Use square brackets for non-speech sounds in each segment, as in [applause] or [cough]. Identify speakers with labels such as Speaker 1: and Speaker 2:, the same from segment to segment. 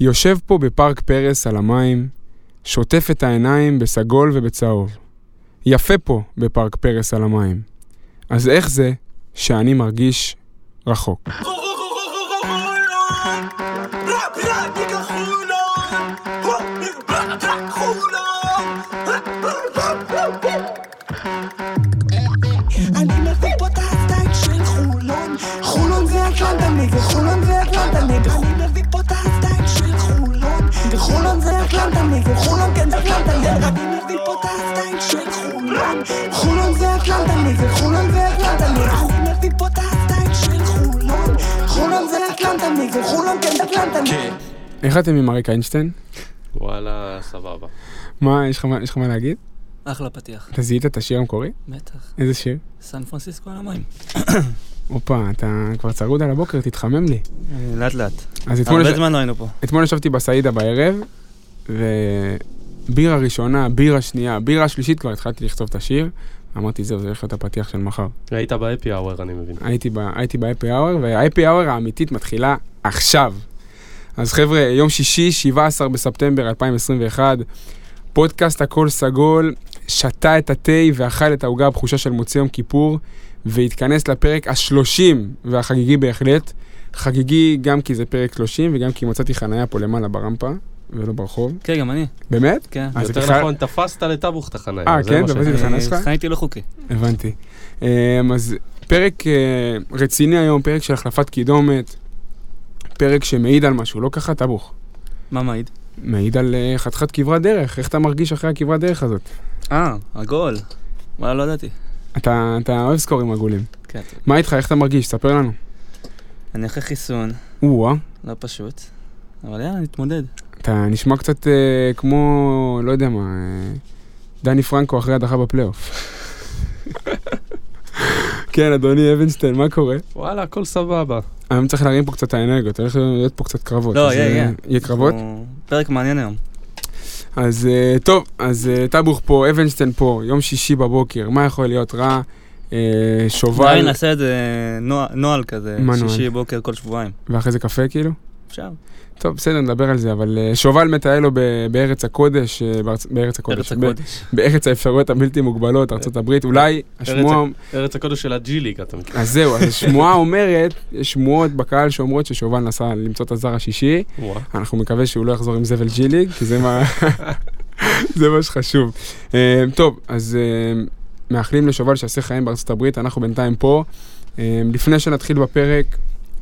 Speaker 1: יושב פה בפארק פרס על המים, שוטף את העיניים בסגול ובצהוב. יפה פה בפארק פרס על המים. אז איך זה שאני מרגיש רחוק?
Speaker 2: אני מביא פה את הסטייק של חולון חולון זה אטלנטה נגד חולון זה אטלנטה נגד אני מביא פה את הסטייק של חולון וחולון זה אטלנטה נגד חולון כן זה אטלנטה נגד אני מביא פה את הסטייק של חולון חולון זה אטלנטה נגד חולון זה אטלנטה נגד אני מביא פה את הסטייק של חולון חולון זה אטלנטה נגד חולון כן זה אטלנטה נגד
Speaker 1: איך אתם עם אריק איינשטיין?
Speaker 3: וואלה, סבבה.
Speaker 1: מה, יש לך מה, יש לך מה להגיד?
Speaker 4: אחלה פתיח,
Speaker 1: אתה זיהית את השיר המקורי?
Speaker 4: בטח.
Speaker 1: איזה שיר?
Speaker 4: סן פרנסיסקו על המים.
Speaker 1: הופה, אתה כבר צרוד על הבוקר, תתחמם לי.
Speaker 4: אה, לאט לאט.
Speaker 1: אז אתמול,
Speaker 4: הרבה
Speaker 1: יש...
Speaker 4: זמן לא היינו פה.
Speaker 1: אתמול ישבתי בסעידה בערב, ובירה ראשונה, בירה שנייה, בירה שלישית כבר התחלתי לכתוב את השיר. אמרתי, זהו, זה הולך להיות הפתיח של מחר.
Speaker 3: היית בהפי האוור, אני מבין.
Speaker 1: הייתי, ב, הייתי ב-happy hour, וה-happy hour האמיתית מתחילה עכשיו. אז חבר'ה, יום שישי, 17 בספטמבר 2021, פודקאסט הכל סגול, שתה את התה ואכל את העוגה הבחושה של מוצאי יום כיפור, והתכנס לפרק ה-30 והחגיגי בהחלט. חגיגי גם כי זה פרק 30 וגם כי מצאתי חניה פה למעלה ברמפה, ולא ברחוב.
Speaker 4: כן, גם אני,
Speaker 1: באמת?
Speaker 4: כן.
Speaker 1: אז
Speaker 3: יותר
Speaker 1: בכלל-
Speaker 3: נכון, תפסת לטאבוך את החניה.
Speaker 1: אה,
Speaker 3: זה
Speaker 1: כן?
Speaker 3: מה ש-
Speaker 1: תפסתי את החניה שלך?
Speaker 4: חניתי לא חוקי.
Speaker 1: הבנתי. אמ, אז פרק אה, רציני היום, פרק של החלפת קידומת, פרק שמעיד על משהו, לא ככה טבוך.
Speaker 4: מה מעיד?
Speaker 1: מעיד על אה, חתיכת כברת דרך, איך אתה מרגיש אחרי הכברת דרך הזאת?
Speaker 4: אה, הגול. וואלה, לא ידעתי.
Speaker 1: אתה, אתה אוהב סקורים עגולים.
Speaker 4: כן.
Speaker 1: מה איתך, איך אתה מרגיש? ספר לנו.
Speaker 4: אני אחרי חיסון,
Speaker 1: או-אה,
Speaker 4: לא פשוט, אבל יאללה, נתמודד.
Speaker 1: אתה נשמע קצת אה, כמו, לא יודע מה, אה, דני פרנקו אחרי הדחה בפלייאוף. [laughs] כן, אדוני אבנשטיין, מה קורה?
Speaker 3: וואלה, הכל סבבה.
Speaker 1: היום צריך להרים פה קצת את האנרגיות, הולך להיות פה קצת קרבות.
Speaker 4: לא,
Speaker 1: אז,
Speaker 4: יהיה,
Speaker 1: אה,
Speaker 4: יהיה.
Speaker 1: יהיה קרבות?
Speaker 4: אנחנו- פרק מעניין היום.
Speaker 1: אז אה, טוב, אז אה, טאבוך פה, אבנשטיין פה, יום שישי בבוקר, מה יכול להיות רע? אה,
Speaker 4: אולי
Speaker 1: שובל,
Speaker 4: נעשה את זה נוע- נוהל כזה,
Speaker 1: מה נוהל?
Speaker 4: שישי בוקר כל שבועיים.
Speaker 1: ואחרי זה קפה כאילו?
Speaker 4: אפשר.
Speaker 1: טוב, בסדר, נדבר על זה, אבל אה, שובל מטייל לו ב- בארץ הקודש, אה, בארצ- בארץ
Speaker 4: ארץ
Speaker 1: הקודש, ב-
Speaker 4: הקודש.
Speaker 1: בארץ האפשרויות הבלתי מוגבלות, ארצות הברית, אולי השמועה,
Speaker 3: ארץ הקודש של הג'י ליג, אתה מכיר.
Speaker 1: אז זהו, אז השמועה אומרת, יש שמועות בקהל שאומרות ששובל נסע למצוא את הזר השישי,
Speaker 3: וואו.
Speaker 1: אנחנו מקווה שהוא לא יחזור עם זבל ג'י ליג, כי זה מה... [laughs] זה מה שחשוב. אה, טוב, אז אה, מאחלים לשובל שיעשה חיים בארצות הברית, אנחנו בינתיים פה. אה, לפני שנתחיל בפרק,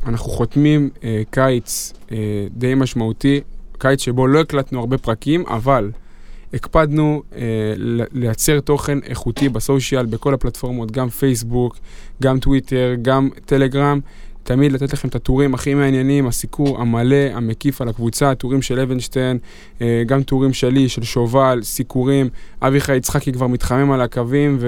Speaker 1: אנחנו חותמים אה, קיץ אה, די משמעותי, קיץ שבו לא הקלטנו הרבה פרקים, אבל הקפדנו אה, ל- לייצר תוכן איכותי בסושיאל, בכל הפלטפורמות, גם פייסבוק, גם טוויטר, גם טלגרם. תמיד לתת לכם את הטורים הכי מעניינים, הסיקור המלא, המקיף על הקבוצה, הטורים של אבנשטיין, אה, גם טורים שלי, של שובל, סיקורים. אביחי יצחקי כבר מתחמם על הקווים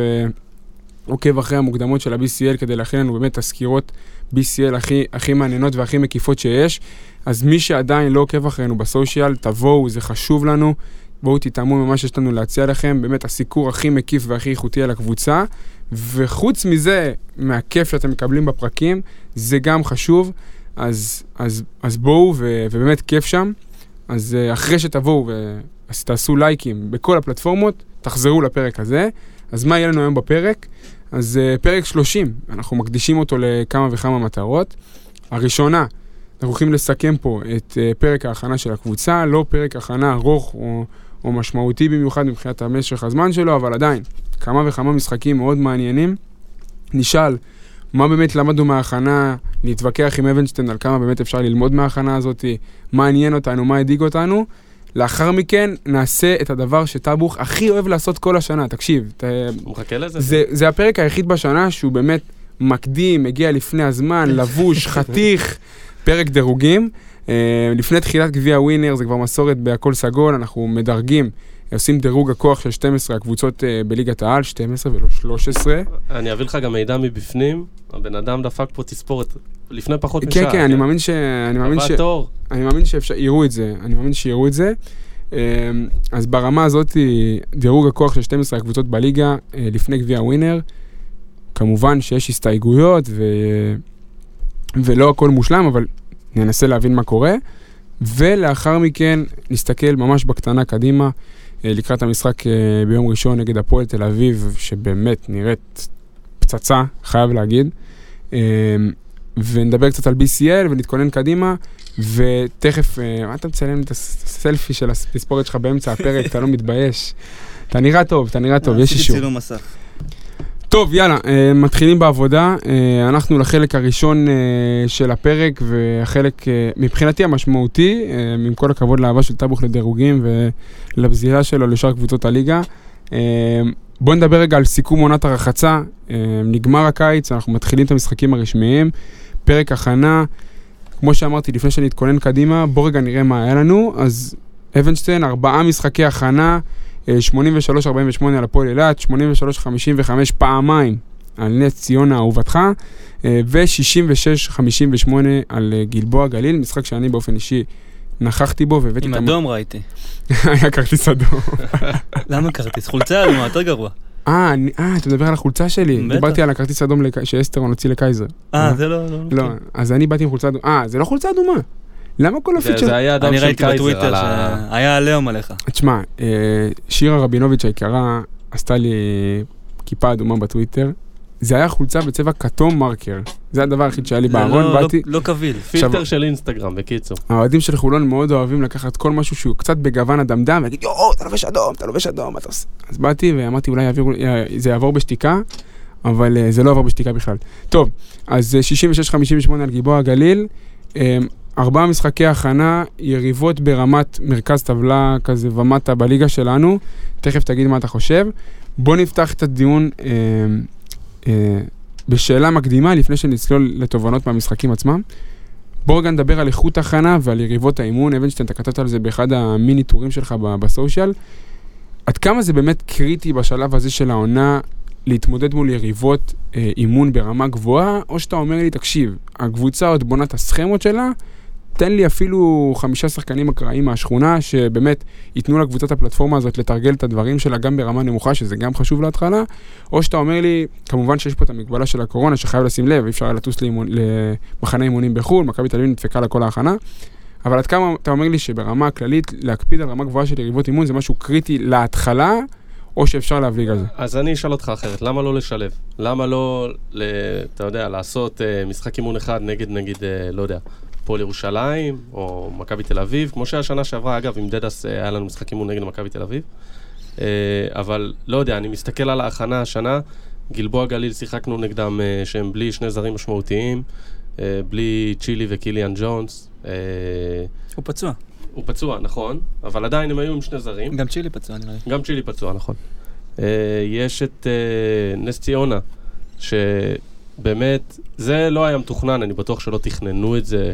Speaker 1: ועוקב אחרי המוקדמות של ה-BCL כדי להכין לנו באמת את הסקירות BCL הכי, הכי מעניינות והכי מקיפות שיש. אז מי שעדיין לא עוקב אחרינו בסושיאל, תבואו, זה חשוב לנו. בואו תתאמו ממה שיש לנו להציע לכם, באמת הסיקור הכי מקיף והכי איכותי על הקבוצה. וחוץ מזה, מהכיף שאתם מקבלים בפרקים, זה גם חשוב, אז, אז, אז בואו, ו, ובאמת כיף שם. אז אה, אחרי שתבואו ו- אז תעשו לייקים בכל הפלטפורמות, תחזרו לפרק הזה. אז מה יהיה לנו היום בפרק? אז אה, פרק 30, אנחנו מקדישים אותו לכמה וכמה מטרות. הראשונה, אנחנו הולכים לסכם פה את אה, פרק ההכנה של הקבוצה, לא פרק הכנה ארוך או, או משמעותי במיוחד מבחינת המשך הזמן שלו, אבל עדיין, כמה וכמה משחקים מאוד מעניינים. נשאל, מה באמת למדנו מההכנה, נתווכח עם אבנשטיין על כמה באמת אפשר ללמוד מההכנה הזאת, מה עניין אותנו, מה הדאיג אותנו. לאחר מכן נעשה את הדבר שטאבוך הכי אוהב לעשות כל השנה, תקשיב, ת...
Speaker 3: הוא מחכה לזה?
Speaker 1: זה, זה הפרק היחיד בשנה שהוא באמת מקדים, מגיע לפני הזמן, לבוש, חתיך, פרק דירוגים. אה, לפני תחילת גביע ווינר, זה כבר מסורת בהכל סגול, אנחנו מדרגים, עושים דירוג הכוח של 12 הקבוצות אה, בליגת העל, 12 ולא 13.
Speaker 3: אני אביא לך גם מידע מבפנים, הבן אדם דפק פה תספורת לפני פחות משעה.
Speaker 1: כן, כן, אני מאמין ש... אני מאמין ש...
Speaker 3: קבע תור.
Speaker 1: אני מאמין שאפשר, יראו את זה, אני מאמין שיראו את זה. אמ, אז ברמה הזאת, דירוג הכוח של 12 הקבוצות בליגה אה, לפני גביע ווינר, כמובן שיש הסתייגויות ו... ולא הכל מושלם, אבל ננסה להבין מה קורה. ולאחר מכן נסתכל ממש בקטנה קדימה, אה, לקראת המשחק אה, ביום ראשון נגד הפועל תל אביב, שבאמת נראית פצצה, חייב להגיד. אה, ונדבר קצת על BCL ונתכונן קדימה, ותכף, אה, מה אתה מצלם את הס- הסלפי של התספורת שלך באמצע הפרק, אתה לא מתבייש. אתה נראה טוב, אתה נראה אה, טוב, יש
Speaker 4: עשיתי
Speaker 1: אישור.
Speaker 4: צילום מסך.
Speaker 1: טוב, יאללה, אה, מתחילים בעבודה. אה, אנחנו לחלק הראשון אה, של הפרק, והחלק אה, מבחינתי המשמעותי, אה, עם כל הכבוד לאהבה של טבוך לדירוגים ולבזילה שלו לשאר קבוצות הליגה. אה, בואו נדבר רגע על סיכום עונת הרחצה. אה, נגמר הקיץ, אנחנו מתחילים את המשחקים הרשמיים. פרק הכנה, כמו שאמרתי, לפני שאני אתכונן קדימה, בואו רגע נראה מה היה לנו. אז אבנשטיין, ארבעה משחקי הכנה. אה, 83-48 על הפועל אילת, 83-55 פעמיים על נס ציונה אהובתך, אה, ו-66-58 על אה, גלבוע גליל, משחק שאני באופן אישי נכחתי בו והבאתי
Speaker 4: עם
Speaker 1: את המ-
Speaker 4: אדום ראיתי.
Speaker 1: [laughs] היה כרטיס אדום.
Speaker 4: למה כרטיס? חולצה אדומה, יותר גרוע.
Speaker 1: אה, אני- אה, אתה מדבר על החולצה שלי.
Speaker 4: בטח.
Speaker 1: דיברתי על הכרטיס אדום לק- שאסטרון הוציא לקייזר.
Speaker 4: אה, זה לא... לא,
Speaker 1: לא, אז אני באתי עם חולצה אדומה. אה, זה לא חולצה אדומה. למה כל הפיצ'ר...
Speaker 3: זה זה היה אדם
Speaker 4: אני
Speaker 3: של
Speaker 4: ראיתי
Speaker 3: קייזר
Speaker 4: בטוויטר
Speaker 3: על ה...
Speaker 4: שהיה עליהום עליך.
Speaker 1: תשמע, אה, שירה רבינוביץ' היקרה עשתה לי כיפה אדומה בטוויטר. זה היה חולצה בצבע כתום מרקר. זה הדבר היחיד שהיה לי
Speaker 4: זה לא-
Speaker 1: בארון,
Speaker 4: לא-
Speaker 1: באתי...
Speaker 4: לא קביל.
Speaker 1: עכשיו-
Speaker 3: פילטר של אינסטגרם, בקיצור.
Speaker 1: האוהדים של חולון מאוד אוהבים לקחת כל משהו שהוא קצת בגוון אדמדם, ולהגיד, יואו, אתה לובש אדום, אתה לובש אדום, מה אתה עושה? אז באתי ואמרתי, אולי יעבירו, אה, זה יעבור בשתיקה, אבל אה, זה לא עבר בשתיקה בכלל. טוב, אז אה, 66-58 על גיבוע הגליל, אה, ארבעה משחקי הכנה, יריבות ברמת מרכז טבלה כזה ומטה בליגה שלנו, תכף תגיד מה אתה חושב. בוא נפתח את הדיון אה, אה, בשאלה מקדימה, לפני שנצלול לתובנות מהמשחקים עצמם. בואו רגע נדבר על איכות הכנה ועל יריבות האימון. אבנשטיין, אתה כתבת על זה באחד המיני טורים שלך ב- בסושיאל. עד כמה זה באמת קריטי בשלב הזה של העונה להתמודד מול יריבות אה, אימון ברמה גבוהה, או שאתה אומר לי, תקשיב, הקבוצה עוד בונה את הסכמות שלה, תן לי אפילו חמישה שחקנים אקראיים מהשכונה, שבאמת ייתנו לקבוצה את הפלטפורמה הזאת לתרגל את הדברים שלה גם ברמה נמוכה, שזה גם חשוב להתחלה, או שאתה אומר לי, כמובן שיש פה את המגבלה של הקורונה, שחייב לשים לב, אי אפשר היה לטוס לאימון, למחנה אימונים בחו"ל, מכבי תל אביב נדפקה לכל ההכנה, אבל עד כמה אתה אומר לי שברמה הכללית, להקפיד על רמה גבוהה של יריבות אימון זה משהו קריטי להתחלה, או שאפשר להבליג על זה.
Speaker 3: אז אני אשאל אותך אחרת, למה לא לשלב? למה לא, ל, אתה יודע, לעשות אה, משחק אימון אחד נגד, נגיד, אה, לא יודע, הפועל ירושלים, או מכבי תל אביב, כמו שהיה שנה שעברה, אגב, עם דדס אה, היה לנו משחק אימון נגד מכבי תל אביב. אה, אבל לא יודע, אני מסתכל על ההכנה השנה, גלבוע גליל שיחקנו נגדם אה, שהם בלי שני זרים משמעותיים, אה, בלי צ'ילי וקיליאן ג'ונס. אה,
Speaker 4: הוא פצוע.
Speaker 3: הוא פצוע, נכון, אבל עדיין הם היו עם שני זרים.
Speaker 4: גם צ'ילי פצוע נראה לי.
Speaker 3: גם צ'ילי פצוע, נכון. אה, יש את אה, נס ציונה, שבאמת, זה לא היה מתוכנן, אני בטוח שלא תכננו את זה,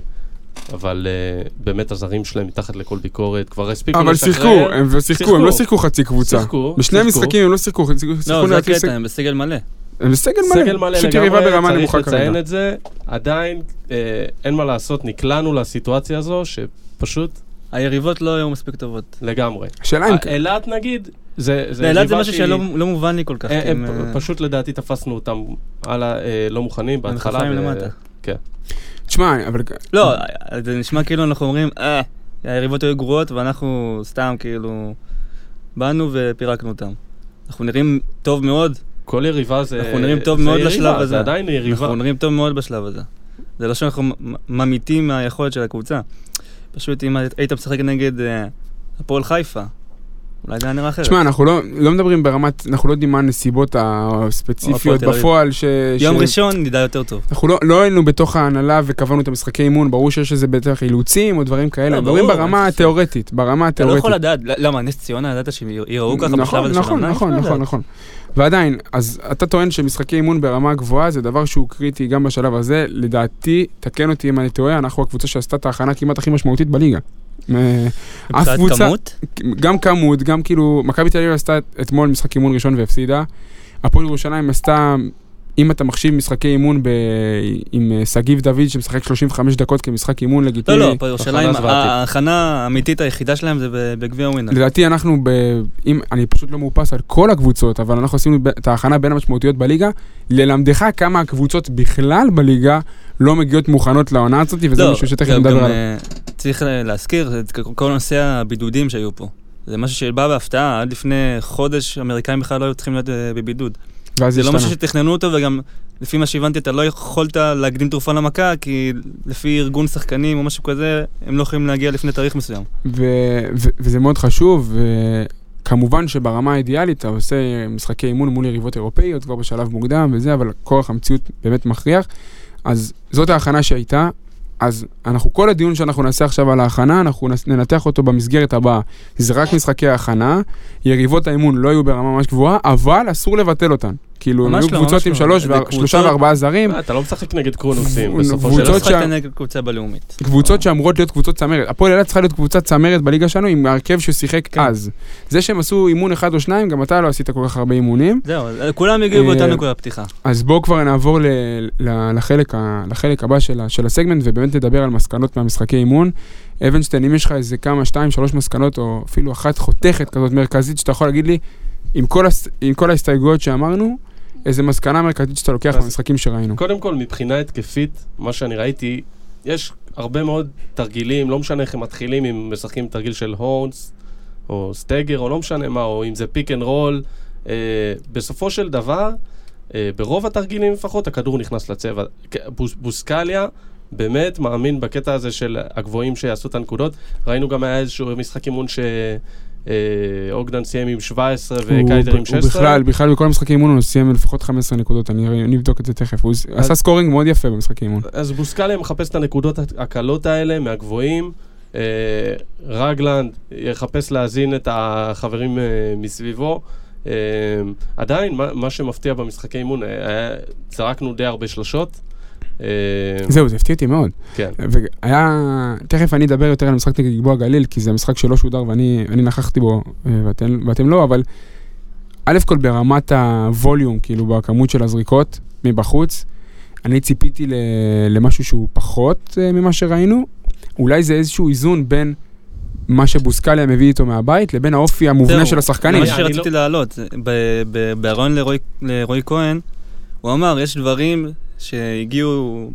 Speaker 3: אבל אה, באמת הזרים שלהם מתחת לכל ביקורת, כבר הספיקו
Speaker 1: אבל
Speaker 3: לשחרר.
Speaker 1: שיחקו, הם שיחקו, הם לא שיחקו חצי קבוצה.
Speaker 3: שיחקו,
Speaker 1: בשני
Speaker 3: שיחקו.
Speaker 1: המשחקים הם לא שיחקו, הם שיחקו
Speaker 4: לא, זה
Speaker 1: לדעתי
Speaker 4: הקטע,
Speaker 1: סג-
Speaker 4: הם בסגל מלא.
Speaker 1: הם בסגל
Speaker 3: סגל
Speaker 1: מלא,
Speaker 3: מלא
Speaker 1: פשוט יריבה ברמה
Speaker 3: לגמרי, צריך
Speaker 1: נמוכה כרגע.
Speaker 3: לציין את זה. עדיין, אה, אין מה לעשות, נקלענו לסיטואציה הזו, שפשוט
Speaker 4: היריבות לא היו מספיק טובות.
Speaker 3: לגמרי. אה,
Speaker 1: השאלה אם...
Speaker 3: אילת נגיד, זה זה
Speaker 4: לאילת זה
Speaker 3: יריבה
Speaker 4: משהו
Speaker 3: שהיא-
Speaker 4: שלא לא מובן לי כל כך.
Speaker 3: אה,
Speaker 4: כי
Speaker 3: הם
Speaker 4: הם, אה,
Speaker 3: פ- פשוט לדעתי תפסנו אותם על ה... אה, לא מוכנים
Speaker 4: הם
Speaker 3: בהתחלה.
Speaker 4: חכמים
Speaker 3: ו-
Speaker 4: למטה.
Speaker 1: תשמע, אבל
Speaker 4: לא, אה, זה נשמע כאילו אנחנו אומרים, אה, היריבות היו גרועות ואנחנו סתם כאילו באנו ופירקנו אותם. אנחנו נראים טוב מאוד,
Speaker 3: כל יריבה זה...
Speaker 4: אנחנו נראים טוב
Speaker 3: זה
Speaker 4: מאוד
Speaker 3: יריבה,
Speaker 4: לשלב הזה.
Speaker 3: זה עדיין יריבה.
Speaker 4: אנחנו נראים טוב מאוד בשלב הזה. זה לא שאנחנו מ- ממעיטים מהיכולת של הקבוצה. פשוט אם היית משחק נגד אה, הפועל חיפה, אולי זה היה נראה אחרת.
Speaker 1: תשמע, אנחנו לא, לא מדברים ברמת, אנחנו לא יודעים מה הנסיבות הספציפיות
Speaker 4: תל אביב.
Speaker 1: בפועל. ש,
Speaker 4: יום
Speaker 1: ש-
Speaker 4: ראשון נדע יותר טוב.
Speaker 1: אנחנו לא, לא היינו בתוך ההנהלה וקבענו את המשחקי אימון, ברור שיש לזה בטח אילוצים או דברים כאלה.
Speaker 4: לא,
Speaker 1: מדברים
Speaker 4: ברור.
Speaker 1: ברמה התיאורטית, ברמה
Speaker 4: אתה לא
Speaker 1: התיאורטית.
Speaker 4: יכול לדעת, ל- למה, נס ציונה ידעת שהם יראו ככה בשלב אה? לא
Speaker 1: נכון,
Speaker 4: הזה של
Speaker 1: נכון,
Speaker 4: העונה?
Speaker 1: נכון,
Speaker 4: אי אפשר
Speaker 1: נכון,
Speaker 4: לדעת.
Speaker 1: נכון. ועדיין, אז אתה טוען שמשחקי אימון ברמה גבוהה זה דבר שהוא קריטי גם בשלב הזה. לדעתי, תקן אותי אם אני טועה, אנחנו הקבוצה שעשתה את ההכנה כמעט הכי משמעותית בליגה. אה, אף
Speaker 4: מבחינת
Speaker 1: קבוצה-
Speaker 4: כמות?
Speaker 1: גם כמות, גם כאילו, מכבי תל אביב עשתה אתמול משחק אימון ראשון והפסידה. הפועל ירושלים עשתה, אם אתה מחשיב משחקי אימון ב... עם אה, שגיב דוד שמשחק 35 דקות כמשחק אימון
Speaker 4: לא,
Speaker 1: לגיטימי.
Speaker 4: לא, הפועל ירושלים,
Speaker 3: הכנה זוועתית.
Speaker 4: ההכנה האמיתית היחידה שלהם זה ב- בגביע ווינר.
Speaker 1: לדעתי אנחנו, ב... אם, אני פשוט לא מאופס על כל הקבוצות, אבל אנחנו עשינו ב- את ההכנה בין המשמעותיות בליגה, ללמדך כמה הקבוצות בכלל בליגה לא מגיעות מוכנות לעונה הזאת, וזה
Speaker 4: לא,
Speaker 1: משהו שתכף
Speaker 4: גם-
Speaker 1: נדבר
Speaker 4: גם,
Speaker 1: עליו.
Speaker 4: אה, צריך לה- להזכיר את כ- כל נושא הבידודים שהיו פה. זה משהו שבא בהפתעה, עד לפני חודש אמריקאים בכלל לא היו צריכים להיות אה, בבידוד.
Speaker 1: ואז
Speaker 4: זה לא
Speaker 1: השתנה.
Speaker 4: משהו שתכננו אותו, וגם לפי מה שהבנתי, אתה לא יכולת להקדים תרופה למכה, כי לפי ארגון שחקנים או משהו כזה, הם לא יכולים להגיע לפני תאריך מסוים.
Speaker 1: ו- ו- וזה מאוד חשוב, וכמובן שברמה האידיאלית אתה עושה משחקי אימון מול יריבות אירופאיות כבר בשלב מוקדם וזה, אבל כורח המציאות באמת מכריח. אז זאת ההכנה שהייתה, אז אנחנו, כל הדיון שאנחנו נעשה עכשיו על ההכנה, אנחנו נס- ננתח אותו במסגרת הבאה. זה רק משחקי ההכנה, יריבות האימון לא היו ברמה ממש גבוהה, אבל אסור לבטל אותן. כאילו, הם
Speaker 4: ממש
Speaker 1: היו
Speaker 4: לא,
Speaker 1: קבוצות
Speaker 4: ממש
Speaker 1: עם
Speaker 4: לא.
Speaker 1: שלוש,
Speaker 4: זה
Speaker 1: ואר-
Speaker 4: קבוצות-
Speaker 1: שלושה וארבעה זרים,
Speaker 3: אה, אתה לא משחק נגד קרונוסים בסופו של
Speaker 1: קבוצות
Speaker 4: אתה לא
Speaker 3: דבר.
Speaker 1: שה-
Speaker 4: שחקת נגד קבוצה בלאומית. אה.
Speaker 1: קבוצות שאמורות להיות קבוצות צמרת. הפועל אילת צריכה להיות קבוצת צמרת בליגה שלנו עם ההרכב ששיחק
Speaker 4: כן.
Speaker 1: אז. זה שהם עשו אימון אחד או שניים, גם אתה לא עשית כל כך הרבה אימונים.
Speaker 4: זהו, כולם הגיעו באותה
Speaker 1: אה,
Speaker 4: נקודת פתיחה.
Speaker 1: אז בואו כבר נעבור ל- ל- לחלק, ה- לחלק הבא של, ה- של הסגמנט, ובאמת נדבר על מסקנות מהמשחקי אימון. אבנשטיין, אם יש לך איזה כמה, שתיים, שלוש מסקנות, או אפילו אחת חותכת כזאת מרכזית, שאתה יכול להגיד לי, עם כל, הס... עם כל ההסתייגויות שאמרנו, איזה מסקנה מרכזית שאתה לוקח
Speaker 3: אז-
Speaker 1: מהמשחקים שראינו.
Speaker 3: קודם כל, מבחינה התקפית, מה שאני ראיתי, יש הרבה מאוד תרגילים, לא משנה איך הם מתחילים, אם משחקים תרגיל של הורנס, או סטגר, או לא משנה מה, או אם זה פיק אנד רול. אה, בסופו של דבר, אה, ברוב התרגילים לפחות, הכדור נכנס לצבע. כ- בוס, בוסקליה באמת מאמין בקטע הזה של הגבוהים שיעשו את הנקודות. ראינו גם היה איזשהו משחק אימון ש... אה, אוגדן סיים עם 17 וקיידר עם 16.
Speaker 1: הוא בכלל, בכלל בכל המשחקי אימון הוא סיים לפחות 15 נקודות, אני, אני אבדוק את זה תכף. הוא
Speaker 3: אז-
Speaker 1: עשה סקורינג מאוד יפה במשחקי אימון.
Speaker 3: אז בוסקליה מחפש את הנקודות הקלות האלה מהגבוהים. אה, רגלנד יחפש להזין את החברים אה, מסביבו. אה, עדיין, מה, מה שמפתיע במשחקי אימון, אה, היה- זרקנו די הרבה שלשות. אה,
Speaker 1: זהו, זה הפתיע אותי מאוד.
Speaker 3: כן.
Speaker 1: והיה, תכף אני אדבר יותר על המשחק נגד גלבוע גליל, כי זה משחק שלא שודר ואני אני נכחתי בו אה, ואתם, ואתם לא, אבל א' כל ברמת הווליום, כאילו בכמות של הזריקות מבחוץ, אני ציפיתי ל- למשהו שהוא פחות אה, ממה שראינו. אולי זה איזשהו איזון בין מה שבוסקליה מביא איתו מהבית לבין האופי המובנה
Speaker 4: זהו,
Speaker 1: של
Speaker 4: זה
Speaker 1: השחקנים.
Speaker 4: מה
Speaker 3: אני לא-
Speaker 4: שרציתי להעלות, ב- ב- בהרעיון לרוי- לרועי כהן, הוא אמר, יש דברים שהגיעו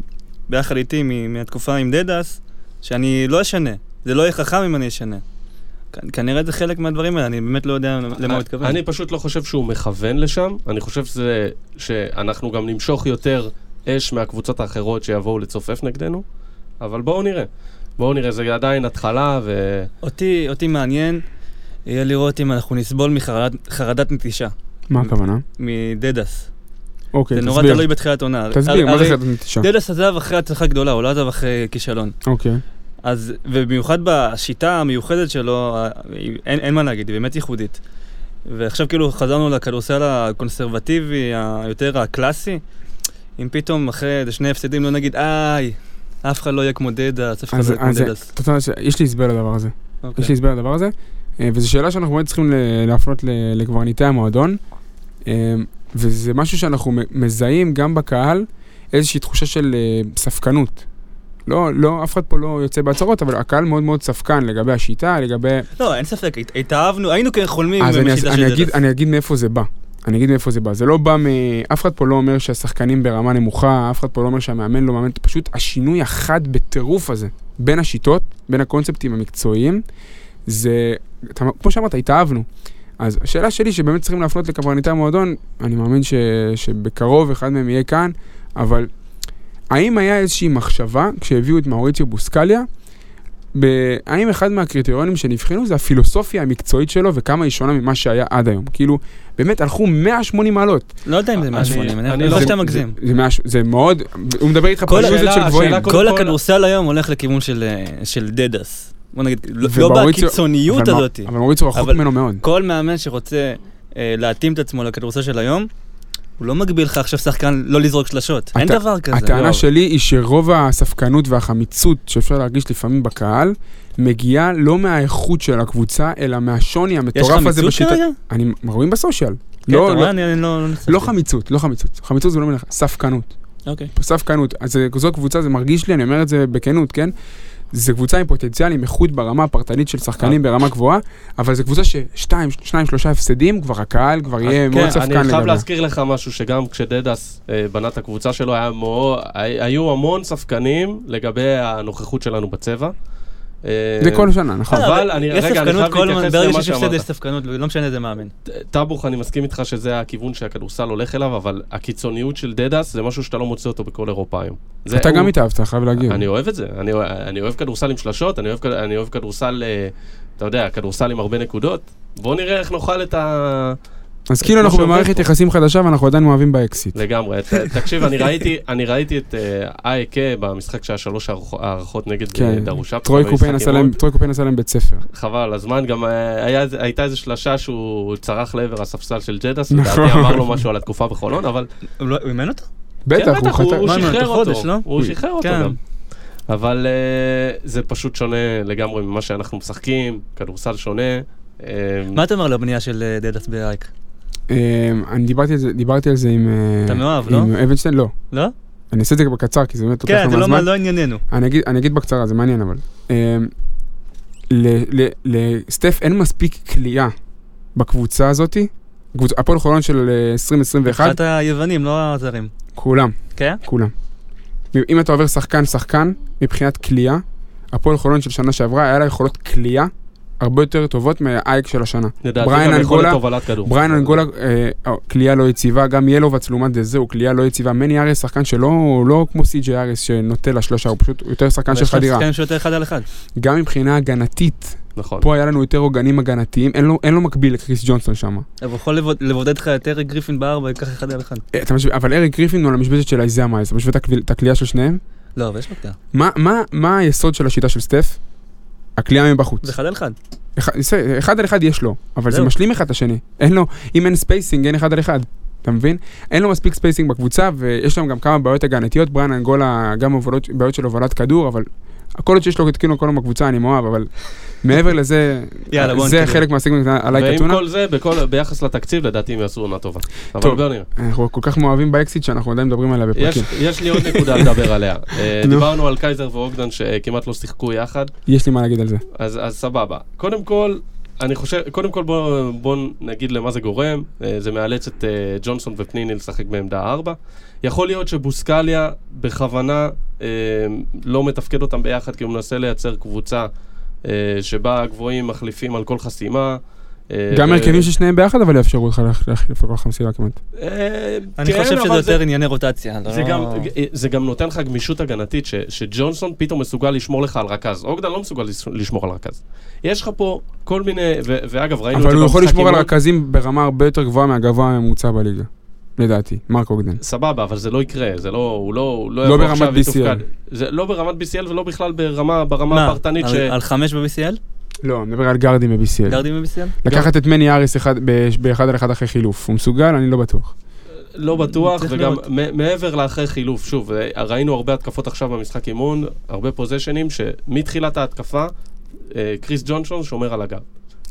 Speaker 4: ביחד איתי מ- מהתקופה עם דדס, שאני לא אשנה. זה לא יהיה חכם אם אני אשנה. כ- כנראה זה חלק מהדברים האלה, אני באמת לא יודע למה הוא התכוון.
Speaker 3: אני פשוט לא חושב שהוא מכוון לשם. אני חושב שזה, שאנחנו גם נמשוך יותר אש מהקבוצות האחרות שיבואו לצופף נגדנו. אבל בואו נראה. בואו נראה, זה עדיין התחלה ו...
Speaker 4: אותי, אותי מעניין יהיה לראות אם אנחנו נסבול מחרדת חרדת נטישה,
Speaker 1: מה הכוונה?
Speaker 4: מדדס.
Speaker 1: אוקיי,
Speaker 4: זה
Speaker 1: תסביר.
Speaker 4: נורא תלוי בתחילת עונה.
Speaker 1: תסביר, מה זה
Speaker 4: הרי
Speaker 1: חטא נטישה?
Speaker 4: דדס עזב אחרי הצלחה גדולה, הוא לא עזב אחרי כישלון.
Speaker 1: אוקיי.
Speaker 4: אז, ובמיוחד בשיטה המיוחדת שלו, ה- אין, אין מה להגיד, היא באמת ייחודית. ועכשיו כאילו חזרנו לכדורסל הקונסרבטיבי, היותר הקלאסי, אם פתאום אחרי איזה שני הפסדים לא נגיד, איי, אף אחד לא יהיה כמו דדס, אף אחד
Speaker 1: אז-
Speaker 4: לא יהיה כמו
Speaker 1: אז-
Speaker 4: דדס.
Speaker 1: אתה יודע ש- יש לי הסבר לדבר הזה.
Speaker 4: אוקיי.
Speaker 1: יש לי הסבר לדבר הזה, אה, וזו שאלה שאנחנו באמת צריכים ל- להפנות ל- לקברניטי המועדון, אה, וזה משהו שאנחנו מ- מזהים גם בקהל, איזושהי תחושה של אה, ספקנות. לא, לא, אף אחד פה לא יוצא בהצהרות, אבל הקהל מאוד מאוד ספקן לגבי השיטה, לגבי...
Speaker 4: לא, אין ספק, הת- התאהבנו, היינו כן חולמים
Speaker 1: אז אני,
Speaker 4: בשיטה
Speaker 1: אני,
Speaker 4: של
Speaker 1: אגיד,
Speaker 4: דדס.
Speaker 1: אני אגיד מאיפה זה בא. אני אגיד מאיפה זה בא. זה לא בא מ... אף אחד פה לא אומר שהשחקנים ברמה נמוכה, אף אחד פה לא אומר שהמאמן לא מאמן, פשוט השינוי החד בטירוף הזה, בין השיטות, בין הקונספטים המקצועיים, זה... אתה, כמו שאמרת, התאהבנו. אז השאלה שלי שבאמת צריכים להפנות לקברניטי המועדון, אני מאמין ש, שבקרוב אחד מהם יהיה כאן, אבל האם היה איזושהי מחשבה כשהביאו את מאוריציו בוסקליה, ב... האם אחד מהקריטריונים שנבחנו זה הפילוסופיה המקצועית שלו וכמה היא שונה ממה שהיה עד היום? כאילו, באמת הלכו 180 מעלות.
Speaker 4: לא יודע אם זה
Speaker 3: אני-
Speaker 4: 180,
Speaker 3: אני
Speaker 4: אני
Speaker 3: לא-
Speaker 4: חושב שאתה
Speaker 1: זה-
Speaker 4: מגזים.
Speaker 1: זה, זה, מאה- זה מאוד, הוא מדבר איתך
Speaker 4: כל
Speaker 1: פריוזת
Speaker 3: השאלה-
Speaker 1: של גבוהים.
Speaker 3: השאלה כל-
Speaker 4: כל
Speaker 3: כל-
Speaker 4: הכדורסל היום הולך לכיוון של, אה, של דדס. בוא נגיד, לא לא
Speaker 1: ומאוריציו-
Speaker 4: בקיצוניות
Speaker 1: אבל מה-
Speaker 4: הזאת.
Speaker 1: אבל מאוריציו רחוק
Speaker 4: אבל-
Speaker 1: ממנו מאוד.
Speaker 4: כל מאמן שרוצה אה, להתאים את עצמו לכדורסל של היום, הוא לא מגביל לך עכשיו שחקן לא לזרוק שלשות. אין
Speaker 1: הטע-
Speaker 4: דבר כזה.
Speaker 1: הטענה
Speaker 4: לא.
Speaker 1: שלי היא שרוב הספקנות והחמיצות שאפשר להרגיש לפעמים בקהל, מגיעה לא מהאיכות של הקבוצה, אלא מהשוני
Speaker 4: יש
Speaker 1: המטורף
Speaker 4: לך
Speaker 1: הזה
Speaker 4: מיצות
Speaker 1: בשיטה.
Speaker 4: כרגע?
Speaker 1: אני, רואים בסושיאל.
Speaker 4: כן,
Speaker 1: לא,
Speaker 4: אתה
Speaker 1: לא,
Speaker 4: רואה? אני אני לא... נחשפתי.
Speaker 1: לא חמיצות, לא חמיצות. חמיצות זה לא מילה, ספקנות.
Speaker 4: אוקיי.
Speaker 1: ספקנות. אז זה- זו קבוצה, זה מרגיש לי, אני אומר את זה בכנות, כן? זו קבוצה עם פוטנציאל, עם איכות ברמה הפרטנית של שחקנים
Speaker 3: אה.
Speaker 1: ברמה גבוהה, אבל זו קבוצה ששתיים, שניים, שלושה הפסדים, כבר הקהל כבר יהיה
Speaker 3: אז
Speaker 1: מאוד
Speaker 3: כן,
Speaker 1: ספקן
Speaker 3: אני חייב
Speaker 1: לגביה.
Speaker 3: להזכיר לך משהו, שגם כשדדס אה, בנה את הקבוצה שלו, היה מאוד, היו המון ספקנים לגבי הנוכחות שלנו בצבע. אה,
Speaker 1: זה כל שנה, נכון.
Speaker 3: אבל אני-
Speaker 4: יש
Speaker 3: רגע, אני
Speaker 4: ספקנות
Speaker 3: חייב
Speaker 4: כל הזמן,
Speaker 3: להתייחס
Speaker 4: ברגע
Speaker 3: למה
Speaker 4: שיש הפסד יש
Speaker 3: שאמרת.
Speaker 4: ספקנות, לא משנה איזה מאמן.
Speaker 3: טאבוך, אני מסכים איתך שזה הכיוון שהכדורסל הולך אליו, אבל הקיצוניות של דדס זה משהו שאתה לא מוצא אותו בכל אירופה היום. זה-
Speaker 1: אתה
Speaker 3: הוא-
Speaker 1: גם התאהבת, חייב להגיד.
Speaker 3: אני אוהב את זה, אני, אוה- אני אוהב כדורסל עם שלשות, אני אוהב, כד- אני אוהב כדורסל, אה, אתה יודע, כדורסל עם הרבה נקודות. בואו נראה איך נאכל את ה...
Speaker 1: אז כאילו
Speaker 3: כמו
Speaker 1: אנחנו
Speaker 3: שעובד
Speaker 1: במערכת
Speaker 3: פה.
Speaker 1: יחסים חדשה ואנחנו עדיין אוהבים באקסיט.
Speaker 3: לגמרי. ת- תקשיב, אני ראיתי, אני ראיתי את אייקה במשחק שהיה שלוש הערכו- הערכות נגד
Speaker 1: כן.
Speaker 3: אה, דרושה.
Speaker 1: טרוי קופיין עשה להם- טרוי קופיין עשה להם בית ספר.
Speaker 3: חבל על הזמן, גם אה, היה, איזה- הייתה איזו שלשה שהוא צרח לעבר הספסל של ג'דס,
Speaker 1: נכון.
Speaker 3: לדעתי אמר לו משהו על התקופה בחולון, אבל
Speaker 4: הוא לא- הוא אימן אותו?
Speaker 1: בטח, הוא
Speaker 3: הוא, הוא
Speaker 1: חטא.
Speaker 4: מה, מה,
Speaker 3: שחרר
Speaker 4: תוך
Speaker 3: אותו,
Speaker 4: חודש, לא?
Speaker 3: הוא שחרר אותו
Speaker 4: כן.
Speaker 3: גם. אבל אה, זה פשוט שונה לגמרי ממה שאנחנו משחקים, כדורסל שונה. אה,
Speaker 4: מה אתה אומר על הבנייה של אה, דדס באייק?
Speaker 1: אמ, אני דיברתי על זה- דיברתי על זה עם... אה,
Speaker 4: אתה מאוהב,
Speaker 1: עם
Speaker 4: לא?
Speaker 1: אבנשטיין, לא.
Speaker 4: לא?
Speaker 1: אני אעשה את זה בקצר, כי זה באמת לוקח
Speaker 4: כן, זה
Speaker 1: לנו
Speaker 4: לא
Speaker 1: זמן.
Speaker 4: מה- לא ענייננו.
Speaker 1: אני אגיד, אני אגיד בקצרה, זה מעניין אבל. אמ, ל- ל- לסטף אין מספיק כליאה בקבוצה הזאתי. קבוצ- הפועל חולון של אה, 2021,
Speaker 4: מבחינת היוונים, לא הזרים.
Speaker 1: כולם,
Speaker 4: כן?
Speaker 1: כולם. אם אתה עובר שחקן-שחקן, מבחינת כליאה, הפועל חולון של שנה שעברה, היה לה יכולות כליאה הרבה יותר טובות מהאייק של השנה.
Speaker 3: לדעתי
Speaker 1: בריין
Speaker 3: גם יכולת
Speaker 1: אנגולה-
Speaker 3: הובלת כדור.
Speaker 1: בריין אנגולה, אה, אה, כליאה לא יציבה, גם ילובץ לעומת זה, זהו, כליאה לא יציבה. מני אריס, שחקן שלא הוא לא כמו סי.ג'י אריס שנוטה לשלושה, הוא פשוט יותר שחקן של
Speaker 4: ויש להם
Speaker 1: חדירה.
Speaker 4: שחקנים שיותר אחד על אחד.
Speaker 1: גם מבחינה הגנתית,
Speaker 3: נכון.
Speaker 1: פה היה לנו יותר עוגנים הגנתיים, אין לו, אין לו מקביל לקריס ג'ונסון שם.
Speaker 4: אבל הוא יכול לבוד- לבודד לך את אריק גריפין בארבע, ייקח אחד על אחד.
Speaker 1: אה, אתה משו... אבל אריק גריפין הוא על המשבצת של איזיה מייס, אתה משווה את הקביל- את הכלייה של שניהם?
Speaker 4: לא, אבל יש לו קטע.
Speaker 1: מה, מה, מה היסוד של השיטה של סטף? הכלייה מבחוץ.
Speaker 4: זה אחד על אחד.
Speaker 1: אחד, זה- אחד על אחד יש לו, אבל זה
Speaker 4: זהו.
Speaker 1: משלים אחד את השני. אין לו, אם אין ספייסינג, אין אחד על אחד. אתה מבין? אין לו מספיק ספייסינג בקבוצה, ויש להם גם כמה בעיות הגנתיות. בריאן אנגולה, גם הובלות, בעיות של הובלת כדור, אבל כל עוד שיש לו את כאילו כל בקבוצה, אני מאוהב, אבל מעבר לזה,
Speaker 4: יאללה, בוא
Speaker 1: זה
Speaker 4: נתקדם.
Speaker 1: חלק מהסיגמנט עליי
Speaker 3: ועם
Speaker 1: קטונה.
Speaker 3: כל זה, בכל- ביחס לתקציב, לדעתי הם יעשו עונה טובה. אבל
Speaker 1: טוב.
Speaker 3: בואו נראה.
Speaker 1: אנחנו כל כך מאוהבים באקסיט שאנחנו עדיין מדברים עליה
Speaker 3: יש-
Speaker 1: בפרקים.
Speaker 3: יש לי עוד נקודה
Speaker 1: [laughs]
Speaker 3: לדבר עליה. אה,
Speaker 1: נו.
Speaker 3: דיברנו על קייזר ואוגדן שכמעט לא שיחקו יחד.
Speaker 1: יש לי מה להגיד על זה.
Speaker 3: אז, אז סבבה. קודם כל, אני חושב, קודם כל בוא, בוא נגיד למה זה גורם. אה, זה מאלץ את אה, ג'ונסון ופניני לשחק בעמדה 4. יכול להיות שבוסקליה בכוונה אה, לא מתפקד אותם ביחד, כי הוא מנסה לייצר קבוצה אה, שבה הגבוהים מחליפים על כל חסימה. אה,
Speaker 1: גם
Speaker 3: ו-
Speaker 1: הרכבים של שניהם ביחד, אבל יאפשרו לך ללכת- להחליף לכל חמסילה כמעט.
Speaker 3: אה,
Speaker 4: אני
Speaker 3: כן,
Speaker 4: חושב שזה
Speaker 3: אבל זה-
Speaker 4: יותר ענייני רוטציה.
Speaker 3: זה
Speaker 4: לא-
Speaker 3: גם,
Speaker 1: אה.
Speaker 3: אה, זה גם נותן לך גמישות הגנתית, ש, שג'ונסון פתאום מסוגל לשמור לך על רכז. אוגדן לא מסוגל לש- לשמור על רכז. יש לך פה כל מיני, ו, ואגב, ראינו את זה
Speaker 1: אבל הוא יכול
Speaker 3: במשחק
Speaker 1: לשמור
Speaker 3: עם
Speaker 1: על
Speaker 3: לוד-
Speaker 1: רכזים ברמה הרבה יותר גבוהה מהגבוה הממוצע בליגה. לדעתי, מרק אוגדן.
Speaker 3: סבבה, אבל זה לא יקרה, זה לא, הוא לא, הוא לא,
Speaker 1: לא
Speaker 3: יבוא
Speaker 1: ברמת
Speaker 3: עכשיו
Speaker 1: BCL.
Speaker 3: יתופקד. זה לא ברמת BCL ולא בכלל ברמה, ברמה
Speaker 4: מה,
Speaker 3: הפרטנית
Speaker 4: על-
Speaker 3: ש...
Speaker 4: על חמש ב-BCL?
Speaker 1: לא, אני מדבר על גארדים ב-BCL.
Speaker 4: גרדים ב-BCL?
Speaker 1: לקחת את מני אריס אחד- ב- באחד על אחד אחרי חילוף. הוא מסוגל? אני לא בטוח.
Speaker 3: לא בטוח,
Speaker 4: צריך
Speaker 3: וגם
Speaker 4: לראות.
Speaker 3: מ- מעבר לאחרי חילוף, שוב, אה, ראינו הרבה התקפות עכשיו במשחק אימון, הרבה פוזיישנים, שמתחילת ההתקפה, אה, קריס ג'ונסון שומר על הגב,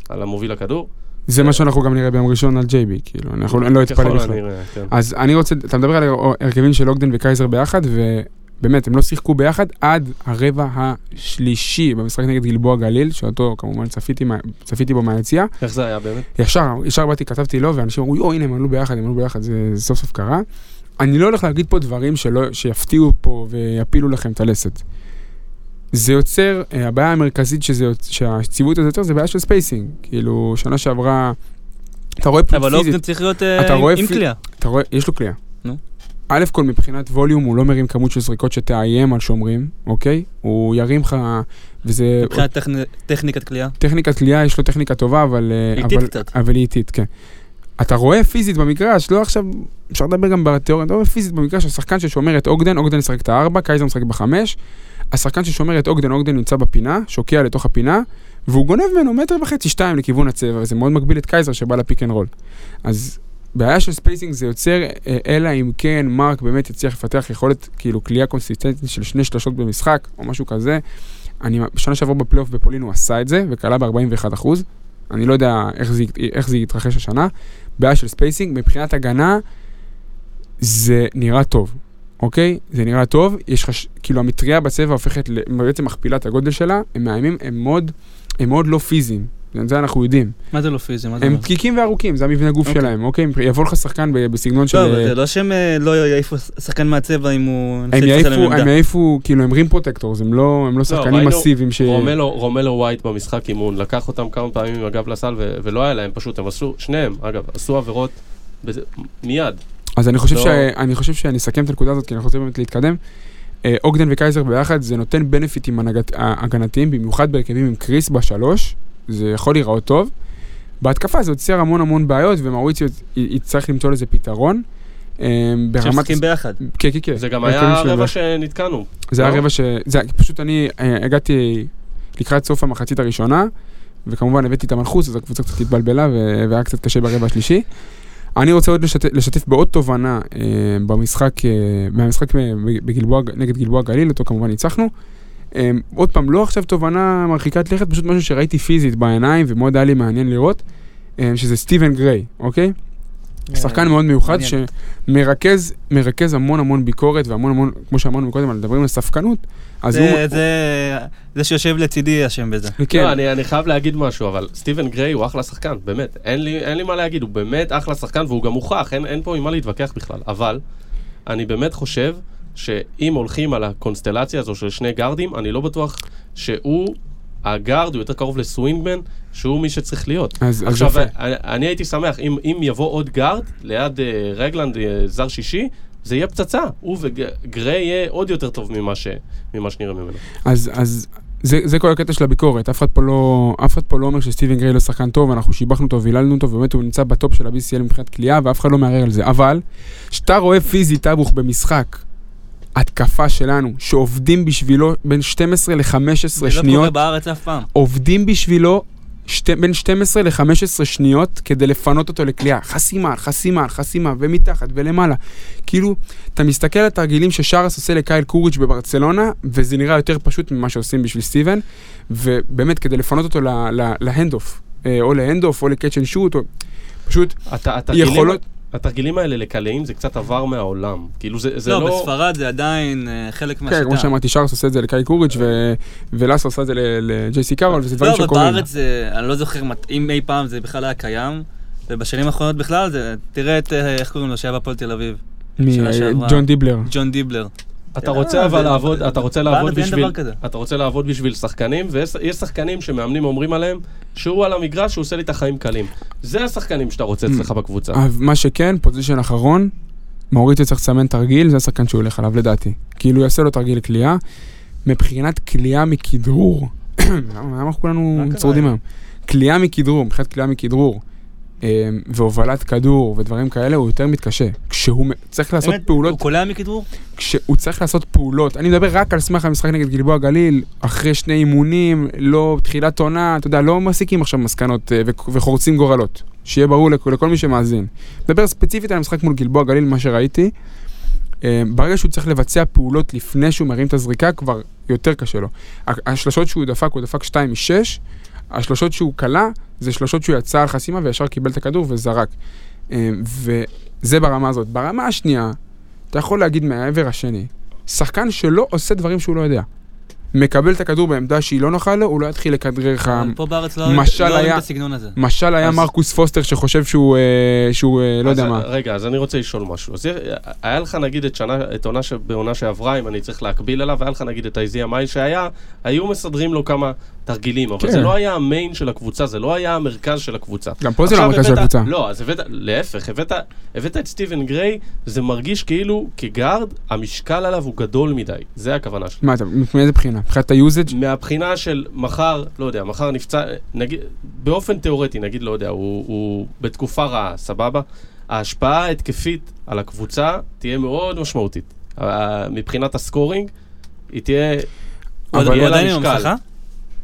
Speaker 3: על המוביל הכדור.
Speaker 1: זה מה שאנחנו גם נראה ביום ראשון על ג'ייבי, כאילו, אנחנו- אני לא אתפלא
Speaker 3: אה. ככל
Speaker 1: בכלל.
Speaker 3: הנראה, כן.
Speaker 1: אז אני רוצה, אתה מדבר על הרכבים של אוגדן וקייזר ביחד, ובאמת, הם לא שיחקו ביחד עד הרבע השלישי במשחק נגד גלבוע גליל, שאותו כמובן צפיתי, מה- צפיתי בו מהיציע.
Speaker 3: איך זה היה באמת?
Speaker 1: ישר, ישר באתי, כתבתי לו, ואנשים אמרו, יואו, הנה, הם עלו ביחד, הם עלו ביחד, זה, זה סוף סוף קרה. אני לא הולך להגיד פה דברים שלא, שיפתיעו פה ויפילו לכם את הלסת. זה יוצר, אה, הבעיה המרכזית שזה, יוצ- שהציבות הזאת יוצר, זה בעיה של ספייסינג. כאילו, שנה שעברה, אתה רואה פה
Speaker 4: לא. אבל
Speaker 1: פיזית,
Speaker 4: אוגדן צריך להיות אה,
Speaker 1: אתה רואה
Speaker 4: עם
Speaker 1: פי-
Speaker 4: קליעה.
Speaker 1: אתה רואה, יש לו קליעה.
Speaker 4: נו.
Speaker 1: א' כל מבחינת ווליום הוא לא מרים כמות של זריקות שתאיים על שומרים, אוקיי? הוא ירים לך, וזה...
Speaker 4: מבחינת טכנ- טכניקת קליעה.
Speaker 1: טכניקת קליעה, יש לו טכניקה טובה, אבל... אה,
Speaker 4: איטית
Speaker 1: אבל-
Speaker 4: קצת.
Speaker 1: אבל היא איטית, כן. אתה רואה פיזית במגרש, לא עכשיו, אפשר לדבר גם בתיאוריה, אתה רואה פיזית במגרש, השחקן ששומר את אוגדן, אוגדן ישחק את הארבע, קייזר משחק בחמש, השחקן ששומר את אוגדן, אוגדן נמצא בפינה, שוקע לתוך הפינה, והוא גונב ממנו מטר וחצי, שתיים לכיוון הצבע, וזה מאוד מגביל את קייזר שבא לפיק אנד רול. אז בעיה של ספייסינג זה יוצר, אה, אלא אם כן מרק באמת יצליח לפתח יכולת, כאילו, כליאה קונסיסטנטית של שני שלשות במשחק, או משהו כזה. אני, בשנה שעברה בפלייאוף בפולין הוא עשה את זה, וכלה ב-41 אחוז. אני לא יודע איך זה, ית- איך זה יתרחש השנה. בעיה של ספייסינג, מבחינת הגנה, זה נראה טוב, אוקיי? זה נראה טוב, יש לך, ש- כאילו המטריה בצבע הופכת, ל- בעצם מכפילה את הגודל שלה, הם מאיימים, הם מאוד, הם מאוד לא פיזיים. את זה אנחנו יודעים.
Speaker 4: מה זה לא פיזי? מה זה
Speaker 1: הם כאילו
Speaker 4: אומר?
Speaker 1: פקיקים וארוכים, זה המבנה גוף
Speaker 4: אוקיי.
Speaker 1: שלהם, אוקיי? יבוא לך שחקן ב- בסגנון של...
Speaker 4: לא, אבל זה לא שהם אה, לא יעיפו שחקן מהצבע אם הוא...
Speaker 1: הם
Speaker 4: ינסה להתפוצץ על
Speaker 1: יעיפו,
Speaker 4: העמדה.
Speaker 1: הם יעיפו, כאילו הם רים פרוטקטורס, הם לא הם לא שחקנים
Speaker 3: ראינו-
Speaker 1: מסיביים ש...
Speaker 3: רומלו, רומלו ווייט במשחק אימון, לקח אותם כמה פעמים עם הגב לסל ו- ולא היה להם פשוט, הם עשו, שניהם, אגב, עשו עבירות בזה- מיד.
Speaker 1: אז אני חושב,
Speaker 3: לא-
Speaker 1: ש... אני חושב שאני אסכם את הנקודה הזאת, כי אנחנו רוצים באמת להתקדם. אה, אוגדן וקייזר ביחד, זה נותן בנפיטים הנגת... הגנתיים, במיוחד בהרכבים עם קריס בשלוש, זה יכול להיראות טוב. בהתקפה זה יוצר המון המון בעיות, ומאוריציו י- יצטרך למצוא לזה פתרון. אה,
Speaker 4: שהם
Speaker 1: ברמת...
Speaker 4: משחקים ביחד.
Speaker 1: כן, כן, כן.
Speaker 3: זה גם
Speaker 1: ההרכבים
Speaker 3: היה
Speaker 1: שלהם
Speaker 3: הרבע
Speaker 1: ביחד.
Speaker 3: שנתקענו.
Speaker 1: זה
Speaker 3: לא?
Speaker 1: היה רבע ש... זה היה- פשוט אני אה, הגעתי לקראת סוף המחצית הראשונה, וכמובן הבאתי את המנחוס, אז הקבוצה קצת התבלבלה, ו... והיה קצת קשה ברבע השלישי. אני רוצה עוד לשתף, לשתף בעוד תובנה אה, במשחק, אה, מהמשחק אה, בגלבוע, נגד גלבוע גליל, אותו כמובן ניצחנו. אה, עוד פעם, לא עכשיו תובנה מרחיקת לכת, פשוט משהו שראיתי פיזית בעיניים, ומאוד היה לי מעניין לראות, אה, שזה סטיבן גריי, אוקיי? שחקן מאוד מיוחד
Speaker 4: מעניין.
Speaker 1: שמרכז מרכז המון המון ביקורת והמון המון, כמו שאמרנו קודם, מדברים על ספקנות, אז הוא...
Speaker 4: זה- זה- זה שיושב לצידי אשם בזה.
Speaker 1: כן,
Speaker 3: לא, אני, אני חייב להגיד משהו, אבל סטיבן גריי הוא אחלה שחקן, באמת. אין לי, אין לי מה להגיד, הוא באמת אחלה שחקן, והוא גם הוכח, אין, אין פה עם מה להתווכח בכלל. אבל, אני באמת חושב שאם הולכים על הקונסטלציה הזו של שני גארדים, אני לא בטוח שהוא, הגארד הוא יותר קרוב לסווינגמן, שהוא מי שצריך להיות.
Speaker 1: אז אז
Speaker 3: עכשיו,
Speaker 1: יפה.
Speaker 3: אני, אני הייתי שמח, אם, אם יבוא עוד גארד ליד אה, רגלנד, אה, זר שישי, זה יהיה פצצה. הוא וגריי יהיה עוד יותר טוב ממה, ש, ממה שנראה ממנו.
Speaker 1: אז, אז זה, זה כל הקטע של הביקורת, אף אחד פה לא, אף אחד פה לא אומר שסטיבן גריי לא שחקן טוב, אנחנו שיבחנו אותו והיללנו אותו, ובאמת הוא נמצא בטופ של ה-BCL מבחינת כליאה, ואף אחד לא מערער על זה. אבל, כשאתה רואה פיזית אבוך במשחק, התקפה שלנו, שעובדים בשבילו בין 12 ל-15
Speaker 4: זה לא קורה
Speaker 1: שניות,
Speaker 4: בארץ אף פעם.
Speaker 1: עובדים בשבילו שתי, בין 12 ל-15 שניות כדי לפנות אותו לכליאה. חסימה, חסימה, חסימה, ומתחת ולמעלה. כאילו, אתה מסתכל על התרגילים ששרס עושה לקייל קוריץ' בברצלונה, וזה נראה יותר פשוט ממה שעושים בשביל סטיבן, ובאמת, כדי לפנות אותו ל- ל- להנד-אוף, אה, או להנד-אוף, או לקאצ' אנד שוט, או... פשוט
Speaker 3: הת, התרגילים,
Speaker 1: יכולות...
Speaker 3: התרגילים האלה לקלעים זה קצת עבר מהעולם. כאילו זה, זה לא...
Speaker 4: לא, בספרד זה עדיין אה, חלק
Speaker 1: כן, כמו
Speaker 4: מהשיטה.
Speaker 1: שאמרתי, שרס עושה את זה לקייל קוריץ', ו- ולאסה עושה את זה ל- לג'ייסי קארול, וזה
Speaker 4: לא,
Speaker 1: דברים
Speaker 4: אבל
Speaker 1: שקורים.
Speaker 4: בארץ זה, אני לא זוכר מת- אם אי פעם זה בכלל היה קיים, ובשנים האחרונות בכלל זה, תראה את, אה, איך קוראים לו, שהיה בהפועל תל אביב, שנה שעברה.
Speaker 1: מג'ון דיבלר.
Speaker 4: ג'ון דיבלר.
Speaker 3: אתה רוצה אבל
Speaker 4: אה, זה-
Speaker 3: לעבוד, אתה רוצה
Speaker 4: בארץ
Speaker 3: לעבוד
Speaker 4: אין
Speaker 3: בשביל,
Speaker 4: דבר כזה.
Speaker 3: אתה רוצה לעבוד בשביל שחקנים, ויש יש שחקנים שמאמנים אומרים עליהם שהוא על המגרש, הוא עושה לי את החיים קלים. זה השחקנים שאתה רוצה אצלך בקבוצה.
Speaker 1: אבל מה שכן, פוזיישן אחרון, מאוריציו צריך לסמן תרגיל, זה השחקן שהוא הולך עליו לדעתי. כאילו, יעשה לו תרגיל כליאה. מבחינת כליאה מכדרור, [coughs] למה למה כולנו
Speaker 4: מה קרה
Speaker 1: צרודים
Speaker 4: היום?
Speaker 1: היום? כליאה מכדרור, מבחינת כליאה מכדרור, אה, והובלת כדור ודברים כאלה, הוא יותר מתקשה. כשהוא מ- צריך לעשות
Speaker 4: באמת,
Speaker 1: פעולות
Speaker 4: הוא קולע מכדרור?
Speaker 1: כשהוא צריך לעשות פעולות, אני מדבר רק על סמך המשחק נגד גלבוע גליל, אחרי שני אימונים, לא תחילת עונה, אתה יודע, לא מסיקים עכשיו מסקנות אה, ו- וחורצים גורלות. שיהיה ברור לכ- לכל מי שמאזין. מדבר ספציפית על המשחק מול גלבוע גליל, מה שראיתי. אה, ברגע שהוא צריך לבצע פעולות לפני שהוא מרים את הזריקה, כבר יותר קשה לו. ה- השלשות שהוא דפק, הוא דפק 2 מ-6, השלשות שהוא כלה, זה שלשות שהוא יצא על חסימה וישר קיבל את הכדור וזרק. אה, וזה ברמה הזאת. ברמה השנייה, אתה יכול להגיד מהעבר השני, שחקן שלא עושה דברים שהוא לא יודע. מקבל את הכדור בעמדה שהיא לא נוחה לו, הוא לא יתחיל לכדרר לך.
Speaker 4: אבל פה בארץ לא
Speaker 1: משל
Speaker 4: לא רואים
Speaker 1: היה-
Speaker 4: את הסגנון הזה.
Speaker 1: משל היה
Speaker 3: אז-
Speaker 1: מרקוס פוסטר שחושב שהוא, אה, שהוא אה, לא
Speaker 3: אז-
Speaker 1: יודע מה.
Speaker 3: רגע, אז אני רוצה לשאול משהו. אז אה, היה לך נגיד את שנה, את עונה ש... בעונה שעברה, אם אני צריך להקביל אליו, היה לך נגיד את האיזי המייל שהיה, היו מסדרים לו כמה תרגילים, אבל
Speaker 1: כן.
Speaker 3: זה לא היה המיין של הקבוצה, זה לא היה המרכז של הקבוצה.
Speaker 1: גם פה זה לא
Speaker 3: עכשיו
Speaker 1: המרכז של
Speaker 3: הבאת-
Speaker 1: הקבוצה.
Speaker 3: לא, אז הבאת, להפך, הבאת, הבאת את סטיבן גריי, זה מרגיש כאילו כגארד, המשקל עליו הוא גדול מדי, זה הכוונה שלי.
Speaker 1: מה אתה, מאיזה בחינה? מבחינת היוזג'?
Speaker 3: מהבחינה של מחר, לא יודע, מחר נפצע, נגיד, באופן תיאורטי, נגיד, לא יודע, הוא, הוא בתקופה רעה, סבבה? ההשפעה ההתקפית על הקבוצה תהיה מאוד משמעותית. ה- מבחינת הסקורינג, היא תהיה...
Speaker 4: אבל
Speaker 3: יהיה
Speaker 4: הוא
Speaker 3: לה
Speaker 4: עדיין עם
Speaker 3: משקל.
Speaker 4: המסכה?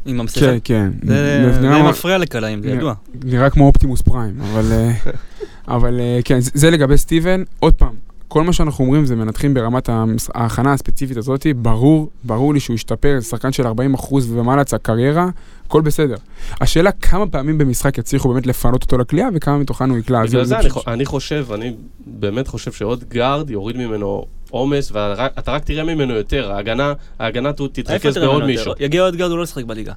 Speaker 4: עם המסכה.
Speaker 1: כן, כן.
Speaker 4: זה
Speaker 1: זה
Speaker 4: זה
Speaker 1: נראה-
Speaker 4: מפריע לקלעים, זה ידוע.
Speaker 1: נראה כמו אופטימוס פריים, אבל...
Speaker 3: [laughs]
Speaker 1: אה, אבל אה, כן, זה- זה לגבי סטיבן. עוד פעם, כל מה שאנחנו אומרים זה מנתחים ברמת המס- ההכנה הספציפית הזאת. ברור, ברור לי שהוא השתפר, זה שחקן של 40% ומעלה צ- קריירה, הכל בסדר. השאלה כמה פעמים במשחק יצליחו באמת לפנות אותו לכלייה וכמה מתוכן הוא יקלע.
Speaker 3: בגלל זה אני
Speaker 1: פשוט-
Speaker 3: חו- אני חושב, אני באמת חושב שעוד גארד יוריד ממנו עומס, ואתה רק תראה ממנו יותר, ההגנה, ההגנה ת-
Speaker 4: איפה
Speaker 3: תתרכז
Speaker 4: תראה
Speaker 3: בעוד
Speaker 4: ממנו
Speaker 3: מישהו.
Speaker 4: יותר? יגיע עוד גארד, הוא לא ישחק בליגה.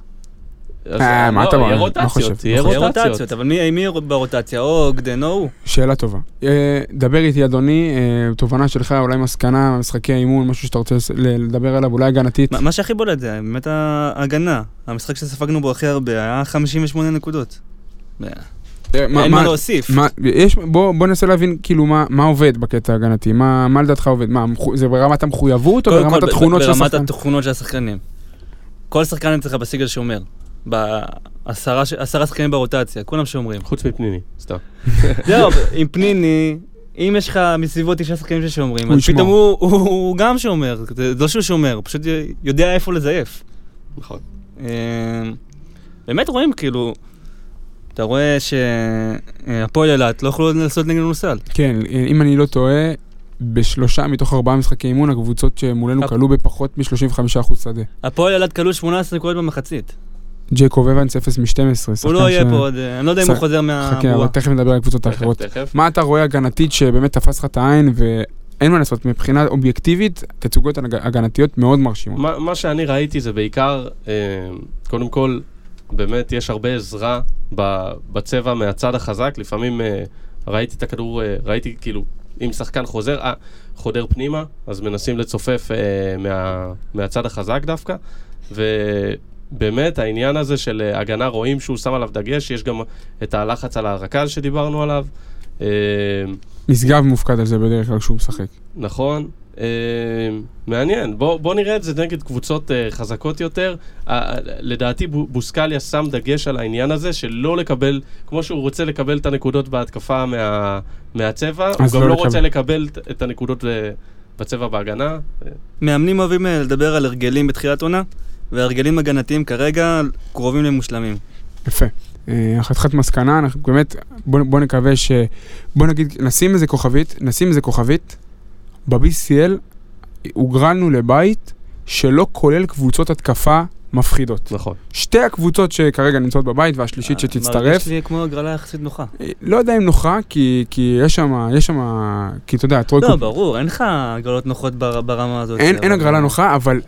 Speaker 3: אז-
Speaker 1: אה, מה
Speaker 3: לא,
Speaker 1: אתה אומר?
Speaker 3: יהיה
Speaker 1: לא חושב,
Speaker 3: רוטציות, יהיה
Speaker 1: לא
Speaker 4: יהיה
Speaker 3: רוטציות.
Speaker 4: רוטציות, אבל מי מי ברוטציה? או גדנו הוא.
Speaker 1: שאלה טובה. אה, דבר איתי, אדוני, אה, תובנה שלך, אולי מסקנה, משחקי האימון, משהו שאתה רוצה לס- ל- לדבר עליו, אולי הגנתית.
Speaker 4: מה- מה שהכי בולט זה באמת ההגנה. המשחק שספגנו בו הכי הרבה היה 58 נקודות.
Speaker 1: אה, מה-
Speaker 4: אין
Speaker 1: מה-
Speaker 4: מה להוסיף.
Speaker 1: מה, יש, בוא, בוא ננסה להבין כאילו מה, מה עובד בקטע ההגנתי, מה, מה לדעתך עובד, מה, המחו- זה ברמת המחויבות או
Speaker 4: קודם
Speaker 1: ברמת
Speaker 4: כל, ב-
Speaker 1: התכונות של
Speaker 4: ברמת
Speaker 1: השחקן?
Speaker 4: התכונות של השחקנים. כל שחקן אצלך בסגל שומר. בעשרה ש- עשרה שחקנים ברוטציה, כולם
Speaker 1: [laughs]
Speaker 4: שומרים.
Speaker 3: חוץ מפניני, סתם.
Speaker 4: זהו, לא, עם פניני, אם יש לך מסביבו תשעה שחקנים ששומרים,
Speaker 1: הוא
Speaker 4: אז
Speaker 1: ישמור.
Speaker 4: פתאום הוא- הוא הוא גם שומר. זה זה לא שהוא שומר, הוא פשוט יודע איפה לזייף.
Speaker 3: נכון.
Speaker 4: אמ, באמת רואים, כאילו, אתה רואה שהפועל אילת לא יכולו לעשות נגדנו סל.
Speaker 1: כן, אה, אם אני לא טועה, בשלושה מתוך ארבעה משחקי אימון, הקבוצות שמולנו
Speaker 4: אוקיי.
Speaker 1: כלו בפחות מ-35% שדה. ג'ייקוב
Speaker 4: הפועל אילת כלו 18 נקודות במחצית.
Speaker 1: אבנס 0 מ-12,
Speaker 4: הוא אוקיי. לא יהיה פה עוד, אה, אני לא יודע אם
Speaker 1: שח-
Speaker 4: הוא חוזר
Speaker 1: חכה, אבל
Speaker 4: מהבועה.
Speaker 1: תכף נדבר על הקבוצות
Speaker 3: תכף,
Speaker 1: האחרות.
Speaker 3: תכף.
Speaker 1: מה אתה רואה הגנתית שבאמת תפס לך את העין ואין מה לעשות, מבחינה אובייקטיבית, תצוגות הנג- הגנתיות מאוד מרשימות.
Speaker 3: מה, מה שאני ראיתי זה בעיקר, אה, קודם כל, באמת יש הרבה עזרה ב, בצבע מהצד החזק. לפעמים אה, ראיתי את הכדור, אה, ראיתי כאילו, אם שחקן חוזר, אה, חודר פנימה, אז מנסים לצופף אה, מה, מהצד החזק דווקא. ובאמת, העניין הזה של אה, הגנה, רואים שהוא שם עליו דגש, יש גם את הלחץ על הרכז שדיברנו עליו. אה,
Speaker 1: נשגב מופקד על זה בדרך כלל כשהוא משחק.
Speaker 3: נכון. אה, מעניין, בוא, בוא נראה את זה נגד קבוצות אה, חזקות יותר. אה, לדעתי בו- בוסקליה שם דגש על העניין הזה שלא לקבל, כמו שהוא רוצה לקבל את הנקודות בהתקפה מה, מהצבע, הוא
Speaker 1: אז
Speaker 3: גם
Speaker 1: לא
Speaker 3: לא,
Speaker 1: לקבל.
Speaker 3: רוצה לקבל ת- את הנקודות אה, בצבע בהגנה. אה,
Speaker 4: מאמנים אוהבים אה, לדבר על הרגלים בתחילת עונה, וההרגלים הגנתיים כרגע קרובים למושלמים.
Speaker 1: יפה. אה, חתיכת מסקנה, אנחנו באמת, בוא, בוא נקווה ש... בוא נגיד, נשים איזה כוכבית, נשים איזה כוכבית, ב-BCL הוגרלנו לבית שלא כולל קבוצות התקפה מפחידות.
Speaker 3: נכון.
Speaker 1: שתי הקבוצות שכרגע נמצאות בבית והשלישית שתצטרף,
Speaker 4: אה, מרגיש לי כמו הגרלה יחסית נוחה.
Speaker 1: אה, לא יודע אם נוחה, כי, כי יש שם, יש שם, כי אתה יודע, טרויקו...
Speaker 4: לא, ברור, אין לך הגרלות נוחות בר- ברמה הזאת. אה,
Speaker 1: אין,
Speaker 4: אבל-
Speaker 1: אין הגרלה נוחה, אבל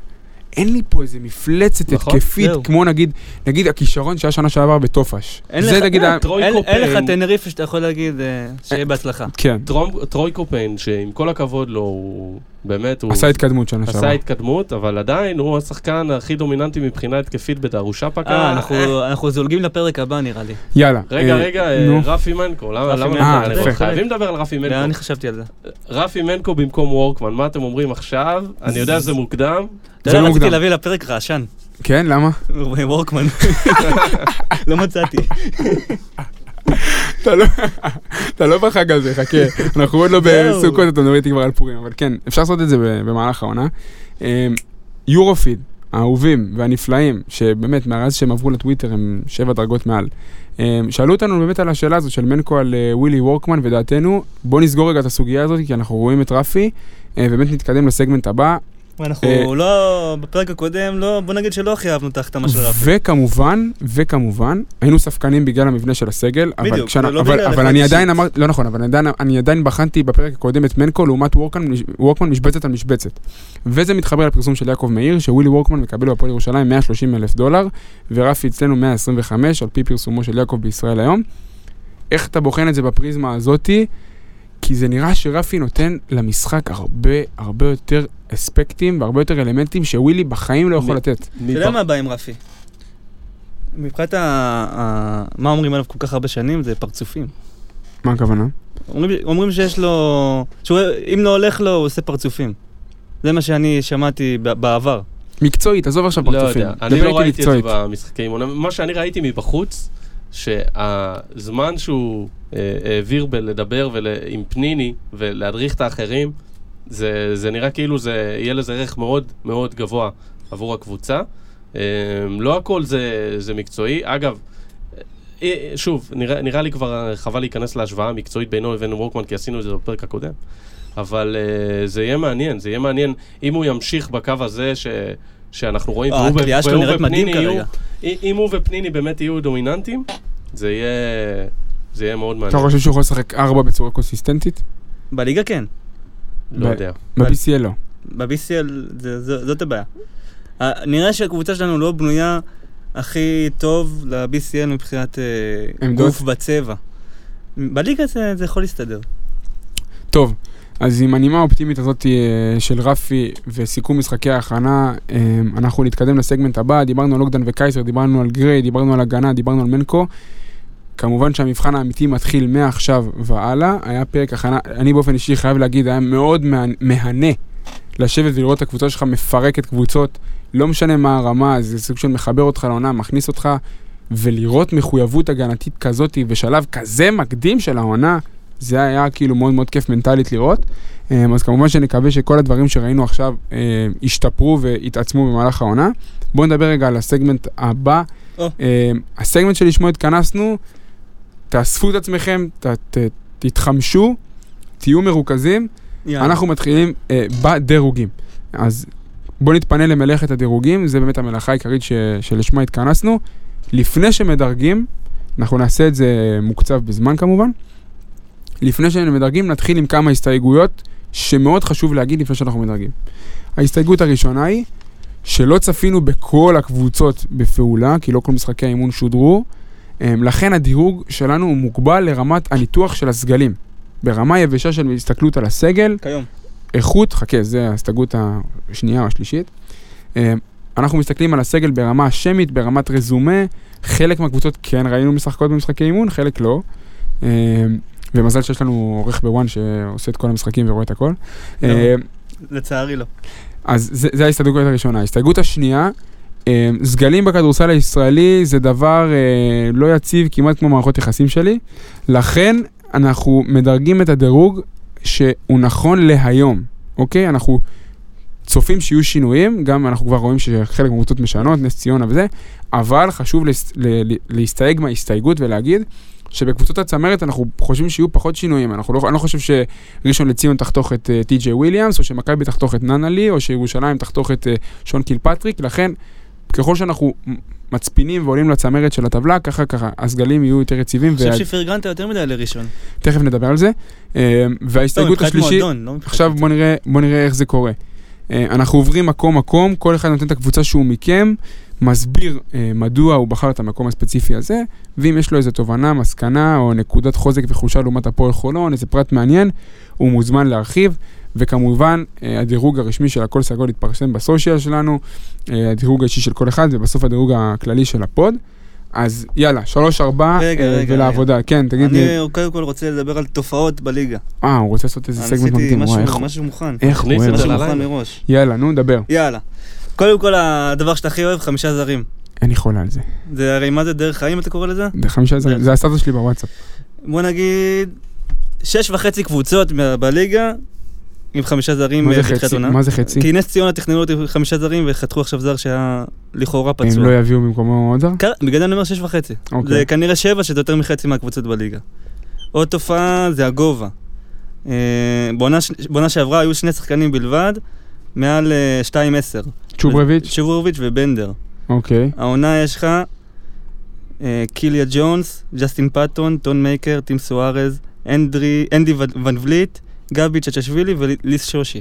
Speaker 1: אין לי פה איזה מפלצת
Speaker 3: נכון,
Speaker 1: התקפית,
Speaker 4: זהו.
Speaker 1: כמו נגיד, נגיד הכישרון שהיה שנה שעבר בתופש.
Speaker 4: אין
Speaker 1: זה
Speaker 4: לך-
Speaker 1: נגיד,
Speaker 4: אין,
Speaker 1: ה-
Speaker 3: טרוי
Speaker 4: אה, אין- אין
Speaker 3: קופן.
Speaker 4: לך טנריפה שאתה יכול להגיד אה, שיהיה בהצלחה.
Speaker 1: כן,
Speaker 3: טרום, טרוי קופיין, שעם כל הכבוד לו, הוא באמת, הוא
Speaker 1: עשה התקדמות שנה שעבר.
Speaker 3: עשה התקדמות, אבל עדיין הוא השחקן הכי דומיננטי מבחינה התקפית בדרושה פקה.
Speaker 4: אה, אנחנו- אנחנו זולגים לפרק הבא נראה לי.
Speaker 1: יאללה.
Speaker 3: רגע,
Speaker 1: אה,
Speaker 3: רגע, אה,
Speaker 1: נו.
Speaker 3: רפי מנקו, למה
Speaker 4: רפי
Speaker 3: למה
Speaker 4: מנקו,
Speaker 3: נדבר
Speaker 1: אה,
Speaker 3: עליו?
Speaker 1: יפה.
Speaker 3: חייבים לדבר על רפי
Speaker 4: לא, אני
Speaker 3: מנקו.
Speaker 4: חשבתי על זה. אתה
Speaker 3: רפי מנקו במקום וורקמן, מה אתם אומרים עכשיו? אני יודע שזה מוקדם.
Speaker 1: זה
Speaker 4: יודע, לא, רציתי
Speaker 1: מוקדם.
Speaker 4: להביא לפרק רעשן, [laughs]
Speaker 1: כן, למה? [laughs]
Speaker 4: וורקמן. לא מצאתי.
Speaker 1: אה. אתה לא- אתה לא בחג הזה, חכה. אנחנו עוד לא
Speaker 4: זהו.
Speaker 1: בסוכות, אתה מדבר איתי כבר על פורים, אבל כן, אפשר לעשות את זה ב- במהלך העונה. אמ, יורופיד, האהובים והנפלאים, שבאמת, מאז שהם עברו לטוויטר הם שבע דרגות מעל. אמ, שאלו אותנו באמת על השאלה הזאת של מנקו על אה, ווילי וורקמן, ודעתנו, בוא נסגור רגע את הסוגיה הזאת, כי אנחנו רואים את רפי, אה, באמת נתקדם לסגמנט הבא,
Speaker 4: אנחנו לא, בפרק הקודם, לא, בוא נגיד שלא הכי אהבנו את ההחתמה של רפי.
Speaker 1: וכמובן, וכמובן, היינו ספקנים בגלל המבנה של הסגל, אבל
Speaker 4: בדיוק,
Speaker 1: כשאני-
Speaker 4: זה לא
Speaker 1: אבל-
Speaker 4: בגלל
Speaker 1: אבל
Speaker 4: אחד
Speaker 1: אני
Speaker 4: אישית.
Speaker 1: עדיין אמרתי, לא נכון, אבל אני עדיין- אני עדיין בחנתי בפרק הקודם את מנקו לעומת וורקמן, וורקמן משבצת על משבצת. וזה מתחבר לפרסום של יעקב מאיר, שווילי וורקמן מקבל בהפועל ירושלים 130 אלף דולר, ורפי אצלנו 125, על פי פרסומו של יעקב בישראל היום. איך אתה בוחן את זה בפריזמה הזאתי? כי זה נראה שרפי נותן למשחק הרבה הרבה יותר אספקטים והרבה יותר אלמנטים שווילי בחיים לא יכול
Speaker 3: מ-
Speaker 1: לתת.
Speaker 4: אתה יודע מה הבעיה עם רפי? מבחינת ה... ה- מה אומרים עליו כל כך הרבה שנים? זה פרצופים.
Speaker 1: מה הכוונה?
Speaker 4: אומרים, אומרים שיש לו... שהוא, אם לא הולך לו, הוא עושה פרצופים. זה מה שאני שמעתי ב- בעבר.
Speaker 1: מקצועית, עזוב עכשיו
Speaker 3: לא
Speaker 1: פרצופים.
Speaker 3: יודע,
Speaker 1: דבר
Speaker 3: אני לא
Speaker 1: איתי
Speaker 3: ראיתי את זה
Speaker 1: מקצועית.
Speaker 3: במשחקי אימון. מה שאני ראיתי מבחוץ, שהזמן שהוא אה, העביר בלדבר ול- עם פניני ולהדריך את האחרים, זה זה נראה כאילו זה יהיה לזה ערך מאוד מאוד גבוה עבור הקבוצה. אה, לא הכל זה זה מקצועי. אגב, אה, שוב, נראה, נראה לי כבר חבל להיכנס להשוואה המקצועית בינו לבין וורקמן, כי עשינו את זה בפרק הקודם. אבל uh, זה יהיה מעניין, זה יהיה מעניין אם הוא ימשיך בקו הזה ש, שאנחנו רואים,
Speaker 4: אה,
Speaker 3: והוא ו-
Speaker 4: הקליעה שלו
Speaker 3: והוא
Speaker 4: נראית מדהים
Speaker 3: ופניני יהיו-
Speaker 4: כרגע.
Speaker 3: אם- אם הוא ופניני באמת יהיו דומיננטיים, זה יהיה, זה יהיה מאוד
Speaker 1: אתה
Speaker 3: מעניין.
Speaker 1: חושב שהוא יכול לשחק ארבע בצורה קונסיסטנטית?
Speaker 4: בליגה כן.
Speaker 3: לא
Speaker 1: ב-
Speaker 3: יודע.
Speaker 1: ב-BCL לא.
Speaker 4: ב-BCL זה- זה- זאת הבעיה. ה- נראה שהקבוצה שלנו לא בנויה הכי טוב ל-BCL מבחינת אה,
Speaker 1: עמדות?
Speaker 4: גוף בצבע. בליגה זה, זה יכול להסתדר.
Speaker 1: טוב, אז עם הנימה האופטימית הזאת אה, של רפי וסיכום משחקי ההכנה, אה, אנחנו נתקדם לסגמנט הבא. דיברנו על לוגדן וקייסר, דיברנו על גריי, דיברנו על הגנה, דיברנו על מנקו. כמובן שהמבחן האמיתי מתחיל מעכשיו והלאה. היה פרק הכנה, אני באופן אישי חייב להגיד, היה מאוד מה- מהנה לשבת ולראות את הקבוצה שלך מפרקת קבוצות. לא משנה מה הרמה, זה סוג של מחבר אותך לעונה, מכניס אותך, ולראות מחויבות הגנתית כזאת בשלב כזה מקדים של העונה, זה היה כאילו מאוד מאוד כיף מנטלית לראות. אמ, אז כמובן שנקווה שכל הדברים שראינו עכשיו אמ, ישתפרו ויתעצמו במהלך העונה. בואו נדבר רגע על הסגמנט הבא.
Speaker 4: או.
Speaker 1: אמ, הסגמנט שלשמו התכנסנו, תאספו את עצמכם, ת- ת- תתחמשו, תהיו מרוכזים.
Speaker 4: יאללה.
Speaker 1: אנחנו מתחילים אה, בדירוגים. אז בואו נתפנה למלאכת הדירוגים, זה באמת המלאכה העיקרית ש, שלשמה התכנסנו. לפני שמדרגים, אנחנו נעשה את זה מוקצב בזמן כמובן, לפני שמדרגים נתחיל עם כמה הסתייגויות שמאוד חשוב להגיד לפני שאנחנו מדרגים. ההסתייגות הראשונה היא שלא צפינו בכל הקבוצות בפעולה, כי לא כל משחקי האימון שודרו, אה, לכן הדירוג שלנו הוא מוגבל לרמת הניתוח של הסגלים. ברמה יבשה של הסתכלות על הסגל,
Speaker 4: כיום.
Speaker 1: איכות, חכה, זה ההסתגרות השנייה או השלישית. אה, אנחנו מסתכלים על הסגל ברמה השמית, ברמת רזומה. חלק מהקבוצות כן ראינו משחקות במשחקי אימון, חלק לא. אה, ומזל שיש לנו עורך בוואן שעושה את כל המשחקים ורואה את הכל.
Speaker 4: גם.
Speaker 1: אה,
Speaker 4: לצערי לא.
Speaker 1: אז זה, זה ההסתייגות הראשונה. ההסתייגות השנייה, אה, סגלים בכדורסל הישראלי זה דבר אה, לא יציב כמעט כמו מערכות יחסים שלי, לכן אנחנו מדרגים את הדירוג שהוא נכון להיום, אוקיי? אנחנו צופים שיהיו שינויים, גם אנחנו כבר רואים שחלק מהקבוצות משנות, נס ציונה וזה, אבל חשוב לס- ל- ל- להסתייג מההסתייגות ולהגיד שבקבוצות הצמרת אנחנו חושבים שיהיו פחות שינויים. אנחנו לא, אני לא חושב שראשון לציון תחתוך את אה, טי.ג'יי וויליאמס, או שמכבי תחתוך את ננלי, או שירושלים תחתוך את אה, שון קילפטריק, לכן ככל שאנחנו מ- מצפינים ועולים לצמרת של הטבלה, ככה ככה הסגלים יהיו יותר יציבים,
Speaker 4: אני חושב שפרגנת יותר מדי לראשון.
Speaker 1: ותכף נדבר על זה. אה,
Speaker 4: לא,
Speaker 1: וההסתייגות
Speaker 4: מבחינת
Speaker 1: השלישית...
Speaker 4: מועדון, לא מבחינת...
Speaker 1: עכשיו בוא נראה, בוא נראה איך זה קורה. אה, אנחנו עוברים מקום-מקום, כל אחד נותן את הקבוצה שהוא מכם, מסביר אה, מדוע הוא בחר את המקום הספציפי הזה, ואם יש לו איזו תובנה, מסקנה או נקודת חוזק וחולשה לעומת הפועל חולון, איזה פרט מעניין, הוא מוזמן להרחיב. וכמובן, אה, הדירוג הרשמי של הכל סגול יתפרסם בסושיאל שלנו, אה, הדירוג האישי של כל אחד, ובסוף הדירוג הכללי של הפוד. אז יאללה, שלוש, ארבע,
Speaker 4: רגע,
Speaker 1: אה,
Speaker 4: רגע,
Speaker 1: ולעבודה. כן, תגיד לי,
Speaker 4: אני קודם כל רוצה לדבר על תופעות בליגה.
Speaker 1: אה, הוא רוצה לעשות איזה
Speaker 4: אני
Speaker 1: סגמנט
Speaker 4: עשיתי
Speaker 1: מקדים, וואי, איך
Speaker 4: משהו-
Speaker 1: הוא-
Speaker 4: משהו מוכן.
Speaker 1: איך הוא
Speaker 3: הכניס
Speaker 1: אוהב
Speaker 3: את זה
Speaker 1: את
Speaker 4: משהו
Speaker 1: זה.
Speaker 3: ל-
Speaker 4: מוכן
Speaker 3: ללילה.
Speaker 4: מראש.
Speaker 1: יאללה, נו, דבר.
Speaker 4: יאללה. קודם כל, הדבר שאתה הכי אוהב, חמישה זרים.
Speaker 1: אני חולה על זה.
Speaker 4: זה הרי מה זה דרך חיים אתה קורא לזה?
Speaker 1: זה חמישה
Speaker 4: כן.
Speaker 1: זרים, זה הסטטוס שלי בוואטסאפ.
Speaker 4: בוא נגיד, שש וחצי קבוצות ב- בליגה עם חמישה זרים
Speaker 1: מה זה
Speaker 4: אה, בתחילת
Speaker 1: חצי?
Speaker 4: עונה. כאילו
Speaker 1: מה זה חצי?
Speaker 4: כי נס ציונה תכננו אותי חמישה זרים וחתכו עכשיו זר שהיה לכאורה
Speaker 1: הם
Speaker 4: פצוע.
Speaker 1: לא יביאו במקומו עוד זר?
Speaker 4: כ- בגלל זה אני אומר שש וחצי.
Speaker 1: אוקיי.
Speaker 4: זה כנראה שבע, שזה יותר מחצי מהקבוצות בליגה. עוד תופעה זה הגובה. אה, בעונה ש- בעונה שעברה היו שני שחקנים בלבד, מעל אה, 2.10.
Speaker 1: צ'וברביץ'?
Speaker 4: צ'וברוביץ' ובנדר.
Speaker 1: אוקיי.
Speaker 4: העונה יש לך אה, קיליה ג'ונס, ג'סטין פאטון, טון מייקר, טים סוארז, אנדרי, אנדי ו- ון וליט, גבי צ'צ'שווילי וליס שושי.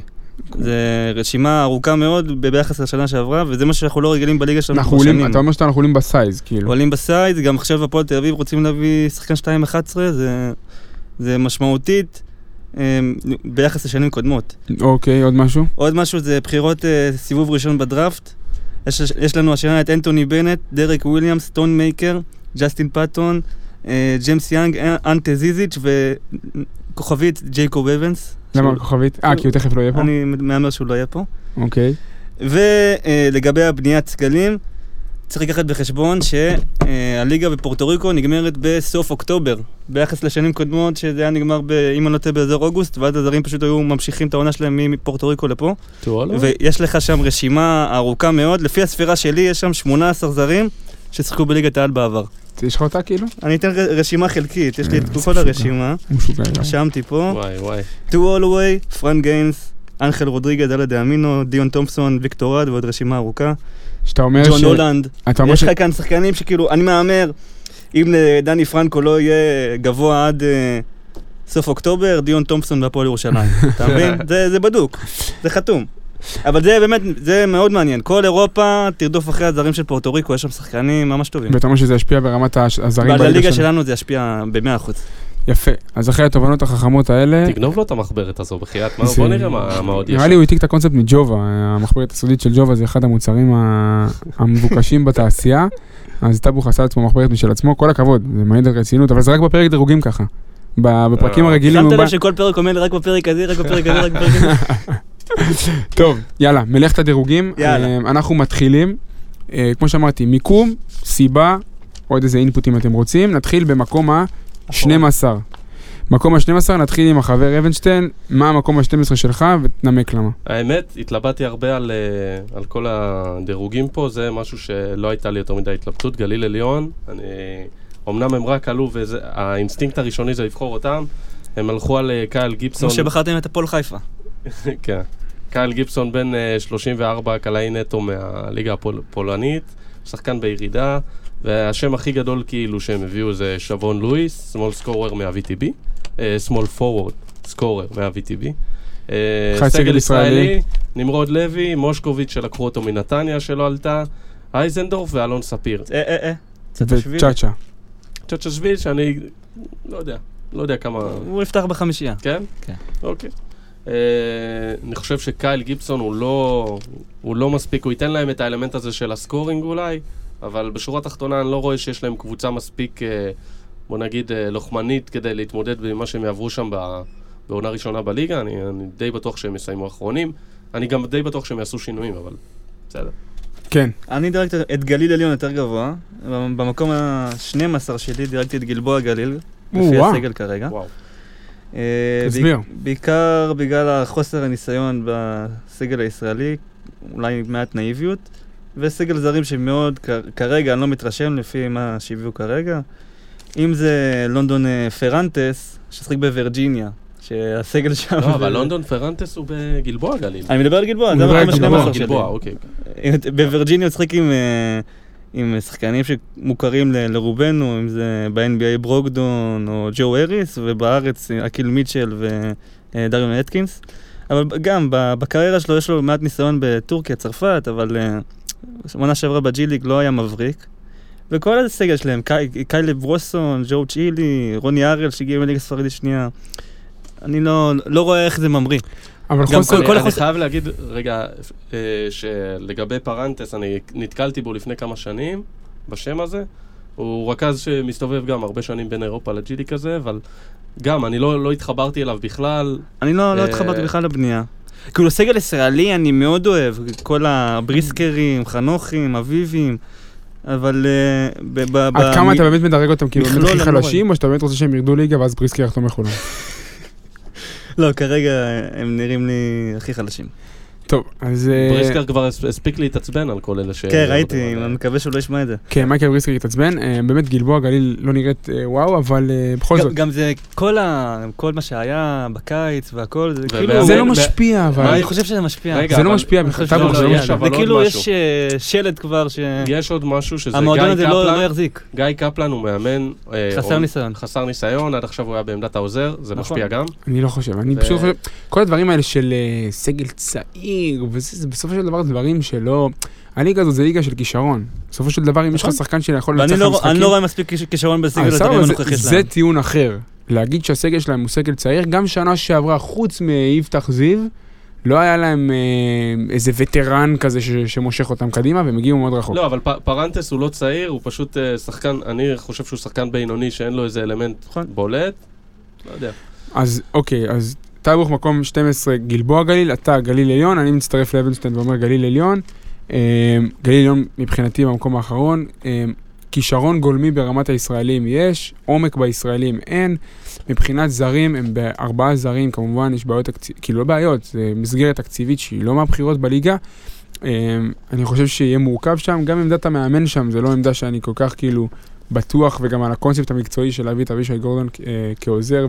Speaker 4: זו רשימה ארוכה מאוד ב- ביחס לשנה שעברה, וזה מה שאנחנו לא רגילים בליגה שלנו
Speaker 1: אנחנו
Speaker 4: כבר שנים.
Speaker 1: עולים, אתה אומר שאנחנו עולים בסייז, כאילו.
Speaker 4: עולים בסייד, גם עכשיו הפועל תל אביב רוצים להביא שחקן 2-11, זה, זה משמעותית אה, ביחס לשנים קודמות.
Speaker 1: אוקיי, עוד משהו?
Speaker 4: עוד משהו זה בחירות אה, סיבוב ראשון בדראפט. יש, יש לנו השנה את אנטוני בנט, דרק וויליאמס, טון מייקר, ג'סטין פאטון, אה, ג'יימס יאנג, אה, אנטה זיזיץ' וכוכבית ג'ייקוב אבנס.
Speaker 1: למה
Speaker 4: שהוא-
Speaker 1: הכוכבית? אה, כי הוא תכף לא יהיה פה?
Speaker 4: אני מהמר שהוא לא יהיה פה.
Speaker 1: אוקיי.
Speaker 4: ולגבי הבניית סגלים, צריך לקחת בחשבון שהליגה בפורטו ריקו נגמרת בסוף אוקטובר, ביחס לשנים קודמות שזה היה נגמר, ב, אם אני לא טועה, באזור אוגוסט, ואז הזרים פשוט היו ממשיכים את העונה שלהם מפורטו ריקו לפה,
Speaker 3: טוב,
Speaker 1: לא?
Speaker 4: ויש לך שם רשימה ארוכה מאוד, לפי הספירה שלי יש שם 18 זרים ששיחקו בליגת העל בעבר.
Speaker 1: יש לך אותה כאילו?
Speaker 4: אני אתן ר- רשימה חלקית, יש לי את
Speaker 1: אה,
Speaker 4: כל
Speaker 1: זה
Speaker 4: הרשימה,
Speaker 1: משוגע. יאללה.
Speaker 4: רשמתי פה.
Speaker 3: וואי וואי.
Speaker 4: טו אולווי, פרן גיינס, אנחל רודריגז, אללה דאמינו, דיון תומפסון, ויקטורד ועוד רשימה ארוכה.
Speaker 1: שאתה אומר
Speaker 4: ג'ון
Speaker 1: אה, ש...
Speaker 4: הולנד.
Speaker 1: אתה אומר
Speaker 4: יש
Speaker 1: ש...
Speaker 4: לך כאן שחקנים שכאילו, אני מהמר, אם אה, דני פרנקו לא יהיה גבוה עד אה,
Speaker 1: [laughs]
Speaker 4: סוף אוקטובר, דיון תומפסון והפועל ירושלים. אתה מבין? זה זה בדוק, זה חתום. אבל זה באמת, זה מאוד מעניין. כל אירופה תרדוף אחרי הזרים של פורטו ריקו, יש שם שחקנים ממש טובים.
Speaker 1: ואתה אומר שזה ישפיע ברמת הש- הזרים
Speaker 4: אבל לליגה
Speaker 1: שלנו.
Speaker 4: שלנו זה ישפיע ב-100%.
Speaker 1: יפה. אז אחרי התובנות החכמות האלה,
Speaker 3: תגנוב לו את המחברת הזו, בחייאת, מה-
Speaker 1: אה. זה-
Speaker 3: בוא נראה מה מה עוד יש.
Speaker 1: נראה לי הוא העתיק את הקונספט מג'ובה, המחברת הסודית של ג'ובה זה אחד המוצרים ה- המבוקשים בתעשייה, אז טאבוך עשה לעצמו מחברת משל עצמו, כל הכבוד, זה מעיד על רצינות, אבל זה רק בפרק דירוגים ככה. ב- בפרקים
Speaker 3: אה,
Speaker 1: הרגילים
Speaker 4: שמת
Speaker 1: הוא בא...
Speaker 4: לב שכל פרק עומד רק בפרק הזה, רק בפרק הזה, רק בפרק [laughs] הזה.
Speaker 1: טוב, יאללה, מלאכת הדירוגים.
Speaker 4: יאללה.
Speaker 1: אה, אנחנו מתחילים, אה, כמו שאמרתי, מיקום, סיבה, עוד איזה אינפוטים אתם רוצים. נתחיל במקום ה-12. מקום ה-12, נתחיל עם החבר אבנשטיין, מה המקום ה-12 שלך ותנמק למה.
Speaker 3: האמת, התלבטתי הרבה על, אה, על כל הדירוגים פה, זה משהו שלא הייתה לי יותר מדי התלבטות. גליל עליון, אני... אמנם הם רק עלו, והאינסטינקט הראשוני זה לבחור אותם. הם הלכו על אה, קייל גיבסון.
Speaker 4: כמו שבחרתם את הפועל חיפה.
Speaker 3: [laughs] כן. קייל גיבסון בן אה, 34, קלעי נטו מהליגה הפולנית, שחקן בירידה, והשם הכי גדול כאילו שהם הביאו זה שבון לואיס, שמאל סקורר מה-VTB, שמאל פורוורד, סקורר מה-VTB. אה,
Speaker 1: חי סגל ישראלי.
Speaker 3: נמרוד לוי, מושקוביץ' שלקחו אותו מנתניה שלא עלתה, אייזנדורף ואלון ספיר.
Speaker 4: אה, אה, אה. צ'אצ'שווילי.
Speaker 1: וצ'אצ'ה.
Speaker 3: צ'צ'שוויל שאני לא יודע, לא יודע כמה...
Speaker 4: הוא יפתח בחמישייה.
Speaker 3: כן?
Speaker 4: כן.
Speaker 3: אוקיי. אה, אני חושב שקייל גיבסון הוא לא, הוא לא מספיק, הוא ייתן להם את האלמנט הזה של הסקורינג אולי, אבל בשורה התחתונה אני לא רואה שיש להם קבוצה מספיק, אה, בוא נגיד, אה, לוחמנית כדי להתמודד עם מה שהם יעברו שם ב- בעונה ראשונה בליגה. אני, אני די בטוח שהם יסיימו אחרונים. אני גם די בטוח שהם יעשו שינויים, אבל בסדר.
Speaker 1: כן,
Speaker 4: אני דירקתי את גליל עליון יותר גבוה, במקום ה-12 שלי דירקתי את גלבוע גליל, לפי
Speaker 1: או-אה.
Speaker 4: הסגל כרגע.
Speaker 3: וואו.
Speaker 4: אה,
Speaker 1: תסביר.
Speaker 4: בעיק- בעיקר בגלל החוסר הניסיון בסגל הישראלי, אולי מעט נאיביות, וסגל זרים שמאוד, כ- כרגע, אני לא מתרשם לפי מה שהביאו כרגע. אם זה לונדון אה, פרנטס, ששחק בווירג'יניה, שהסגל שם...
Speaker 3: לא,
Speaker 4: זה-
Speaker 3: אבל לונדון פרנטס הוא בגלבוע גליל.
Speaker 4: אני לא מדבר על גלבוע,
Speaker 1: הוא
Speaker 4: זה
Speaker 1: מדבר על
Speaker 4: המקום
Speaker 1: גלבוע,
Speaker 4: ה-12 שלי.
Speaker 3: גלבוע, אוקיי.
Speaker 4: בווירג'יניה הוא משחק עם, אה, עם שחקנים שמוכרים ל- לרובנו, אם זה ב-NBA ברוקדון או ג'ו אריס, ובארץ אה, אקיל מיטשל ודריון אטקינס. אבל גם ב- בקריירה שלו יש לו מעט ניסיון בטורקיה, צרפת, אבל אה, עונה שעברה בג'י ליג לא היה מבריק. וכל הסגל שלהם, קי- קיילב ברוסון, ג'ו צ'ילי, רוני הראל שהגיע מליגה ספרדית שנייה. אני לא, לא רואה איך זה ממריא.
Speaker 1: אבל
Speaker 4: גם
Speaker 1: חוסר... אה,
Speaker 4: כל-
Speaker 3: אני, אני
Speaker 4: החוס-
Speaker 3: חייב להגיד, רגע, אה, שלגבי פרנטס, אני נתקלתי בו לפני כמה שנים, בשם הזה. הוא רכז שמסתובב גם הרבה שנים בין אירופה לג'ילי כזה, אבל גם, אני לא, לא התחברתי אליו בכלל.
Speaker 4: אני לא, לא
Speaker 3: אה,
Speaker 4: התחברתי בכלל לבנייה. כאילו סגל ישראלי אני מאוד אוהב, כל הבריסקרים, חנוכים, אביבים, אבל... אה, ב- ב-
Speaker 1: עד
Speaker 4: ב-
Speaker 1: כמה
Speaker 4: מ-
Speaker 1: אתה באמת מדרג אותם כאילו
Speaker 4: מכלול
Speaker 1: באמת הכי
Speaker 4: אני לא
Speaker 1: חלשים, או שאתה באמת רוצה שהם ירדו ליגה ואז בריסקי יחתום לכולם?
Speaker 4: לא, כרגע הם נראים לי הכי חלשים.
Speaker 1: טוב, אז... אה,
Speaker 3: בריסקר כבר הס- הספיק להתעצבן על כל אלה ש... אה,
Speaker 4: כן, ראיתי, אני מקווה שהוא לא ישמע את זה.
Speaker 1: כן, מייקל בריסקי התעצבן, אה, באמת גלבוע גליל לא נראית אה, וואו, אבל אה, בכל
Speaker 4: גם-
Speaker 1: זאת.
Speaker 4: גם זה כל ה... כל מה שהיה בקיץ והכל, זה כאילו...
Speaker 3: גם-
Speaker 1: זה
Speaker 3: ו-
Speaker 1: לא
Speaker 3: ו-
Speaker 1: משפיע,
Speaker 3: מה
Speaker 1: אבל...
Speaker 4: אני חושב שזה משפיע.
Speaker 3: רגע,
Speaker 1: זה לא
Speaker 3: אבל-
Speaker 1: משפיע
Speaker 4: אני
Speaker 1: בכלל,
Speaker 4: חושב
Speaker 1: טאבוך
Speaker 4: שזה
Speaker 1: זה
Speaker 4: לא-
Speaker 1: לא
Speaker 3: יש,
Speaker 1: משפיע.
Speaker 3: אבל
Speaker 4: זה
Speaker 3: עוד
Speaker 4: כאילו
Speaker 3: משהו.
Speaker 4: יש אה, שלד כבר ש...
Speaker 3: יש עוד משהו שזה גיא
Speaker 4: המועדון הזה
Speaker 3: קפלן.
Speaker 4: לא לא יחזיק,
Speaker 3: גיא קפלן הוא מאמן... אה,
Speaker 4: חסר
Speaker 3: או-
Speaker 4: ניסיון.
Speaker 3: חסר ניסיון, עד עכשיו הוא היה בעמדת העוזר, זה
Speaker 4: נכון.
Speaker 3: משפיע גם.
Speaker 1: אני לא חושב, אני
Speaker 3: ו-
Speaker 1: פשוט חושב, כל הדברים האלה של אה, סגל צעיר, וזה זה בסופו של דבר דברים שלא... הליגה הזו זה ליגה של כישרון. בסופו של דבר, אם יש לך
Speaker 4: נכון.
Speaker 1: שחקן שיכול
Speaker 4: ואני
Speaker 1: לנצח את
Speaker 4: לא רוא- אני
Speaker 1: המשחקים...
Speaker 4: לא רואה מספיק כיש- כישרון בסגל
Speaker 1: אז
Speaker 4: הזרים
Speaker 1: אה, סבבה, זה-
Speaker 4: הנוכחי שלהם.
Speaker 1: זה טיעון אחר. להגיד שהסגל שלהם הוא סגל צעיר, גם שנה שעברה, חוץ מיפתח זיו, לא היה להם אה, איזה וטרן כזה ש- שמושך אותם קדימה, והם הגיעו מאוד רחוק.
Speaker 3: לא, אבל פ- פרנטס הוא לא צעיר, הוא פשוט אה, שחקן, אני חושב שהוא שחקן בינוני שאין לו איזה אלמנט
Speaker 4: נכון.
Speaker 3: בולט. לא יודע.
Speaker 1: אז אוקיי, אז טייברוך מקום 12, גלבוע גליל, אתה גליל עליון, אני מצטרף לאבנשטיין ואומר גליל עליון. אה, גליל עליון מבחינתי במקום האחרון. אה, כישרון גולמי ברמת הישראלים יש, עומק בישראלים אין. מבחינת זרים, הם בארבעה זרים, כמובן יש בעיות תקציביות, כאילו לא בעיות, זה מסגרת תקציבית שהיא לא מהבחירות בליגה. אה, אני חושב שיהיה מורכב שם, גם עמדת המאמן שם, זה לא עמדה שאני כל כך כאילו בטוח, וגם על הקונספט המקצועי של להביא את אבישי גורדון אה, כעוזר,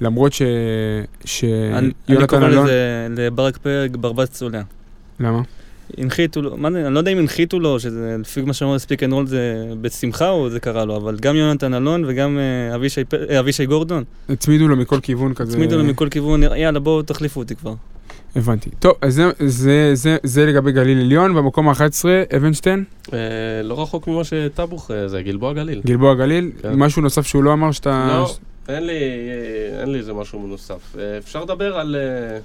Speaker 1: ולמרות ש... ש...
Speaker 3: אה,
Speaker 4: אני אני
Speaker 1: יונתן
Speaker 4: קורא
Speaker 1: אלון...
Speaker 4: לזה לברק פרק ברבץ צולע.
Speaker 1: למה?
Speaker 4: הנחיתו לו, מה זה, אני לא יודע אם הנחיתו לו, שזה לפי מה שאמר ספיק אנד רול זה בשמחה או זה קרה לו, אבל גם יונתן אלון וגם אה, אבישי פ- אה, אבישי גורדון,
Speaker 1: הצמידו לו מכל כיוון כזה.
Speaker 4: הצמידו לו מכל כיוון, יאללה בואו "אה, תחליפו אותי כבר.
Speaker 1: הבנתי. טוב, אז זה, זה, זה, זה לגבי גליל עליון, במקום ה-11, אבנשטיין,
Speaker 3: אה, לא רחוק ממה שטאבוך אה, זה, גלבוע גליל.
Speaker 1: גלבוע גליל,
Speaker 3: כן.
Speaker 1: משהו נוסף שהוא לא אמר שאתה...
Speaker 3: לא, אין לי, אה, אין לי איזה משהו נוסף. אה, אפשר לדבר על, אה,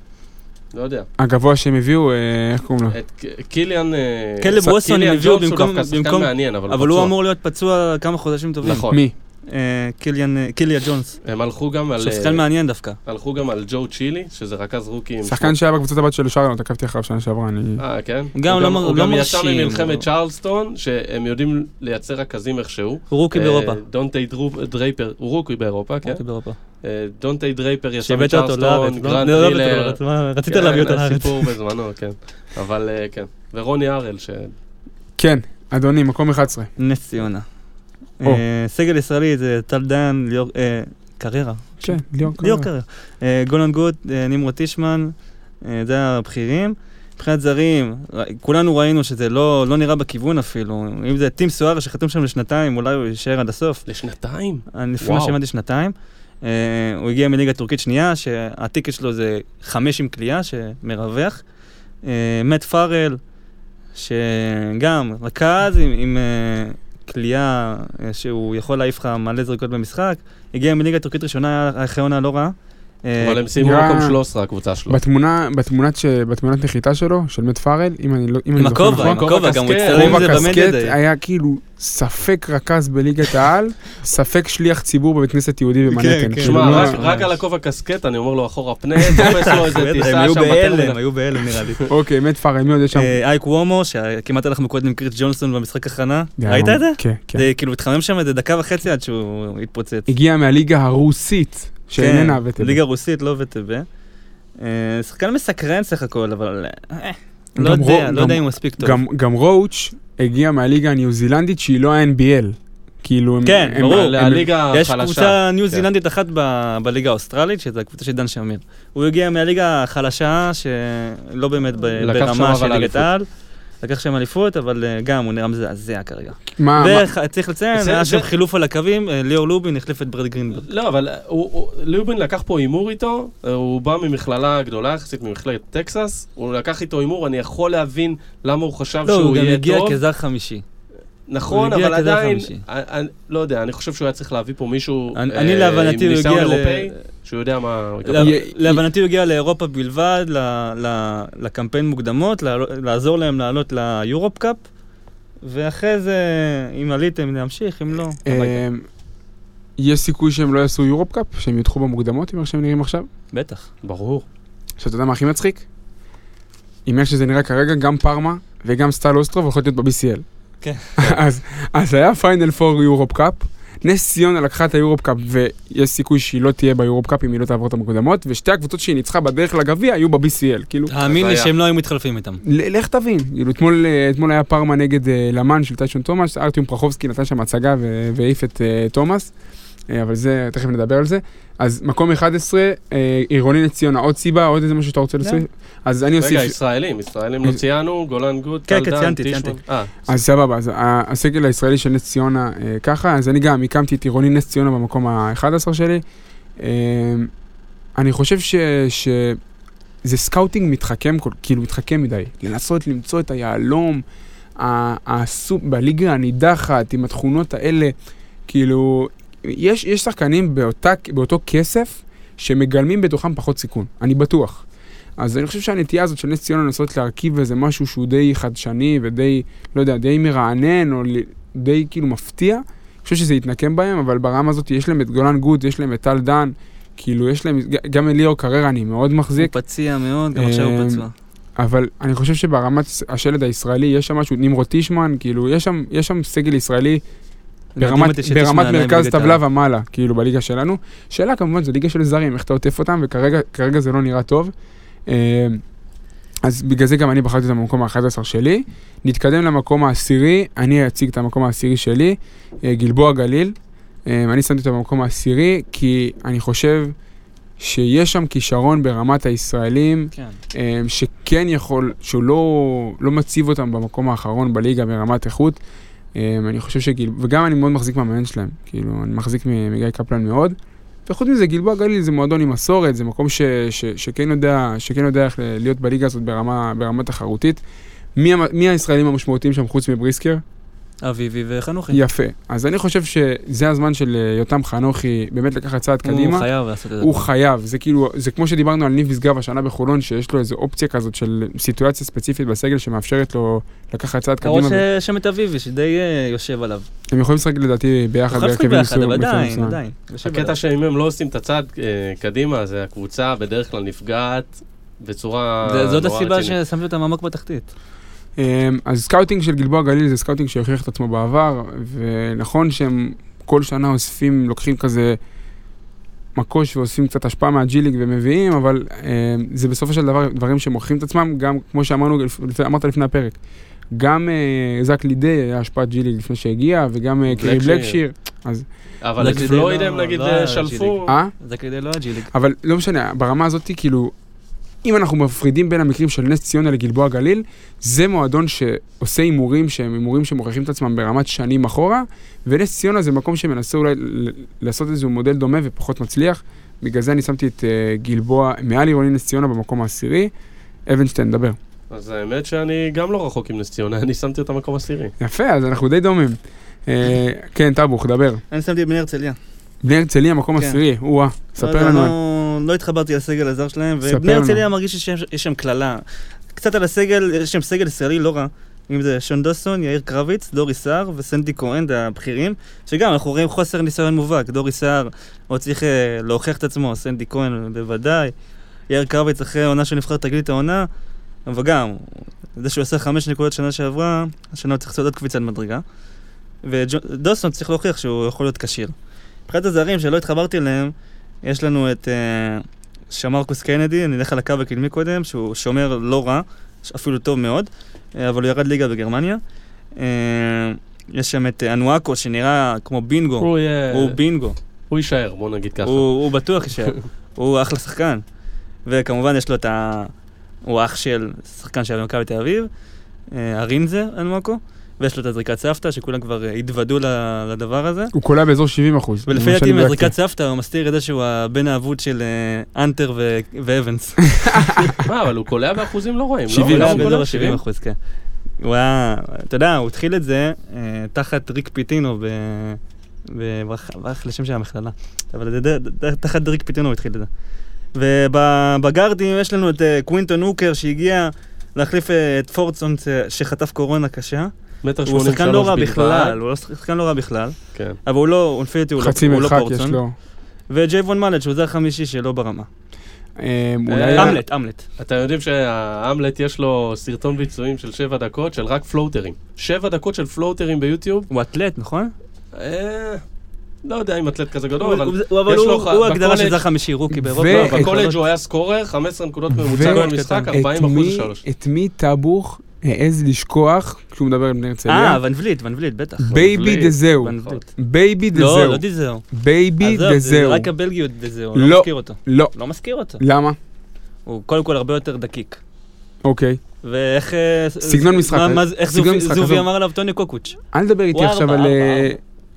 Speaker 3: לא יודע,
Speaker 1: הגבוה שהם הביאו, אה, איך קוראים לו?
Speaker 3: את ק- קיליאן... אה,
Speaker 4: קלב
Speaker 3: ס-
Speaker 4: ווסון
Speaker 3: קיליאן
Speaker 4: הביאו
Speaker 3: ג'ורס הוא
Speaker 4: במקום-
Speaker 3: דווקא שחקן
Speaker 4: במקום-
Speaker 3: מעניין, אבל
Speaker 4: אבל הוא
Speaker 3: פצוע.
Speaker 4: אמור להיות פצוע כמה חודשים טובים.
Speaker 3: נכון.
Speaker 1: מי?
Speaker 4: אה, קיליאן, אה, קיליה ג'ונס,
Speaker 3: הם הלכו גם על...
Speaker 4: שהוא שחקן
Speaker 3: אה,
Speaker 4: מעניין דווקא.
Speaker 3: הלכו גם על ג'ו צ'ילי, שזה רכז רוקי. עם-
Speaker 1: שחקן שהיה בקבוצת הבת של שרלוט, עקבתי אחריו שנה שעברה, אני...
Speaker 3: אה, כן?
Speaker 4: גם
Speaker 3: הוא
Speaker 4: לא מר-
Speaker 3: הוא
Speaker 4: לא
Speaker 3: גם יצא
Speaker 4: מרשים,
Speaker 3: ממלחמת
Speaker 4: הוא-
Speaker 3: צ'רלסטון, שהם יודעים לייצר רכזים איכשהו.
Speaker 4: רוקי
Speaker 3: אה,
Speaker 4: באירופה.
Speaker 3: דונטי דרו- דרייפר, הוא רוקי באירופה, כן?
Speaker 4: רוקי באירופה.
Speaker 3: אה, דונטי דרייפר יצא
Speaker 4: שהבאת אותו לארץ.
Speaker 3: מצ'רלסטון,
Speaker 4: לא?
Speaker 3: גרנד
Speaker 4: לא, לא הבאת אותו
Speaker 3: מילר.
Speaker 4: לארץ, מה, רצית
Speaker 3: כן,
Speaker 4: להביא אותו
Speaker 3: היה
Speaker 4: לארץ.
Speaker 3: סיפור בזמנו, כן. אבל אה, כן. ורוני הראל, ש...
Speaker 1: כן, אדוני, מקום 11.
Speaker 4: נס ציונה.
Speaker 1: או.
Speaker 4: אה, סגל ישראלי זה טל דן, ליאור... אה, קריירה.
Speaker 1: כן, ליאור
Speaker 4: ליאור
Speaker 1: קרא.
Speaker 4: קריירה. אה, גולן גוט, אה, נמרוד טישמן, אה, זה הבכירים. מבחינת זרים, ר- כולנו ראינו שזה לא לא נראה בכיוון אפילו. אם זה טים סוארה שחתום שם לשנתיים, אולי הוא יישאר עד הסוף.
Speaker 3: לשנתיים?
Speaker 4: אני לפי
Speaker 3: וואו.
Speaker 4: מה שהבנתי שנתיים. אה, הוא הגיע מליגה טורקית שנייה, שהטיקט שלו זה חמש עם קליעה, שמרווח. אה, מאט פארל, שגם רכז עם- עם אה, קליעה אה, שהוא יכול להעיף לך מלא זריקות במשחק. הגיע מליגה טורקית ראשונה, היה אחרי עונה לא רעה. אה,
Speaker 3: אבל הם סיימו
Speaker 1: נראה-
Speaker 3: מקום 13, הקבוצה שלו.
Speaker 1: בתמונה, בתמונת, ש... בתמונת נחיתה שלו, של מת פארל, אם אני לא... אם אני
Speaker 4: עם
Speaker 1: זוכר
Speaker 4: הכובע, עם
Speaker 1: נכון,
Speaker 3: הכובע
Speaker 4: הכובע, גם הוא
Speaker 3: קסקט.
Speaker 4: הצטלם עם
Speaker 1: כובע
Speaker 4: זה
Speaker 1: קסקט
Speaker 4: במדיה.
Speaker 1: היה כאילו ספק רכז בליגת העל, ספק שליח ציבור בבית כנסת יהודי במנהטן.
Speaker 4: כן.
Speaker 1: כאילו,
Speaker 3: שמע,
Speaker 1: לא-
Speaker 3: רק-
Speaker 4: ממש.
Speaker 3: רק על הכובע קסקט, אני אומר לו אחורה פנה, תופס
Speaker 4: [laughs]
Speaker 3: לו [laughs] איזה
Speaker 4: הם
Speaker 3: טיסה
Speaker 4: היו
Speaker 3: שם בטרמינל.
Speaker 4: בהלם, היו בהלם נראה לי.
Speaker 1: אוקיי, מת פארל, מי עוד יש שם?
Speaker 4: אה, אייק וומו, שכמעט הלך מכות עם קריס ג'ונסון במשחק הכנה.
Speaker 1: די,
Speaker 4: ראית את זה?
Speaker 1: כן, כן.
Speaker 4: זה כאילו התחמם שם איזה דקה וחצי עד שהוא התפוצץ.
Speaker 1: הגיע מהליגה הרוסית, שאיננה
Speaker 4: כן,
Speaker 1: הבאתם.
Speaker 4: ליגה רוסית, לא וטבה. אה, שחקן מסקרן סך הכל, אבל... אה, לא
Speaker 1: גם
Speaker 4: יודע,
Speaker 1: רוב-
Speaker 4: לא יודע
Speaker 1: גם-
Speaker 4: אם הוא מספיק טוב.
Speaker 1: גם, גם רואוץ' הגיע מהליגה הניו זילנדית שהיא לא ה-NBL. כאילו, הם...
Speaker 4: כן,
Speaker 1: הם,
Speaker 4: ברור.
Speaker 1: הם,
Speaker 3: הליגה
Speaker 4: יש
Speaker 3: החלשה. כן.
Speaker 4: קבוצה
Speaker 1: כן.
Speaker 4: ניו זילנדית אחת ב- בליגה האוסטרלית, שזו הקבוצה של דן שמיר. הוא הגיע מהליגה החלשה, שלא באמת ב-
Speaker 3: לקח שם
Speaker 4: ברמה
Speaker 3: אבל
Speaker 4: של ליגת
Speaker 3: אליפות.
Speaker 4: העל. לקח שם אליפות, אבל אה, גם הוא נראה מזעזע כרגע.
Speaker 1: אה, מה, מה,
Speaker 4: וצריך לציין, אה,
Speaker 3: זה-
Speaker 4: היה
Speaker 3: זה-
Speaker 4: שם חילוף על הקווים, אה, ליאור לובין החליף את ברד גרינברג.
Speaker 3: לא, אבל הוא- הוא- לובין לקח פה הימור איתו, הוא בא ממכללה גדולה יחסית, ממכללת טקסס, הוא לקח איתו הימור, אני יכול להבין למה הוא חשב
Speaker 4: לא, הוא
Speaker 3: שהוא
Speaker 4: גם
Speaker 3: יהיה
Speaker 4: הגיע
Speaker 3: טוב.
Speaker 4: כזר חמישי.
Speaker 3: נכון,
Speaker 4: הוא הגיע
Speaker 3: אבל
Speaker 4: כזר
Speaker 3: עדיין,
Speaker 4: חמישי.
Speaker 3: אני- אני- לא יודע, אני חושב שהוא היה צריך להביא פה מישהו
Speaker 4: אני-
Speaker 3: אה,
Speaker 4: אני להבנתי
Speaker 3: עם
Speaker 4: הוא
Speaker 3: ניסיון
Speaker 4: הגיע ל-
Speaker 3: אירופאי, שהוא יודע מה... הוא יקבל.
Speaker 4: לה-
Speaker 1: יה-
Speaker 4: להבנתי הוא הגיע לאירופה בלבד, ל- ל- לקמפיין מוקדמות, לעל- לעזור להם לעלות ליורופ קאפ, ואחרי זה, אם עליתם, להמשיך, אם לא... הביתה.
Speaker 1: אמ, יש סיכוי שהם לא יעשו יורופ קאפ? שהם ידחו במוקדמות, עם איך שהם נראים עכשיו?
Speaker 4: בטח.
Speaker 3: ברור.
Speaker 1: עכשיו, אתה יודע מה הכי מצחיק? עם איך שזה נראה כרגע, גם פארמה וגם סטל אוסטרוב הולכות להיות ב-BCL.
Speaker 4: כן.
Speaker 1: [laughs] אז, אז היה פיינל פור יורופ קאפ, נס ציונה לקחה את היורופ קאפ, ויש סיכוי שהיא לא תהיה ביורופ קאפ אם היא לא תעבור את המוקדמות, ושתי הקבוצות שהיא ניצחה בדרך לגביע היו ב-BCL, כאילו.
Speaker 4: תאמין לי
Speaker 3: הזיה.
Speaker 4: שהם לא היו מתחלפים איתם.
Speaker 1: ל- לך תבין, כאילו אתמול, אה, אתמול היה פארמה נגד אה, למאן של טיישון תומאס, ארטיום פרחובסקי נתן שם הצגה ו- והעיף את אה, תומאס, אה, אבל זה, תכף נדבר על זה. אז מקום 11, אה, עירוני נציונה, עוד סיבה, עוד איזה משהו שאתה רוצה
Speaker 4: לא.
Speaker 1: להוסיף? אז אני
Speaker 3: רגע,
Speaker 1: אוסיף,
Speaker 3: ישראלים, ישראלים לא ציינו, גולן גוט,
Speaker 4: כן,
Speaker 3: טל
Speaker 4: כן,
Speaker 3: דן,
Speaker 4: ציינתי,
Speaker 3: טישמן.
Speaker 4: ציינתי.
Speaker 3: אה,
Speaker 1: אז סבבה, אז ה- הסגל הישראלי של נס ציונה אה, ככה, אז אני גם הקמתי את עירוני נס ציונה במקום ה-11 שלי. אה, אני חושב ש... ש... זה סקאוטינג מתחכם, כל- כאילו מתחכם מדי. לנסות למצוא את היהלום ה- הסופ... בליגה הנידחת, עם התכונות האלה, כאילו, יש, יש שחקנים באותה, באותו כסף שמגלמים בתוכם פחות סיכון, אני בטוח. אז אני חושב שהנטייה הזאת של נס ציונה לנסות להרכיב איזה משהו שהוא די חדשני ודי, לא יודע, די מרענן או ל- די כאילו מפתיע, אני חושב שזה יתנקם בהם, אבל ברמה הזאת יש להם את גולן גוד, יש להם את טל דן, כאילו יש להם, ג- גם אליאור קררה אני מאוד
Speaker 4: הוא
Speaker 1: מחזיק,
Speaker 4: פציע מאוד, גם עכשיו
Speaker 1: אה,
Speaker 4: הוא פצוע.
Speaker 1: אבל אני חושב שברמת השלד הישראלי יש שם משהו, נמרוד טישמן, כאילו יש שם, יש שם סגל ישראלי ברמת,
Speaker 4: מדהים אותי שטישמן
Speaker 1: ברמת
Speaker 4: עדיין
Speaker 1: מרכז
Speaker 4: בליגת העל.
Speaker 1: טבלה ומעלה, כאילו בליגה שלנו. שאלה כמובן, זו ליגה של זרים, איך אתה עוטף אותם, וכרגע כרגע זה לא נראה טוב. אה, אז בגלל זה גם אני בחרתי את המקום ה-11 שלי. נתקדם למקום העשירי, אני אציג את המקום העשירי שלי, אה, גלבוע גליל. אה, אני שמתי אותו במקום העשירי, כי אני חושב שיש שם כישרון ברמת הישראלים.
Speaker 4: כן.
Speaker 1: אה, שכן יכול, שהוא לא, לא מציב אותם במקום האחרון בליגה ברמת איכות. אמ, אה, אני חושב שגיל, וגם אני מאוד מחזיק מהמאמן שלהם, כאילו, אני מחזיק מ- מגיא קפלן מאוד. וחוץ מזה, גלבוע גליל זה מועדון עם מסורת, זה מקום ש, ש, שכן, יודע, שכן יודע איך ל- להיות בליגה הזאת ברמה, ברמה תחרותית. מי, המ- מי הישראלים המשמעותיים שם חוץ מבריסקר?
Speaker 4: אביבי וחנוכי.
Speaker 1: יפה. אז אני חושב שזה הזמן של אה, יותם חנוכי באמת לקחת צעד
Speaker 4: הוא
Speaker 1: קדימה.
Speaker 4: חייב לעשות את זה.
Speaker 1: הוא חייב, זה כאילו, זה כמו שדיברנו על ניב משגב השנה בחולון, שיש לו איזו אופציה כזאת של סיטואציה ספציפית בסגל שמאפשרת לו לקחת צעד
Speaker 4: קרוב
Speaker 1: קדימה.
Speaker 4: שם את אביבי, שדי אה, יושב עליו.
Speaker 1: הם יכולים לשחק לדעתי ביחד
Speaker 4: הוא חייב לשחק
Speaker 1: בהרכבים
Speaker 4: ביחד, אבל
Speaker 1: מסוימים.
Speaker 4: עדיין, עדיין. יושב עליו.
Speaker 3: הקטע שאם הם לא עושים את הצעד אה, קדימה, אז הקבוצה בדרך כלל נפגעת בצורה
Speaker 4: זה- זאת
Speaker 3: נורא
Speaker 4: הסיבה
Speaker 3: רצינית.
Speaker 4: ששמתי אותם עמוק בתחתית.
Speaker 1: אמ, אז סקאוטינג של גלבוע גליל זה סקאוטינג שהוכיח את עצמו בעבר, ונכון שהם כל שנה אוספים, לוקחים כזה מקוש ואוספים קצת השפעה מהג'י ליג ומביאים, אבל אמ, זה בסופו של דבר דברים שמוכיחים את עצמם, גם כמו שאמרנו, לפ- אמרת לפני הפרק. גם אה, זאק לידי היה השפעת ג'י ליג לפני שהגיע, וגם אה, קרי
Speaker 3: בלקשיר.
Speaker 1: בלקשיר.
Speaker 3: אבל את
Speaker 4: זה כדי
Speaker 3: פלויד
Speaker 4: לא-
Speaker 3: הם נגיד
Speaker 4: לא
Speaker 3: אה,
Speaker 4: היה
Speaker 3: שלפו.
Speaker 1: אה?
Speaker 4: זה כדי לא הג'י ליג.
Speaker 1: אבל לא משנה, ברמה הזאת, כאילו, אם אנחנו מפרידים בין המקרים של נס ציונה לגלבוע גליל, זה מועדון שעושה הימורים שהם הימורים שמוכיחים את עצמם ברמת שנים אחורה, ונס ציונה זה מקום שמנסה אולי ל- לעשות איזשהו מודל דומה ופחות מצליח. בגלל זה אני שמתי את אה, גלבוע מעל עירוני נס ציונה במקום העשירי. אבנשטיין, דבר.
Speaker 3: אז האמת שאני גם לא רחוק עם נס ציונה, [laughs] אני שמתי אותה מקום עשירי.
Speaker 1: יפה, אז אנחנו די דומים. אה, כן, טאבוך, דבר.
Speaker 4: אני שמתי את בני הרצליה.
Speaker 1: בני הרצליה, מקום
Speaker 4: כן.
Speaker 1: עשירי, או-אה,
Speaker 4: לא
Speaker 1: ספר
Speaker 4: יודע,
Speaker 1: לנו. על-
Speaker 4: לא- לא התחברתי לסגל הזר שלהם,
Speaker 1: ספר
Speaker 4: ובני
Speaker 1: לנו.
Speaker 4: הרצליה מרגיש שיש יש שם קללה. קצת על הסגל, יש שם סגל ישראלי לא רע. אם זה שון דוסון, יאיר קרביץ, דורי סער וסנדי כהן, זה הבכירים, שגם אנחנו רואים חוסר ניסיון מובהק. דורי סער עוד צריך אה, להוכיח את עצמו, סנדי כהן בוודאי. יאיר קרביץ אחרי העונה של נבחרת תגלית העונה, וגם, זה שהוא עשה חמש נקודות שנה שעברה, השנה הוא צריך לעשות עוד קפיצת מדרגה. ודוסון צריך להוכיח שהוא יכול להיות כשיר. מבחינת הזרים שלא התחברתי אליהם, יש לנו את אה, שמרקוס קנדי, אני אלך על הקו הקדמי קודם, שהוא שומר לא רע, ש- אפילו טוב מאוד, אה, אבל הוא ירד ליגה בגרמניה. אה, יש שם את אה, אנואקו, שנראה כמו בינגו,
Speaker 3: הוא אה, יהיה...
Speaker 4: לא. הוא בינגו.
Speaker 3: הוא יישאר, בוא נגיד ככה.
Speaker 4: הוא, הוא בטוח יישאר, הוא אחלה שחקן. וכמובן יש לו את ה... הוא אח של שחקן שהיה במכבי תל אביב, אה, הרינזה אנמוקו, ויש לו את הזריקת סבתא, שכולם כבר אה, התוודו ל- לדבר הזה.
Speaker 1: הוא קולע באזור 70 אחוז. לא
Speaker 4: ולפי דעתי עם הזריקת סבתא הוא מסתיר את זה שהוא הבן האבוד של אה, אנטר ו- ואבנס.
Speaker 3: מה, אבל הוא קולע באחוזים לא רעים, לא?
Speaker 4: 70
Speaker 3: הוא
Speaker 4: אחוז,
Speaker 3: קולע
Speaker 4: באזור
Speaker 3: שבעים.
Speaker 4: ה-70 אחוז, כן. הוא היה, אתה יודע, הוא התחיל את זה אה, תחת ריק פיטינו ב... ב- ברח- ברח לשם של המכללה, אבל זה ד- ד- תחת ריק פיטינו הוא התחיל את זה. ובגארדים יש לנו את אה, קווינטון הוקר שהגיע להחליף אה, את פורצון ש- שחטף קורונה קשה.
Speaker 3: מטר
Speaker 4: הוא
Speaker 3: שמונים שלוש
Speaker 4: שחקן לא רע
Speaker 3: בלבד.
Speaker 4: בכלל, הוא לא שחקן לא רע בכלל,
Speaker 3: כן.
Speaker 4: אבל הוא לא, לפי דעתי הוא לא-
Speaker 1: חצי
Speaker 4: הוא לא
Speaker 1: מרחק יש
Speaker 4: פורצון.
Speaker 1: לו.
Speaker 4: וג'ייבון מלט שהוא זר חמישי שלא ברמה.
Speaker 1: אה,
Speaker 3: אה,
Speaker 1: אולי...
Speaker 4: אמלט, אמלט.
Speaker 3: אתם יודעים שההמלט יש לו סרטון ביצועים של שבע דקות של רק פלוטרים. שבע דקות של פלוטרים ביוטיוב.
Speaker 4: הוא אתלט, נכון?
Speaker 3: אה, לא יודע אם אתלט כזה גדול,
Speaker 4: הוא-
Speaker 3: אבל...
Speaker 4: הוא- אבל
Speaker 3: יש
Speaker 4: הוא
Speaker 3: לו ח-
Speaker 4: הוא הגדרה של
Speaker 3: בקולג'-
Speaker 4: זר חמישי רוקי באירופה.
Speaker 1: ו-
Speaker 3: לא,
Speaker 4: אבל
Speaker 3: בקולג'
Speaker 4: לא-
Speaker 3: הוא היה סקורר, 15 נקודות
Speaker 1: ו- אה,
Speaker 3: ממוצע כל משחק, 40%
Speaker 1: את מי-
Speaker 3: לשלוש.
Speaker 1: את מי טאבוך העז לשכוח כשהוא מדבר עם בני הרצליה?
Speaker 4: אה, ון ולית, ון ולית, בטח.
Speaker 1: בייבי
Speaker 3: בלי.
Speaker 1: דזהו.
Speaker 4: ון ולית.
Speaker 1: בייבי
Speaker 4: לא,
Speaker 1: דזהו.
Speaker 4: לא דיזהו.
Speaker 1: בייבי
Speaker 4: עזוב, זה
Speaker 1: דזהו.
Speaker 4: רק הבלגיות דזהו,
Speaker 1: לא.
Speaker 4: לא מזכיר אותו.
Speaker 1: לא.
Speaker 4: לא מזכיר אותו.
Speaker 1: למה?
Speaker 4: הוא קודם כל הרבה יותר דקיק.
Speaker 1: אוקיי.
Speaker 4: ואיך... אה,
Speaker 1: סגנון
Speaker 4: מה-
Speaker 1: משחק.
Speaker 4: מה זה- איך
Speaker 1: סגנון
Speaker 4: זובי-
Speaker 1: משחק, עזוב.
Speaker 4: זובי אמר עליו טוני קוקוץ'.
Speaker 1: אל תדבר איתי
Speaker 4: וואו,
Speaker 1: עכשיו
Speaker 4: ארבע,
Speaker 1: על... אה,
Speaker 4: ארבע.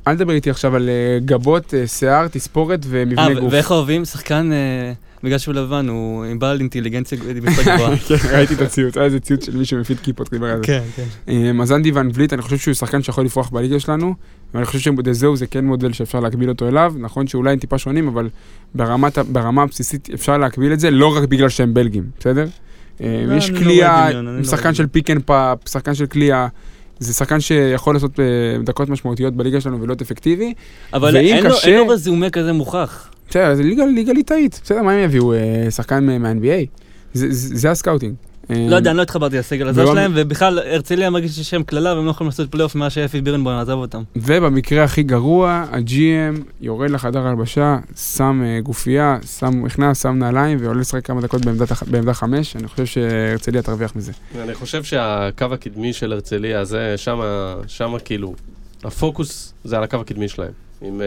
Speaker 1: אל תדבר איתי עכשיו על אה, גבות, אה, שיער, תספורת
Speaker 4: אה,
Speaker 1: ומבנה
Speaker 4: ו-
Speaker 1: גוף.
Speaker 4: ואיך אוהבים שחקן... אה, בגלל שהוא לבן, הוא עם בעל אינטליגנציה משחק
Speaker 1: [laughs]
Speaker 4: גבוהה.
Speaker 1: כן, ראיתי את הציוץ, היה איזה ציוץ של מישהו מפיד כיפות, דיבר על זה.
Speaker 4: כן, כן.
Speaker 1: אמ, אז אנדי ון וליט, אני חושב שהוא שחקן שיכול לפרוח בליגה שלנו, ואני חושב שבדזהו זה כן מודל שאפשר להקביל אותו אליו. נכון שאולי הם טיפה שונים, אבל ברמת, ה- ברמה הבסיסית אפשר להקביל את זה, לא רק בגלל שהם בלגים, בסדר? אמ,
Speaker 4: לא,
Speaker 1: יש
Speaker 4: אני לא
Speaker 1: קליעה,
Speaker 4: רואה דמיון, אני לא
Speaker 1: שחקן
Speaker 4: רואה
Speaker 1: של פיק אנד פאפ, שחקן של קליעה. זה שחקן שיכול לעשות אה, דקות משמעותיות בליגה שלנו ולהיות אפקטיבי.
Speaker 4: אבל
Speaker 1: ואם
Speaker 4: אין לו-
Speaker 1: קשה-
Speaker 4: אין לו רזומה כזה מוכח.
Speaker 1: בסדר, זה ליגה, ליגה ליטאית. בסדר, מה הם יביאו? אה, שחקן מה- מה-NBA? זה, זה, זה הסקאוטינג. אמ,
Speaker 4: לא יודע, אני לא התחברתי לסגל הזר
Speaker 1: ולא-
Speaker 4: שלהם, ובכלל, הרצליה מרגיש שיש שם קללה והם לא יכולים לעשות פלייאוף מאז שאפי בירנבוים עזב אותם.
Speaker 1: ובמקרה הכי גרוע, הג'י.אם יורד לחדר הלבשה, שם אה, גופייה, שם מכנס, שם נעליים ועולה לשחק כמה דקות בעמדת הח- בעמדה חמש, אני חושב שהרצליה תרוויח מזה.
Speaker 3: אני חושב שהקו הקדמי של הרצליה, זה שמה, שמה כאילו, הפוקוס זה על הקו הקדמי שלהם. עם אה,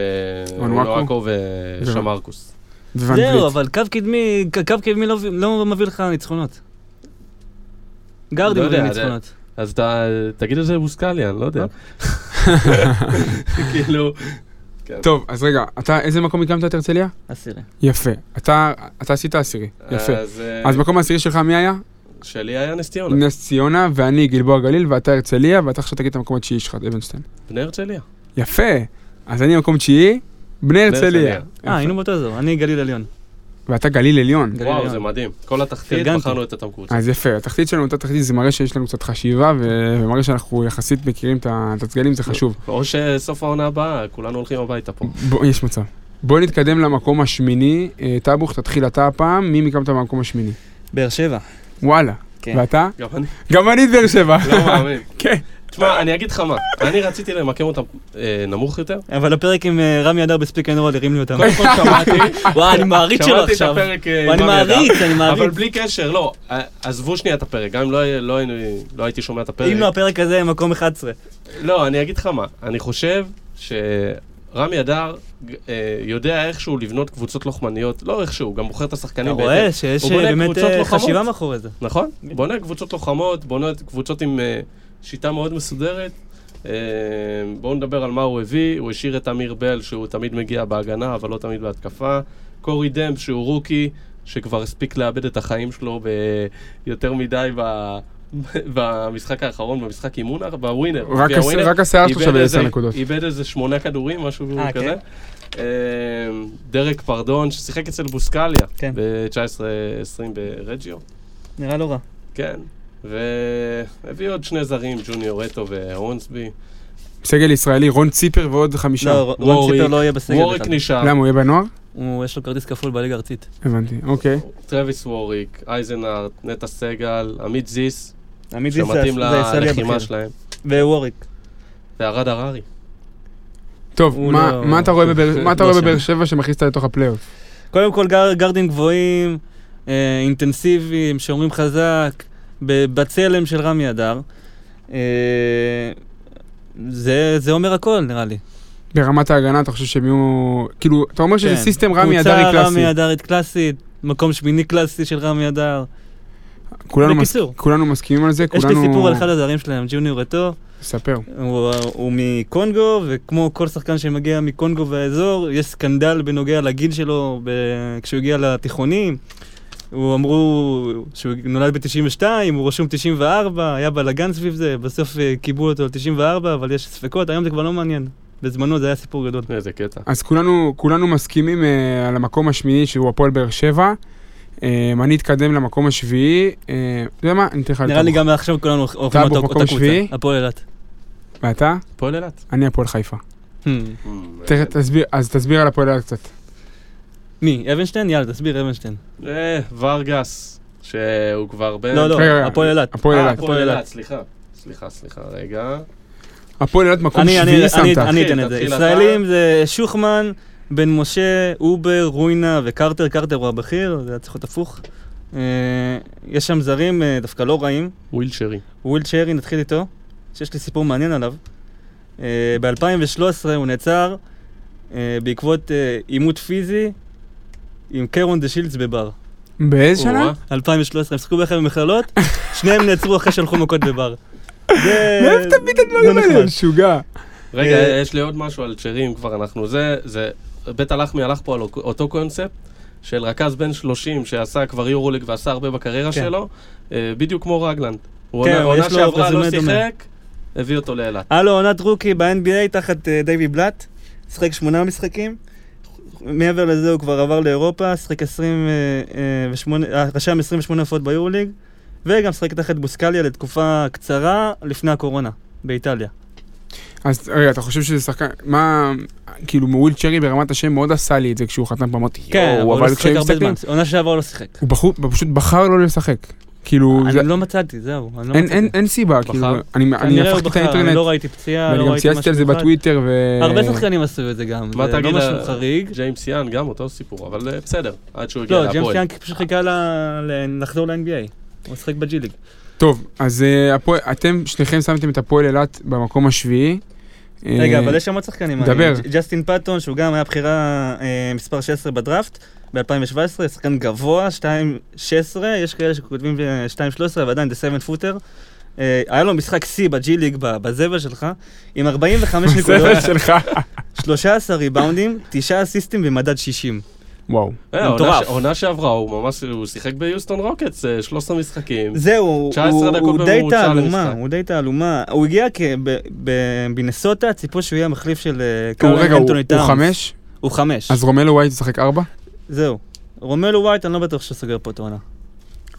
Speaker 1: אונואקו?
Speaker 3: אונואקו
Speaker 1: זה-
Speaker 3: ושמרקוס.
Speaker 1: וואן
Speaker 4: זהו,
Speaker 1: וליט.
Speaker 4: אבל קו קדמי, ק- קו קדמי לא- לא מביא לך ניצחונות. גרדים
Speaker 3: לא יודע,
Speaker 4: מביא
Speaker 3: זה-
Speaker 4: ניצחונות.
Speaker 3: אז
Speaker 4: [laughs]
Speaker 3: אתה, תגיד את זה לבוסקליה, אני לא יודע. כאילו, כן.
Speaker 1: [laughs] טוב, אז רגע, אתה, איזה מקום הקמת את הרצליה?
Speaker 4: עשירי.
Speaker 1: יפה. אתה, אתה עשית עשירי, יפה.
Speaker 3: אז, אה, לא,
Speaker 1: אז מקום העשירי שלך מי היה?
Speaker 3: שלי היה נס ציונה.
Speaker 1: נס ציונה, ואני גלבוע גליל, ואתה הרצליה, ואתה עכשיו תגיד את המקום התשיעי שלך, אבנשטיין.
Speaker 3: בני הרצליה.
Speaker 1: יפה. אז אני מקום תשיעי, בני הרצליה.
Speaker 3: הרצליה.
Speaker 4: אה, היינו באותו אזור, אני גליל עליון.
Speaker 1: ואתה גליל עליון.
Speaker 4: גליל
Speaker 3: וואו,
Speaker 4: עליון.
Speaker 3: זה מדהים. כל התחתית,
Speaker 4: פרגנתי.
Speaker 3: בחרנו את התמקורציה.
Speaker 1: אז יפה, התחתית שלנו אותה תחתית, זה מראה שיש לנו קצת חשיבה, ו- ומראה שאנחנו יחסית מכירים את ה- את הסגלים, זה חשוב.
Speaker 4: אה.
Speaker 3: או שסוף העונה הבאה, כולנו הולכים הביתה פה.
Speaker 1: בוא, יש מצב. בוא נתקדם למקום השמיני. אה, טאבוך, תתחיל אתה הפעם, מי מקמת במקום השמיני?
Speaker 4: באר שבע.
Speaker 1: וואלה.
Speaker 4: כן.
Speaker 1: ואתה?
Speaker 3: גם אני
Speaker 1: גם אני את באר שבע.
Speaker 4: [laughs]
Speaker 3: לא מאמין.
Speaker 1: [laughs] כן.
Speaker 3: תשמע, אני אגיד לך מה, אני רציתי למקם אותם אה, נמוך
Speaker 4: [laughs]
Speaker 3: יותר.
Speaker 4: אבל הפרק עם אה, רמי אדר בספיק אנד רול הרים
Speaker 3: [laughs]
Speaker 4: לי אותם.
Speaker 3: קודם כל שמעתי,
Speaker 4: וואי, אני מעריץ שלו
Speaker 3: שמעתי את
Speaker 4: עכשיו.
Speaker 3: הפרק אה, עם
Speaker 4: אני
Speaker 3: אריה אדם,
Speaker 4: מעריץ, אני
Speaker 3: אבל
Speaker 4: מעריץ.
Speaker 3: בלי קשר, לא, אה, עזבו שנייה את הפרק, גם אם לא היה- לא היינו- לא הייתי שומע את
Speaker 4: אם לא,
Speaker 3: הפרק.
Speaker 4: הפרק הזה מקום 11.
Speaker 3: לא, אני אגיד לך מה, אני חושב שרמי אדר אה, יודע איכשהו לבנות קבוצות לוחמניות, לא איכשהו, גם בוחר את
Speaker 4: אתה
Speaker 3: השחקנים. בהתאם.
Speaker 4: רואה שיש
Speaker 3: הוא
Speaker 4: אה,
Speaker 3: בונה
Speaker 4: באמת
Speaker 3: קבוצות
Speaker 4: אה,
Speaker 3: לוחמות.
Speaker 4: חשיבה מאחורי זה.
Speaker 3: נכון, בונה קבוצות לוחמות, בונה קבוצות עם אה, שיטה מאוד מסודרת. אה, בואו נדבר על מה הוא הביא, הוא השאיר את אמיר בל, שהוא תמיד מגיע בהגנה, אבל לא תמיד בהתקפה. קורי דמפ, שהוא רוקי, שכבר הספיק לאבד את החיים שלו ב- יותר מדי ב... במשחק האחרון, במשחק אימון, בווינר.
Speaker 1: רק
Speaker 3: גביע
Speaker 1: הס-
Speaker 3: ווינר.
Speaker 1: רק השיער שלו
Speaker 3: איבד
Speaker 1: שווה
Speaker 3: איזה-
Speaker 1: 10 נקודות.
Speaker 3: איבד איזה שמונה כדורים, משהו
Speaker 4: אה,
Speaker 3: כזה. אה, דרק פרדון, ששיחק אצל בוסקליה,
Speaker 4: כן.
Speaker 3: ב-19-20 ברג'יו.
Speaker 4: נראה לא רע.
Speaker 3: כן, והביא עוד שני זרים, ג'וניורטו והונסבי.
Speaker 1: סגל ישראלי, רון ציפר ועוד חמישה.
Speaker 4: לא, רון
Speaker 3: ווריק.
Speaker 4: ציפר לא יהיה בסגל.
Speaker 3: ווריק
Speaker 4: בכלל.
Speaker 3: נשאר,
Speaker 1: למה, הוא יהיה בנוער?
Speaker 4: הוא, יש לו כרטיס כפול בליגה הארצית.
Speaker 1: הבנתי, אוקיי.
Speaker 3: טרוויס ווריק, אייזנארט, נטע סגל, עמית זיס,
Speaker 4: עמית זיס זה
Speaker 3: שמתאים
Speaker 4: זה הישראלי
Speaker 3: ללחימה
Speaker 4: הבכיר.
Speaker 3: שלהם,
Speaker 4: ווריק.
Speaker 3: וערד הררי.
Speaker 1: טוב,
Speaker 4: הוא
Speaker 1: מה-
Speaker 4: לא-
Speaker 1: מה אתה רואה בבאר- מה אתה
Speaker 4: לא
Speaker 1: רואה בבאר
Speaker 4: שם.
Speaker 1: שבע שמכניס אותה לתוך הפלייאוף?
Speaker 4: קודם כל גר- גארדים גבוהים, אה, אינטנסיביים, שומרים חזק, ב- בצלם של רמי אדר. אה, זה זה אומר הכל, נראה לי.
Speaker 1: ברמת ההגנה אתה חושב שהם יהיו... כאילו, אתה אומר שזה
Speaker 4: כן.
Speaker 1: סיסטם רמי אדרי
Speaker 4: קבוצה
Speaker 1: קלאסי.
Speaker 4: רמי אדרית קלאסית, מקום שמיני קלאסי של רמי אדר.
Speaker 1: כולנו מס-
Speaker 4: בקיצור.
Speaker 1: כולנו מסכימים על זה,
Speaker 4: יש
Speaker 1: כולנו...
Speaker 4: לי סיפור על אחד הזרים שלהם, ג'וניור אטו,
Speaker 1: ספר.
Speaker 4: הוא הוא מקונגו, וכמו כל שחקן שמגיע מקונגו והאזור, יש סקנדל בנוגע לגיל שלו ב- כשהוא הגיע לתיכונים. הוא אמרו שהוא נולד ב-92, הוא רשום 94, היה בלאגן סביב זה, בסוף אה, קיבלו אותו ל-94, אבל יש ספקות, היום זה כבר לא מעניין. בזמנו זה היה סיפור גדול.
Speaker 3: איזה קטע.
Speaker 1: אז כולנו, כולנו מסכימים אה, על המקום השמיני שהוא הפועל באר שבע. אה, אני אתקדם למקום השביעי. אה, אתה יודע מה? אני אתן לך...
Speaker 4: נראה לי
Speaker 1: לטאבוך.
Speaker 4: גם עכשיו כולנו אוהבים
Speaker 1: טאבו
Speaker 4: אותו-
Speaker 1: מקום
Speaker 4: אותה קבוצה,
Speaker 1: שביעי.
Speaker 4: הפועל אילת.
Speaker 1: ואתה?
Speaker 3: הפועל אילת.
Speaker 1: אני הפועל חיפה.
Speaker 4: Hmm.
Speaker 1: תכף תסביר, אז תסביר על הפועל אילת קצת.
Speaker 4: מי? אבנשטיין? יאללה, תסביר אבנשטיין.
Speaker 3: אה, ורגס, שהוא כבר בין...
Speaker 4: לא, לא,
Speaker 1: רגע, רגע.
Speaker 4: הפועל אילת.
Speaker 1: הפועל
Speaker 3: אה,
Speaker 1: אילת.
Speaker 3: הפועל אילת, סליחה. סליחה, סליחה, רגע.
Speaker 1: הפועל אילת מקום
Speaker 4: אני, אני,
Speaker 1: שביעי
Speaker 4: אני,
Speaker 1: שמת.
Speaker 4: אני אתן
Speaker 3: תתחיל,
Speaker 4: את זה.
Speaker 3: תתחיל
Speaker 4: ישראלים זה שוחמן, בן משה, אובר, רוינה וקרטר. קרטר הוא הבכיר, זה היה צריך להיות הפוך. אה, יש שם זרים אה, דווקא לא רעים.
Speaker 3: וויל שרי.
Speaker 4: וויל צ'רי, נתחיל איתו, שיש לי סיפור מעניין עליו. אה, ב-2013 הוא נעצר אה, בעקבות אה, עימות פיזי עם קרון דה שילדס בבר.
Speaker 1: באיזה שנה?
Speaker 3: אורה.
Speaker 4: 2013, הם שיחקו ביחד במכללות, שניהם נעצרו אחרי שהלכו מכות בבר.
Speaker 1: אה,
Speaker 4: מאיפה תמיד
Speaker 1: הדברים האלה, לא משוגע.
Speaker 3: רגע,
Speaker 4: אה,
Speaker 3: יש לי עוד משהו על צ'רי, אם כבר אנחנו זה, זה, בית הלחמי הלך פה על אותו קונספט, של רכז בן 30 שעשה כבר יורוליג ועשה הרבה בקריירה
Speaker 4: כן.
Speaker 3: שלו, אה, בדיוק כמו רגלנד. הוא
Speaker 4: כן,
Speaker 3: עונה-
Speaker 4: אבל
Speaker 3: עונה
Speaker 4: יש לו
Speaker 3: שעברה לא
Speaker 4: רזומה דומה.
Speaker 3: שיחק, הביא אותו לאילת.
Speaker 4: היה לו עונת רוקי ב-NBA תחת אה, דיוויד בלאט, שיחק שמונה משחקים. מעבר לזה הוא כבר עבר לאירופה, שיחק 28, אה, רשם 28 הופעות ביורוליג, וגם שיחק תחת בוסקליה לתקופה קצרה לפני הקורונה, באיטליה.
Speaker 1: אז רגע, אתה חושב שזה שחקן, מה, כאילו מוויל צ'רי ברמת השם מאוד עשה לי את זה כשהוא חתם פה, אמרתי,
Speaker 4: כן,
Speaker 1: יואו,
Speaker 4: אבל הוא לא שיחק
Speaker 1: כשהם
Speaker 4: הרבה זמן,
Speaker 1: מסתכלים,
Speaker 4: עונה שעברה הוא לא שיחק.
Speaker 1: הוא בחור- הוא פשוט בחר לא לשחק. כאילו, זה-
Speaker 4: אני לא מצאתי, זהו, אני לא
Speaker 1: אין- אין-
Speaker 4: מצאתי.
Speaker 1: אין סיבה,
Speaker 3: בחר?
Speaker 1: כאילו, אני- אני
Speaker 4: כנראה הוא
Speaker 1: הפכתי את
Speaker 4: בחר,
Speaker 1: האינטרנט,
Speaker 4: אני לא ראיתי פציעה,
Speaker 1: ואני
Speaker 4: לא
Speaker 1: גם
Speaker 4: ראיתי
Speaker 1: צייצתי
Speaker 4: משהו
Speaker 1: על זה אה,
Speaker 4: מיוחד.
Speaker 1: בטוויטר, ו...
Speaker 4: הרבה שחקנים עשו את זה גם,
Speaker 3: מה
Speaker 4: זה לא
Speaker 3: תגיד
Speaker 4: משהו
Speaker 3: ל-
Speaker 4: חריג.
Speaker 3: ג'יימס יאן גם אותו סיפור, אבל אה, בסדר, עד שהוא הגיע
Speaker 1: כן,
Speaker 4: לא, ג'יימס
Speaker 3: להפועל.
Speaker 4: יאנק פשוט חיכה ל- ל- לחזור ל-NBA. הוא שיחק בג'י ליג.
Speaker 1: טוב, אז אה, הפועל- אתם, שניכם שמתם את הפועל אילת במקום השביעי. אה,
Speaker 4: רגע, אבל יש שם עוד שחקנים.
Speaker 1: דבר.
Speaker 4: אני- ג'סטין פאטון, שהוא גם היה בחירה אה, מספר 16 בדראפט, ב-2017, שחקן גבוה, 2.16, יש כאלה שכותבים אה, 2.13, אבל עדיין זה 7 פוטר. אה, היה לו משחק שיא בג'י ליג ב- בזבל שלך, עם
Speaker 1: [laughs]
Speaker 4: 45 נקודות,
Speaker 1: בסבל שלך.
Speaker 4: 13 ריבאונדים, 9 אסיסטים ומדד 60.
Speaker 1: וואו.
Speaker 3: אה, העונה
Speaker 4: מטורף.
Speaker 3: ש- העונה שעברה, הוא ממש, הוא שיחק ביוסטון רוקטס, אה, 13 משחקים.
Speaker 4: זהו, הוא-
Speaker 3: 19
Speaker 4: הוא-
Speaker 3: דקות
Speaker 4: הוא די
Speaker 3: בממוצע
Speaker 4: תעלומה,
Speaker 3: למשחק.
Speaker 4: הוא די תעלומה. הוא הגיע במינסוטה, ציפו שהוא יהיה המחליף של אה,
Speaker 1: הוא רגע,
Speaker 4: קארל
Speaker 1: הוא-
Speaker 4: אנטוני
Speaker 1: הוא
Speaker 4: טאונס.
Speaker 1: חמש,
Speaker 4: הוא חמש,
Speaker 1: אז רומלו ווייט ישחק ארבע?
Speaker 4: זהו. רומלו ווייט, אני לא בטוח שהוא סוגר פה את העונה.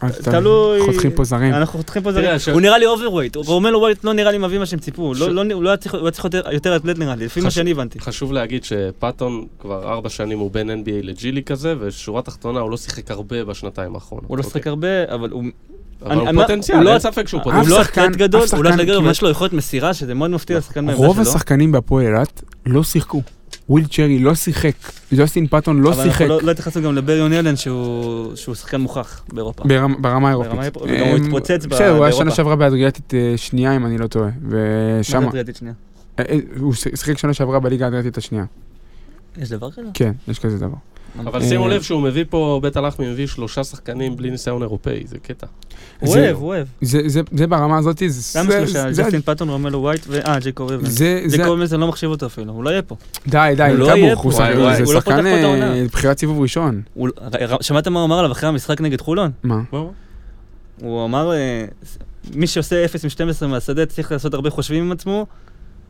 Speaker 1: אז אתה-
Speaker 4: תלוי-
Speaker 1: חותכים פה זרים.
Speaker 4: אנחנו חותכים פה
Speaker 3: תראה,
Speaker 4: זה.
Speaker 3: ש-
Speaker 4: הוא נראה לי אוברווייט, רומלו ווייט לא נראה לי מביא מה שהם ציפו,
Speaker 3: ש-
Speaker 4: לא- לא- הוא לא היה צריך- הוא היה צריך יותר- יותר אתלט נראה לי, לפי מה
Speaker 3: חשוב-
Speaker 4: שאני הבנתי.
Speaker 3: חשוב להגיד שפאטון כבר ארבע שנים הוא בין NBA לג'ילי כזה, ושורה תחתונה הוא לא שיחק הרבה בשנתיים האחרונות.
Speaker 4: הוא לא
Speaker 3: אוקיי.
Speaker 4: שיחק הרבה, אבל הוא
Speaker 3: אבל
Speaker 4: אני-
Speaker 3: הוא
Speaker 4: אני- הוא
Speaker 3: פוטנציאל,
Speaker 4: לא-
Speaker 3: אין אה, ספק שהוא
Speaker 4: הוא
Speaker 1: אף
Speaker 3: פוטנציאל.
Speaker 4: לא
Speaker 1: שחקן-
Speaker 4: אתלט גדול,
Speaker 1: אף
Speaker 4: הוא לא
Speaker 1: שחקן
Speaker 4: אתלט גדול, אבל
Speaker 1: כמעט-
Speaker 4: יש לו יכולת מסירה, שזה מאוד מפתיע לא? לשחקן מהעמדה
Speaker 1: רוב
Speaker 4: שלו.
Speaker 1: השחקנים בהפועל אילת לא שיחקו. וויל צ'רי לא שיחק. יוסטין פאטון לא
Speaker 4: אבל
Speaker 1: שיחק.
Speaker 4: אנחנו לא- לא התייחסנו גם לבריון ילן, שהוא שהוא שחקן מוכח באירופה.
Speaker 1: ברמ- ברמה האירופית.
Speaker 4: ברמה האירופית, וגם הוא
Speaker 1: אמ,
Speaker 4: התפוצץ ב-
Speaker 1: בסדר, הוא היה שנה
Speaker 4: באירופה.
Speaker 1: שעברה באדריאטית אה, שנייה, אם אני לא טועה. ושם...
Speaker 4: מה זה אתלטית שנייה?
Speaker 1: אה, אה, הוא שיחק שנה שעברה בליגה האדריאטית השנייה.
Speaker 4: יש דבר כזה?
Speaker 1: כן, יש כזה דבר.
Speaker 3: אבל
Speaker 1: אה,
Speaker 3: שימו לב שהוא מביא פה, בית הלחמי מביא שלושה שחקנים בלי ניסיון אירופאי, זה קטע.
Speaker 4: הוא
Speaker 1: זה-
Speaker 4: אוהב, הוא אוהב.
Speaker 1: זה, זה, זה ברמה הזאת, זה...
Speaker 4: למה
Speaker 1: זה-
Speaker 4: שלושה?
Speaker 1: זה-
Speaker 4: ג'סטין פאטון, רומלו ווייט ו... אה, ג'ייקוב אבן.
Speaker 1: זה, זה,
Speaker 4: ג'ייקוב אבן, אני לא מחשיב אותו אפילו, הוא לא יהיה פה.
Speaker 1: די, די,
Speaker 4: הוא לא יהיה
Speaker 1: טאבוך,
Speaker 4: פה,
Speaker 1: הוא
Speaker 3: וואי,
Speaker 1: שחקן-
Speaker 3: וואי,
Speaker 1: זה
Speaker 4: הוא לא פותח
Speaker 1: שחקן
Speaker 4: פה את העונה.
Speaker 1: אה, בחירת סיבוב ראשון.
Speaker 4: הוא- ר- ר- שמעת מה הוא אמר עליו אחרי המשחק נגד חולון?
Speaker 1: מה?
Speaker 4: הוא אמר, אה, ס- מי שעושה 0 מ-12 מהשדה צריך לעשות הרבה חושבים עם עצמו,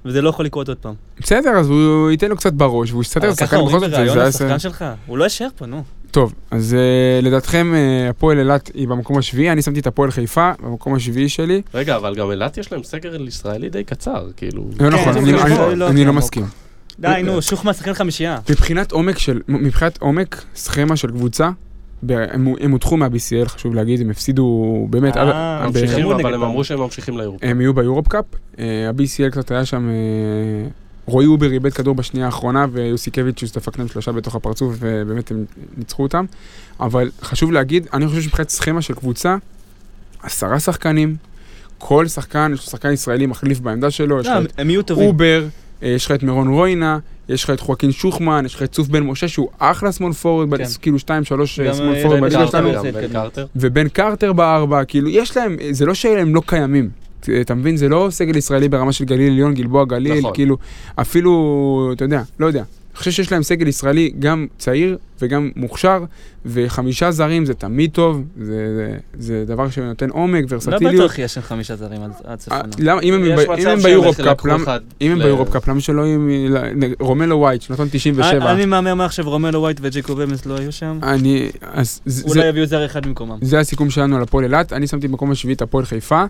Speaker 4: וזה לא יכול לקרות עוד פעם.
Speaker 1: בסדר, אז הוא ייתן לו קצת בראש, והוא יסתדר,
Speaker 4: אבל ככה
Speaker 1: שחקן
Speaker 4: אומרים
Speaker 1: בכל זאת, זה-
Speaker 4: בריאיון
Speaker 1: זה היה...
Speaker 4: לשחקן שלך, הוא לא יישאר פה, נו.
Speaker 1: טוב, אז אה, לדעתכם, אה, הפועל אילת היא במקום השביעי, אני שמתי את הפועל חיפה במקום השביעי שלי. לא
Speaker 3: רגע, אבל גם אילת יש להם סגר ישראלי די קצר, כאילו.
Speaker 1: לא נכון,
Speaker 4: זה
Speaker 1: אני-
Speaker 4: לא-
Speaker 1: אני-
Speaker 4: זה לא
Speaker 1: אני
Speaker 4: הכי
Speaker 1: לא
Speaker 4: עמוק.
Speaker 1: מסכים.
Speaker 4: די, נו, שוחמן שחקן חמישייה.
Speaker 1: מבחינת עומק של, מבחינת עומק, סכמה של קבוצה, ב- הם הם הודחו מה-BCL, חשוב להגיד, הם הפסידו באמת,
Speaker 4: אה,
Speaker 1: אבל-
Speaker 4: הם
Speaker 1: ב-
Speaker 4: שיחקו
Speaker 3: ממשיכים,
Speaker 4: נגד
Speaker 3: אבל הם
Speaker 4: פעם.
Speaker 3: אמרו שהם ממשיכים לאירופאי.
Speaker 1: הם יהיו ביורופ קאפ, אה, ה-BCL קצת היה שם, אה, רועי אובר איבד כדור בשנייה האחרונה, ויוסיקביץ' דפק להם שלושה בתוך הפרצוף, ובאמת הם ניצחו אותם. אבל חשוב להגיד, אני חושב שמבחינת סכמה של קבוצה, עשרה שחקנים, כל שחקן, יש לו שחקן ישראלי מחליף בעמדה שלו, יש
Speaker 4: לא,
Speaker 1: לך את
Speaker 4: הם יהיו טובים.
Speaker 1: אובר, אה, יש לך את מירון רוינה, יש לך את חואקין שוחמן, יש לך את צוף בן משה שהוא אחלה שמאל פורוד, ב-
Speaker 4: כן.
Speaker 1: כאילו שתיים, שלוש אה,
Speaker 4: גם,
Speaker 1: שמאל
Speaker 4: אה,
Speaker 1: פורוד
Speaker 4: בן
Speaker 1: בליגה
Speaker 4: קרטר
Speaker 1: שלנו,
Speaker 4: גם.
Speaker 3: בן קרטר.
Speaker 1: ובן קרטר בארבע, כאילו יש להם, אה, זה לא שהם לא קיימים. ת- אתה מבין, זה לא סגל ישראלי ברמה של גליל עליון, גלבוע גליל,
Speaker 3: נכון.
Speaker 1: כאילו, אפילו, אתה יודע, לא יודע. אני חושב שיש להם סגל ישראלי גם צעיר וגם מוכשר, וחמישה זרים זה תמיד טוב, זה, זה, זה דבר שנותן עומק,
Speaker 4: לא
Speaker 1: ורסטיליות.
Speaker 4: בטוח יש שם חמישה זרים עד- עד סוף
Speaker 1: אה,
Speaker 4: העונה.
Speaker 1: למה- אם הם
Speaker 3: יש
Speaker 1: ב- אם
Speaker 3: מצב
Speaker 1: הם
Speaker 3: שהם
Speaker 1: ביורופ
Speaker 3: לקחו
Speaker 1: קאפ, למה-
Speaker 3: אחד
Speaker 1: אם הם
Speaker 3: ל-
Speaker 1: ביורופ קאפ, למה שלא יהיו... מ- ל- רומלו ווייט, שנתון 97.
Speaker 4: אני מהמר מה עכשיו רומלו ווייט וג'ייקוב אבנס לא היו שם,
Speaker 1: אני... אז אה, זה-
Speaker 4: אולי יביאו זר אחד במקומם.
Speaker 1: זה הסיכום שלנו על הפועל אילת. אני שמתי במקום השביעי את הפועל חיפה.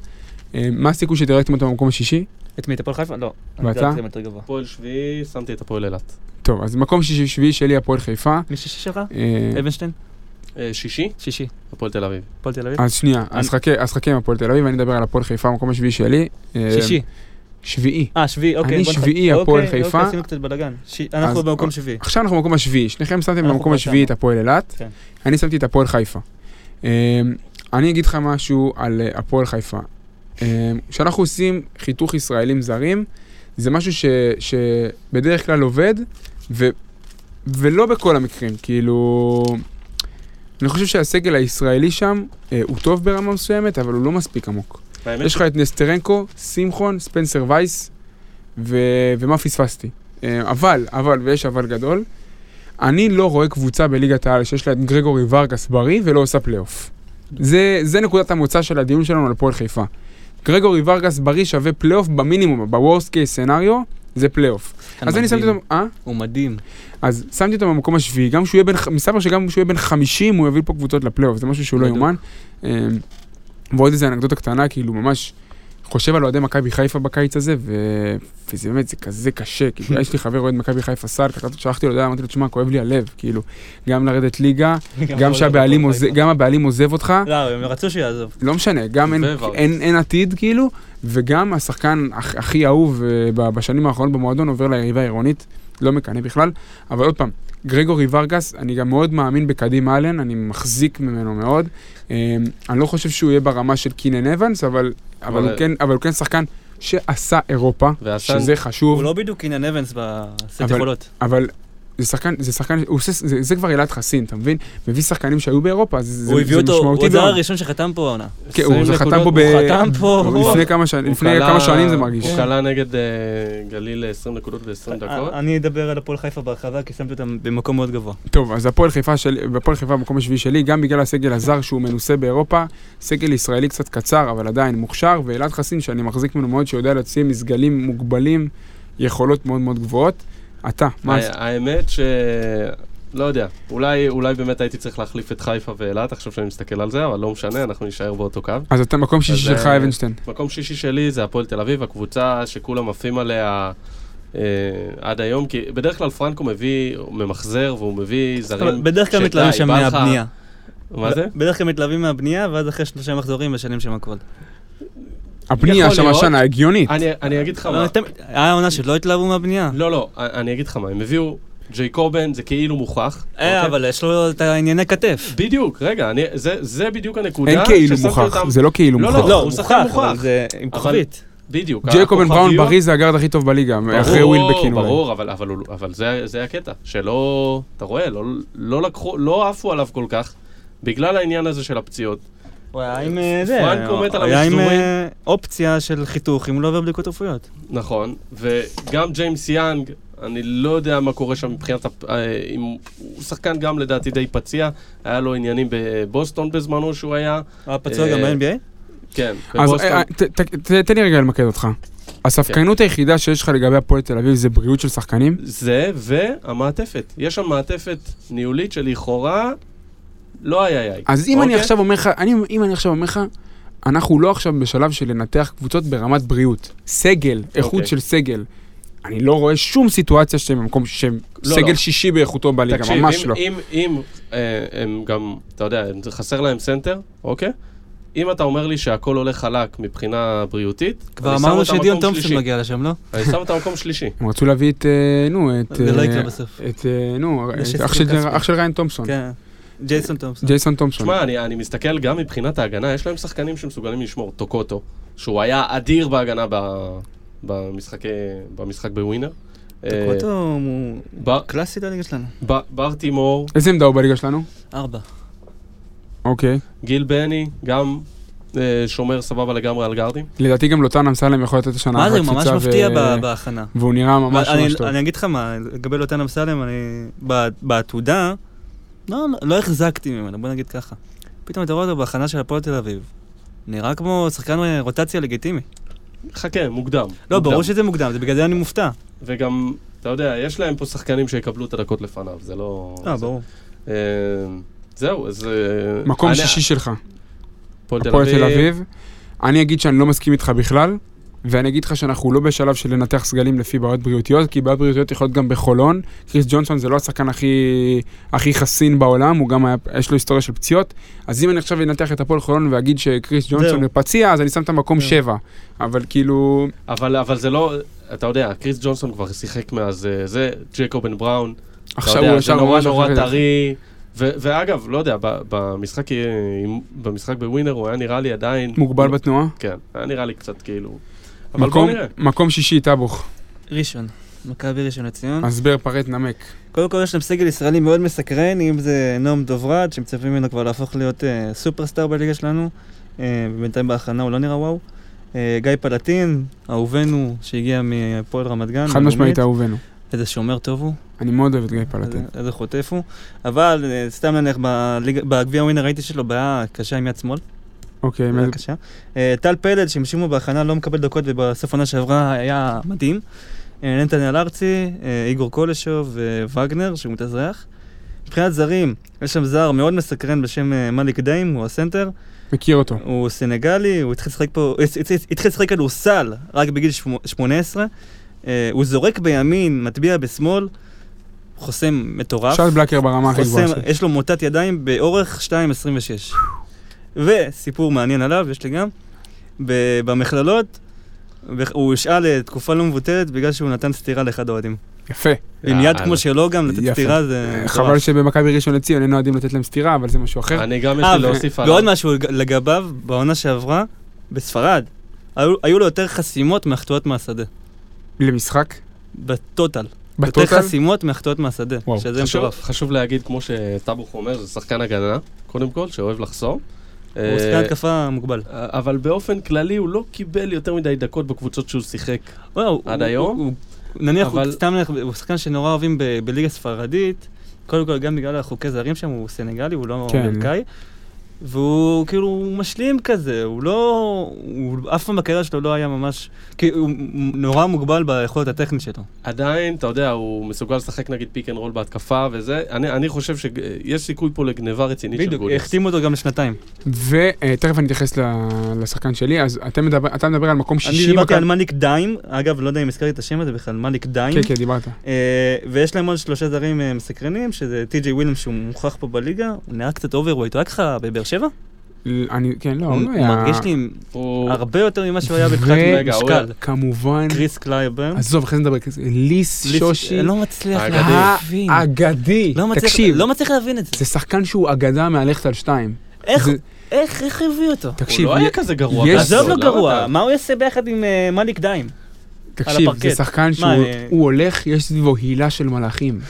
Speaker 1: אה, מה הסיכוי שדירקתם אותו במקום השישי?
Speaker 4: את מי, את הפועל חיפה? לא.
Speaker 1: ואתה?
Speaker 4: אני יודע, זה יותר גבוה.
Speaker 3: הפועל שביעי, שמתי את הפועל אילת.
Speaker 1: טוב, אז מקום שישי שביעי שלי הפועל חיפה.
Speaker 4: מי שישי שלך?
Speaker 1: אה,
Speaker 4: אבנשטיין?
Speaker 3: אה, שישי,
Speaker 4: שישי.
Speaker 3: הפועל תל אביב.
Speaker 4: הפועל תל אביב?
Speaker 1: אז שנייה, אז
Speaker 4: אני-
Speaker 1: חכה, אז חכה עם הפועל תל אביב, אני אדבר על הפועל חיפה, המקום השביעי שלי. אה,
Speaker 4: שישי.
Speaker 1: שביעי.
Speaker 4: אה, שביעי, אוקיי.
Speaker 1: אני
Speaker 4: בוא נח-
Speaker 1: שביעי, הפועל
Speaker 4: אוקיי,
Speaker 1: חיפה.
Speaker 4: אוקיי, עשינו קצת בלאגן. אנחנו
Speaker 1: אז-
Speaker 4: במקום שביעי.
Speaker 1: עכשיו אנחנו במקום השביעי, שניכם שמתם
Speaker 4: אנחנו
Speaker 1: במקום
Speaker 4: פה
Speaker 1: השביעי את
Speaker 4: שם.
Speaker 1: הפועל אילת,
Speaker 4: כן.
Speaker 1: אני שמתי את הפועל חיפה. אה, אני אגיד לך משהו על אה, הפועל חיפה. אה, כשאנחנו עושים חיתוך ישראלים זרים, זה משהו ש, שבדרך כלל עובד, ו, ולא בכל המקרים, כאילו... אני חושב שהסגל הישראלי שם אה, הוא טוב ברמה מסוימת, אבל הוא לא מספיק עמוק.
Speaker 3: האמת
Speaker 1: יש לך את נסטרנקו, שמחון, ספנסר וייס, ו... ומה פספסתי. אה, אבל, אבל, ויש אבל גדול, אני לא רואה קבוצה בליגת העל שיש לה את גרגורי ורגס בריא ולא עושה פלייאוף. זה, זה נקודת המוצא של הדיון שלנו על הפועל חיפה. גרגורי ורגס בריא שווה פלייאוף במינימום, בוורסט קייס סנאריו, זה פלייאוף.
Speaker 4: כן,
Speaker 1: אז אני שמתי אותו... אה?
Speaker 4: הוא מדהים.
Speaker 1: אז שמתי אותו במקום השביעי, גם שהוא יהיה בן, ח- מסתבר שגם שהוא יהיה בן 50, הוא יוביל פה קבוצות לפלייאוף, זה משהו שהוא לא
Speaker 4: בדיוק.
Speaker 1: יאומן. אמ, ועוד איזה אנקדוטה קטנה, כאילו ממש חושב על אוהדי מכבי חיפה בקיץ הזה, ו... וזה באמת, זה כזה קשה,
Speaker 4: [laughs]
Speaker 1: כאילו, יש לי חבר אוהד מכבי חיפה סל, כתבתי, שלחתי לו, הודעה, אמרתי לו, תשמע, כואב לי הלב, כאילו, גם לרדת ליגה,
Speaker 4: כן,
Speaker 1: גם שהבעלים עוזב, גם הבעלים עוזב אותך,
Speaker 4: לא, הם רצו שיעזוב.
Speaker 1: לא משנה, גם אין,
Speaker 3: וורקס.
Speaker 1: אין, אין עתיד כאילו, וגם השחקן הכ- הכי אהוב אה, ב- בשנים האחרונות במועדון עובר ליריבה העירונית, לא מקנא בכלל, אבל עוד פעם, גרגורי ורגס, אני גם מאוד מאמין בקדים אלן, אני מחזיק ממנו מאוד. אה, אני לא חושב שהוא יהיה ברמה של קינן אבנס, אבל, אבל,
Speaker 3: אבל-
Speaker 1: הוא כן, אבל הוא כן שחקן שעשה אירופה,
Speaker 3: ועשה-
Speaker 1: שזה חשוב,
Speaker 4: לא- הוא לא בדיוק קינן אבנס בסט
Speaker 1: אבל-
Speaker 4: יכולות.
Speaker 1: אבל זה שחקן, זה שחקן, הוא עושה, זה, זה כבר אלעד חסין, אתה מבין? מביא שחקנים שהיו באירופה, זה, זה,
Speaker 4: הוא הביא
Speaker 1: זה
Speaker 4: אותו, הוא
Speaker 1: משמעותי
Speaker 4: הזר
Speaker 1: מאוד.
Speaker 4: הראשון שחתם פה העונה.
Speaker 1: כן, הוא
Speaker 3: 20
Speaker 1: חתם
Speaker 3: נקודות,
Speaker 1: פה ב...
Speaker 4: הוא חתם פה.
Speaker 1: לפני כמה שנים,
Speaker 3: הוא
Speaker 1: לפני
Speaker 3: כלה-
Speaker 1: כמה שנים זה מרגיש.
Speaker 3: הוא כלה נגד אה, גליל 20 נקודות ב-20 דקות.
Speaker 4: אני אדבר על הפועל חיפה בהרחבה, כי שמתי אותם במקום מאוד גבוה.
Speaker 1: טוב, אז הפועל חיפה, של... הפועל חיפה במקום השביעי שלי, גם בגלל הסגל הזר שהוא מנוסה באירופה, סגל ישראלי קצת קצר, אבל עדיין מוכשר, ואלעד חסין, שאני מחזיק ממנו מאוד, שיודע להוציא מסגלים מוגבלים, יכולות מאוד מאוד גבוהות. אתה, מה
Speaker 3: הא- האמת ש... לא יודע, אולי, אולי באמת הייתי צריך להחליף את חיפה ואילת, עכשיו שאני מסתכל על זה, אבל לא משנה, אנחנו נישאר באותו קו.
Speaker 1: אז אתה מקום שישי
Speaker 3: אז,
Speaker 1: שלך,
Speaker 3: אה,
Speaker 1: אבנשטיין.
Speaker 3: מקום שישי שלי זה הפועל תל אביב, הקבוצה שכולם עפים עליה אה, עד היום, כי בדרך כלל פרנקו מביא, הוא ממחזר והוא מביא זרים...
Speaker 4: בדרך כלל
Speaker 3: שדי,
Speaker 4: מתלהבים שם
Speaker 3: בא לך-
Speaker 4: מהבנייה.
Speaker 3: מה
Speaker 1: [laughs]
Speaker 3: זה?
Speaker 4: בדרך כלל מתלהבים מהבנייה, ואז אחרי שלושה מחזורים משנים שם הכל.
Speaker 1: הפנייה
Speaker 3: יכול
Speaker 1: שם
Speaker 3: להיות.
Speaker 1: השנה הגיונית.
Speaker 3: אני, אני אגיד לך
Speaker 4: אבל
Speaker 3: מה...
Speaker 4: אתם- היה עונה שלא התלהבו מהבנייה.
Speaker 3: לא, לא, אני אגיד לך מה, הם הביאו ג'ייקובן, זה כאילו מוכח.
Speaker 4: אה,
Speaker 3: אוקיי?
Speaker 4: אבל יש לו את הענייני כתף.
Speaker 3: בדיוק, רגע, אני, זה, זה בדיוק הנקודה.
Speaker 1: אין כאילו
Speaker 3: ששמתי
Speaker 1: מוכח,
Speaker 3: אותם-
Speaker 1: זה לא כאילו
Speaker 3: לא,
Speaker 1: מוכח.
Speaker 3: לא, הוא שחקן מוכח.
Speaker 4: אבל זה עם
Speaker 3: אבל-
Speaker 4: כוכבית.
Speaker 3: בדיוק.
Speaker 1: ג'ייקובן בראון
Speaker 3: הכוכביות-
Speaker 1: בריא זה הגארד הכי טוב בליגה, אחרי
Speaker 3: ברור,
Speaker 1: ווילבקין אולי.
Speaker 3: ברור, אבל, אבל, הוא- אבל זה, זה הקטע, שלא, אתה רואה, לא, לא לקחו, לא עפו עליו כל כך, בגלל העניין הזה של הפציעות.
Speaker 4: הוא היה עם אה, זה,
Speaker 3: פרנקו מת על
Speaker 4: היה עם
Speaker 3: המחזורים.
Speaker 4: אה, אופציה של חיתוך אם הוא לא עובר בדיקות רפואיות.
Speaker 3: נכון, וגם ג'יימס יאנג, אני לא יודע מה קורה שם מבחינת, הפ- אה, אם, הוא שחקן גם לדעתי די פציע, היה לו עניינים בבוסטון בזמנו שהוא היה,
Speaker 4: הוא היה פצוע
Speaker 3: אה,
Speaker 4: גם ב-NBA?
Speaker 3: כן,
Speaker 1: אז
Speaker 3: בבוסטון. כן.
Speaker 1: אה, ת- ת- ת- תן לי רגע למקד אותך. הספקנות היחידה שיש לך לגבי הפועל תל אביב זה בריאות של שחקנים?
Speaker 3: זה והמעטפת, יש שם מעטפת ניהולית שלכאורה לא איי איי איי.
Speaker 1: אז אם אני
Speaker 3: אוקיי?
Speaker 1: עכשיו אומר לך, אני- אם אני עכשיו אומר לך, אנחנו לא עכשיו בשלב של לנתח קבוצות ברמת בריאות. סגל, איכות
Speaker 3: אוקיי.
Speaker 1: של סגל. אני לא רואה שום סיטואציה שהם במקום שהם
Speaker 3: לא,
Speaker 1: סגל
Speaker 3: לא.
Speaker 1: שישי באיכותו בליגה,
Speaker 3: תקשיב,
Speaker 1: ממש
Speaker 3: אם,
Speaker 1: לא.
Speaker 3: אם, אם אה, הם גם, אתה יודע, הם- זה חסר להם סנטר, אוקיי? אם אתה אומר לי שהכל הולך חלק מבחינה בריאותית,
Speaker 4: כבר
Speaker 3: אני שם
Speaker 4: אמרנו
Speaker 3: אותם
Speaker 4: שדיון
Speaker 3: מקום
Speaker 4: תומפסון
Speaker 3: שלישי.
Speaker 4: מגיע לשם, לא?
Speaker 3: אני שם אותם
Speaker 4: [laughs]
Speaker 3: מקום שלישי.
Speaker 1: הם רצו להביא את, אה, נו, את...
Speaker 4: זה לא
Speaker 1: אה,
Speaker 4: יקרה בסוף.
Speaker 1: את, אה, נו,
Speaker 4: יש
Speaker 1: את
Speaker 4: את
Speaker 1: אח של-
Speaker 4: כספי.
Speaker 1: אח של ריין תומפסון.
Speaker 4: כן. ג'ייסון תומפסון.
Speaker 1: ג'ייסון תומפסון.
Speaker 3: תשמע, אני, אני מסתכל גם מבחינת ההגנה, יש להם שחקנים שמסוגלים לשמור. טוקוטו, שהוא היה אדיר בהגנה ב, במשחקי, במשחק בווינר. אה,
Speaker 4: טוקוטו הוא
Speaker 3: ב-
Speaker 4: קלאסי לליגה שלנו.
Speaker 3: ב- בר תימור,
Speaker 1: איזה עמדה הוא בליגה שלנו?
Speaker 4: ארבע.
Speaker 1: אוקיי.
Speaker 3: גיל בני, גם אה, שומר סבבה לגמרי על גארדים.
Speaker 1: לדעתי גם לוטן אמסלם יכול לתת השנה
Speaker 4: מה זה,
Speaker 1: אחת
Speaker 4: הוא ממש
Speaker 1: קפיצה ו-
Speaker 4: מפתיע ב- בהכנה.
Speaker 1: והוא נראה ממש
Speaker 4: אני-
Speaker 1: ממש טוב.
Speaker 4: אני אגיד לך מה, לגבי לוטן אמסלם, אני... ב- בעתודה, לא לא החזקתי ממנו, בוא נגיד ככה. פתאום אתה רואה אותו בהכנה של הפועל תל אביב. נראה כמו שחקן אה, רוטציה לגיטימי.
Speaker 3: חכה, מוקדם.
Speaker 4: לא,
Speaker 3: מוקדם.
Speaker 4: ברור שזה מוקדם, זה בגלל זה אני מופתע.
Speaker 3: וגם, אתה יודע, יש להם פה שחקנים שיקבלו את הדקות לפניו, זה לא...
Speaker 4: אה,
Speaker 3: זה-
Speaker 4: ברור.
Speaker 3: אה, זהו, אז... אה,
Speaker 1: מקום
Speaker 3: אני-
Speaker 1: שישי שלך,
Speaker 3: הפועל
Speaker 1: הפועל תל אביב. אני אגיד שאני לא מסכים איתך בכלל, ואני אגיד לך שאנחנו לא בשלב של לנתח סגלים לפי בעיות בריאותיות, כי בעיות בריאותיות יכולות גם בחולון. קריס ג'ונסון זה לא השחקן הכי, הכי חסין בעולם, הוא גם היה, יש לו היסטוריה של פציעות. אז אם אני עכשיו אנתח את הפועל חולון ואגיד שקריס ג'ונסון
Speaker 4: זהו.
Speaker 1: הוא פציע, אז אני שם את המקום
Speaker 4: זהו.
Speaker 1: שבע. אבל כאילו,
Speaker 3: אבל, אבל זה לא... אתה יודע, קריס ג'ונסון כבר שיחק מאז אה, זה, ג'ייקובן בראון.
Speaker 1: עכשיו
Speaker 3: אתה
Speaker 1: הוא
Speaker 3: יודע, זה
Speaker 1: ישר
Speaker 3: נורא
Speaker 1: ממש
Speaker 3: נורא
Speaker 1: אחרי זה.
Speaker 3: טרי. ו- ואגב, לא יודע, ב- במשחק, אה, עם- במשחק בווינר הוא היה נראה לי עדיין...
Speaker 1: מוגבל בתנועה.
Speaker 3: כן, היה נראה לי קצת כאילו... אבל בוא
Speaker 1: מקום,
Speaker 3: נראה.
Speaker 1: מקום שישי, טאבוך.
Speaker 4: ראשון. מכבי ראשון לציון.
Speaker 3: אה?
Speaker 1: הסבר, פרט, נמק.
Speaker 3: כן,
Speaker 4: קודם כל יש להם סגל ישראלי מאוד מסקרן, אם זה נועם דוברת, שמצפים ממנו כבר להפוך להיות אה, סופרסטאר בליגה שלנו, אה, ובינתיים בהכנה הוא לא נראה וואו. אה, גיא פלטין, אהובנו שהגיע מהפועל רמת גן.
Speaker 1: חד משמעית
Speaker 4: הלאומית.
Speaker 1: אהובנו.
Speaker 4: איזה שומר טוב הוא,
Speaker 1: אני מאוד אוהב את גיא
Speaker 4: איזה-
Speaker 1: פלטין.
Speaker 4: איזה חוטף הוא. אבל אה, סתם נניח, בליגה- בגביע ווינר ראיתי שלו בעיה קשה עם יד שמאל.
Speaker 1: אוקיי,
Speaker 4: בעיה
Speaker 1: מאיזה-
Speaker 4: קשה. אה, טל פלד, שהם שימו בהכנה, לא מקבל דקות, ובסוף העונה שעברה היה מדהים. אה, נתנאל ארצי, אה, איגור קולשוב ווגנר, שהוא מתאזרח. מבחינת זרים, יש שם זר מאוד מסקרן בשם אה, מאליק דיים, הוא הסנטר.
Speaker 1: מכיר אותו.
Speaker 4: הוא סנגלי, הוא התחיל לשחק פה, הוא הצ- הצ- התחיל לשחק כדורסל רק בגיל שמו- 18. אה, הוא זורק בימין, מטביע בשמאל, חוסם מטורף.
Speaker 1: שאט בלקר ברמה הכי
Speaker 4: חוסם,
Speaker 1: גבוהה שלו.
Speaker 4: יש לו מוטת ידיים באורך 2.26. וסיפור מעניין עליו, יש לי גם, ב- במכללות, בכ- הוא הושעה לתקופה לא מבוטלת בגלל שהוא נתן סטירה לאחד האוהדים.
Speaker 1: יפה.
Speaker 4: עם יד
Speaker 3: יאללה.
Speaker 4: כמו שלו גם, לתת
Speaker 1: יפה. אה,
Speaker 4: סטירה זה...
Speaker 1: חבל שבמכבי ראשון לציון אין אוהדים לתת להם סטירה, אבל זה משהו אחר.
Speaker 3: אני גם יש
Speaker 4: אה,
Speaker 3: לי
Speaker 4: ו-
Speaker 3: להוסיף
Speaker 1: לא,
Speaker 3: עליו.
Speaker 4: ועוד משהו לג- לגביו, בעונה שעברה, בספרד, היו- היו לו יותר חסימות מהחטואות מהשדה.
Speaker 1: למשחק?
Speaker 4: בטוטל. יותר
Speaker 1: בטוטל?
Speaker 4: חסימות מהחטאות מהשדה,
Speaker 1: וואו,
Speaker 4: שזה
Speaker 3: חשוב,
Speaker 4: מטורף.
Speaker 3: חשוב להגיד, כמו שטאבוך אומר, זה שחקן הגנה, קודם כל, שאוהב לחסום.
Speaker 4: הוא
Speaker 3: אה,
Speaker 4: שחקן התקפה מוגבל.
Speaker 3: אבל באופן כללי הוא לא קיבל יותר מדי דקות בקבוצות שהוא שיחק.
Speaker 4: וואו,
Speaker 3: עד
Speaker 4: לא, הוא-
Speaker 3: היום?
Speaker 4: הוא- הוא- נניח, הוא
Speaker 3: אבל-
Speaker 4: סתם נניח, הוא שחקן שנורא אוהבים ב- בליגה ספרדית, קודם כל גם בגלל החוקי זרים שם, הוא סנגלי, הוא לא
Speaker 1: כן.
Speaker 4: אמריקאי, והוא כאילו הוא משלים כזה, הוא לא, הוא אף פעם בקריירה שלו לא היה ממש, כי הוא נורא מוגבל ביכולת הטכנית שלו.
Speaker 3: עדיין, אתה יודע, הוא מסוגל לשחק נגיד פיק אנד רול בהתקפה וזה. אני, אני חושב שיש סיכוי פה לגניבה רצינית של
Speaker 4: בדיוק,
Speaker 3: גודס.
Speaker 4: החתימו אותו גם לשנתיים.
Speaker 1: ותכף אה, אני אתייחס ל- לשחקן שלי, אז אתם מדבר- אתה מדבר על מקום
Speaker 4: אני
Speaker 1: שישי.
Speaker 4: דיברתי
Speaker 1: מכבי-
Speaker 4: על מליק דיים, אגב, לא יודע אם הזכרתי את השם הזה בכלל, מליק דיים.
Speaker 1: כן, כן, דיברת.
Speaker 4: אה, ויש להם עוד שלושה זרים אה, מסקרנים, שזה טי.ג'יי ווילם שהוא מוכח פה בליגה, הוא נראה קצת אוברווייט, הוא היה ככה בבאר שבע?
Speaker 1: ל- אני, כן, לא, הוא לא
Speaker 4: הוא
Speaker 1: היה...
Speaker 4: מרגיש לי
Speaker 3: הוא... לא
Speaker 4: הרבה יותר ממה שהוא היה
Speaker 1: רגע,
Speaker 4: בתחילת
Speaker 3: הוא
Speaker 4: משקל.
Speaker 1: כמובן,
Speaker 4: קריס קלייברן.
Speaker 1: עזוב, אחרי זה נדבר, כזה, ליס
Speaker 4: ליס-
Speaker 1: שושי,
Speaker 4: לא מצליח
Speaker 3: האגדי.
Speaker 4: להבין.
Speaker 1: האגדי,
Speaker 4: לא מצליח-
Speaker 1: תקשיב,
Speaker 4: לא מצליח להבין את זה.
Speaker 1: זה שחקן שהוא אגדה מהלכת על שתיים.
Speaker 4: איך-
Speaker 1: זה-
Speaker 4: איך איך הביאו אותו?
Speaker 3: הוא
Speaker 1: תקשיב,
Speaker 3: לא היה כזה גרוע.
Speaker 1: יש-
Speaker 3: בעשור,
Speaker 4: עזוב לו
Speaker 3: למה
Speaker 4: לא, גרוע,
Speaker 3: אתה-
Speaker 4: מה הוא יעשה ביחד עם אה, מליק דיים?
Speaker 1: תקשיב, זה
Speaker 4: הפרקט.
Speaker 1: שחקן שהוא
Speaker 4: אה?
Speaker 1: הוא הולך, יש סביבו הילה של
Speaker 4: [laughs]
Speaker 1: מלאכים.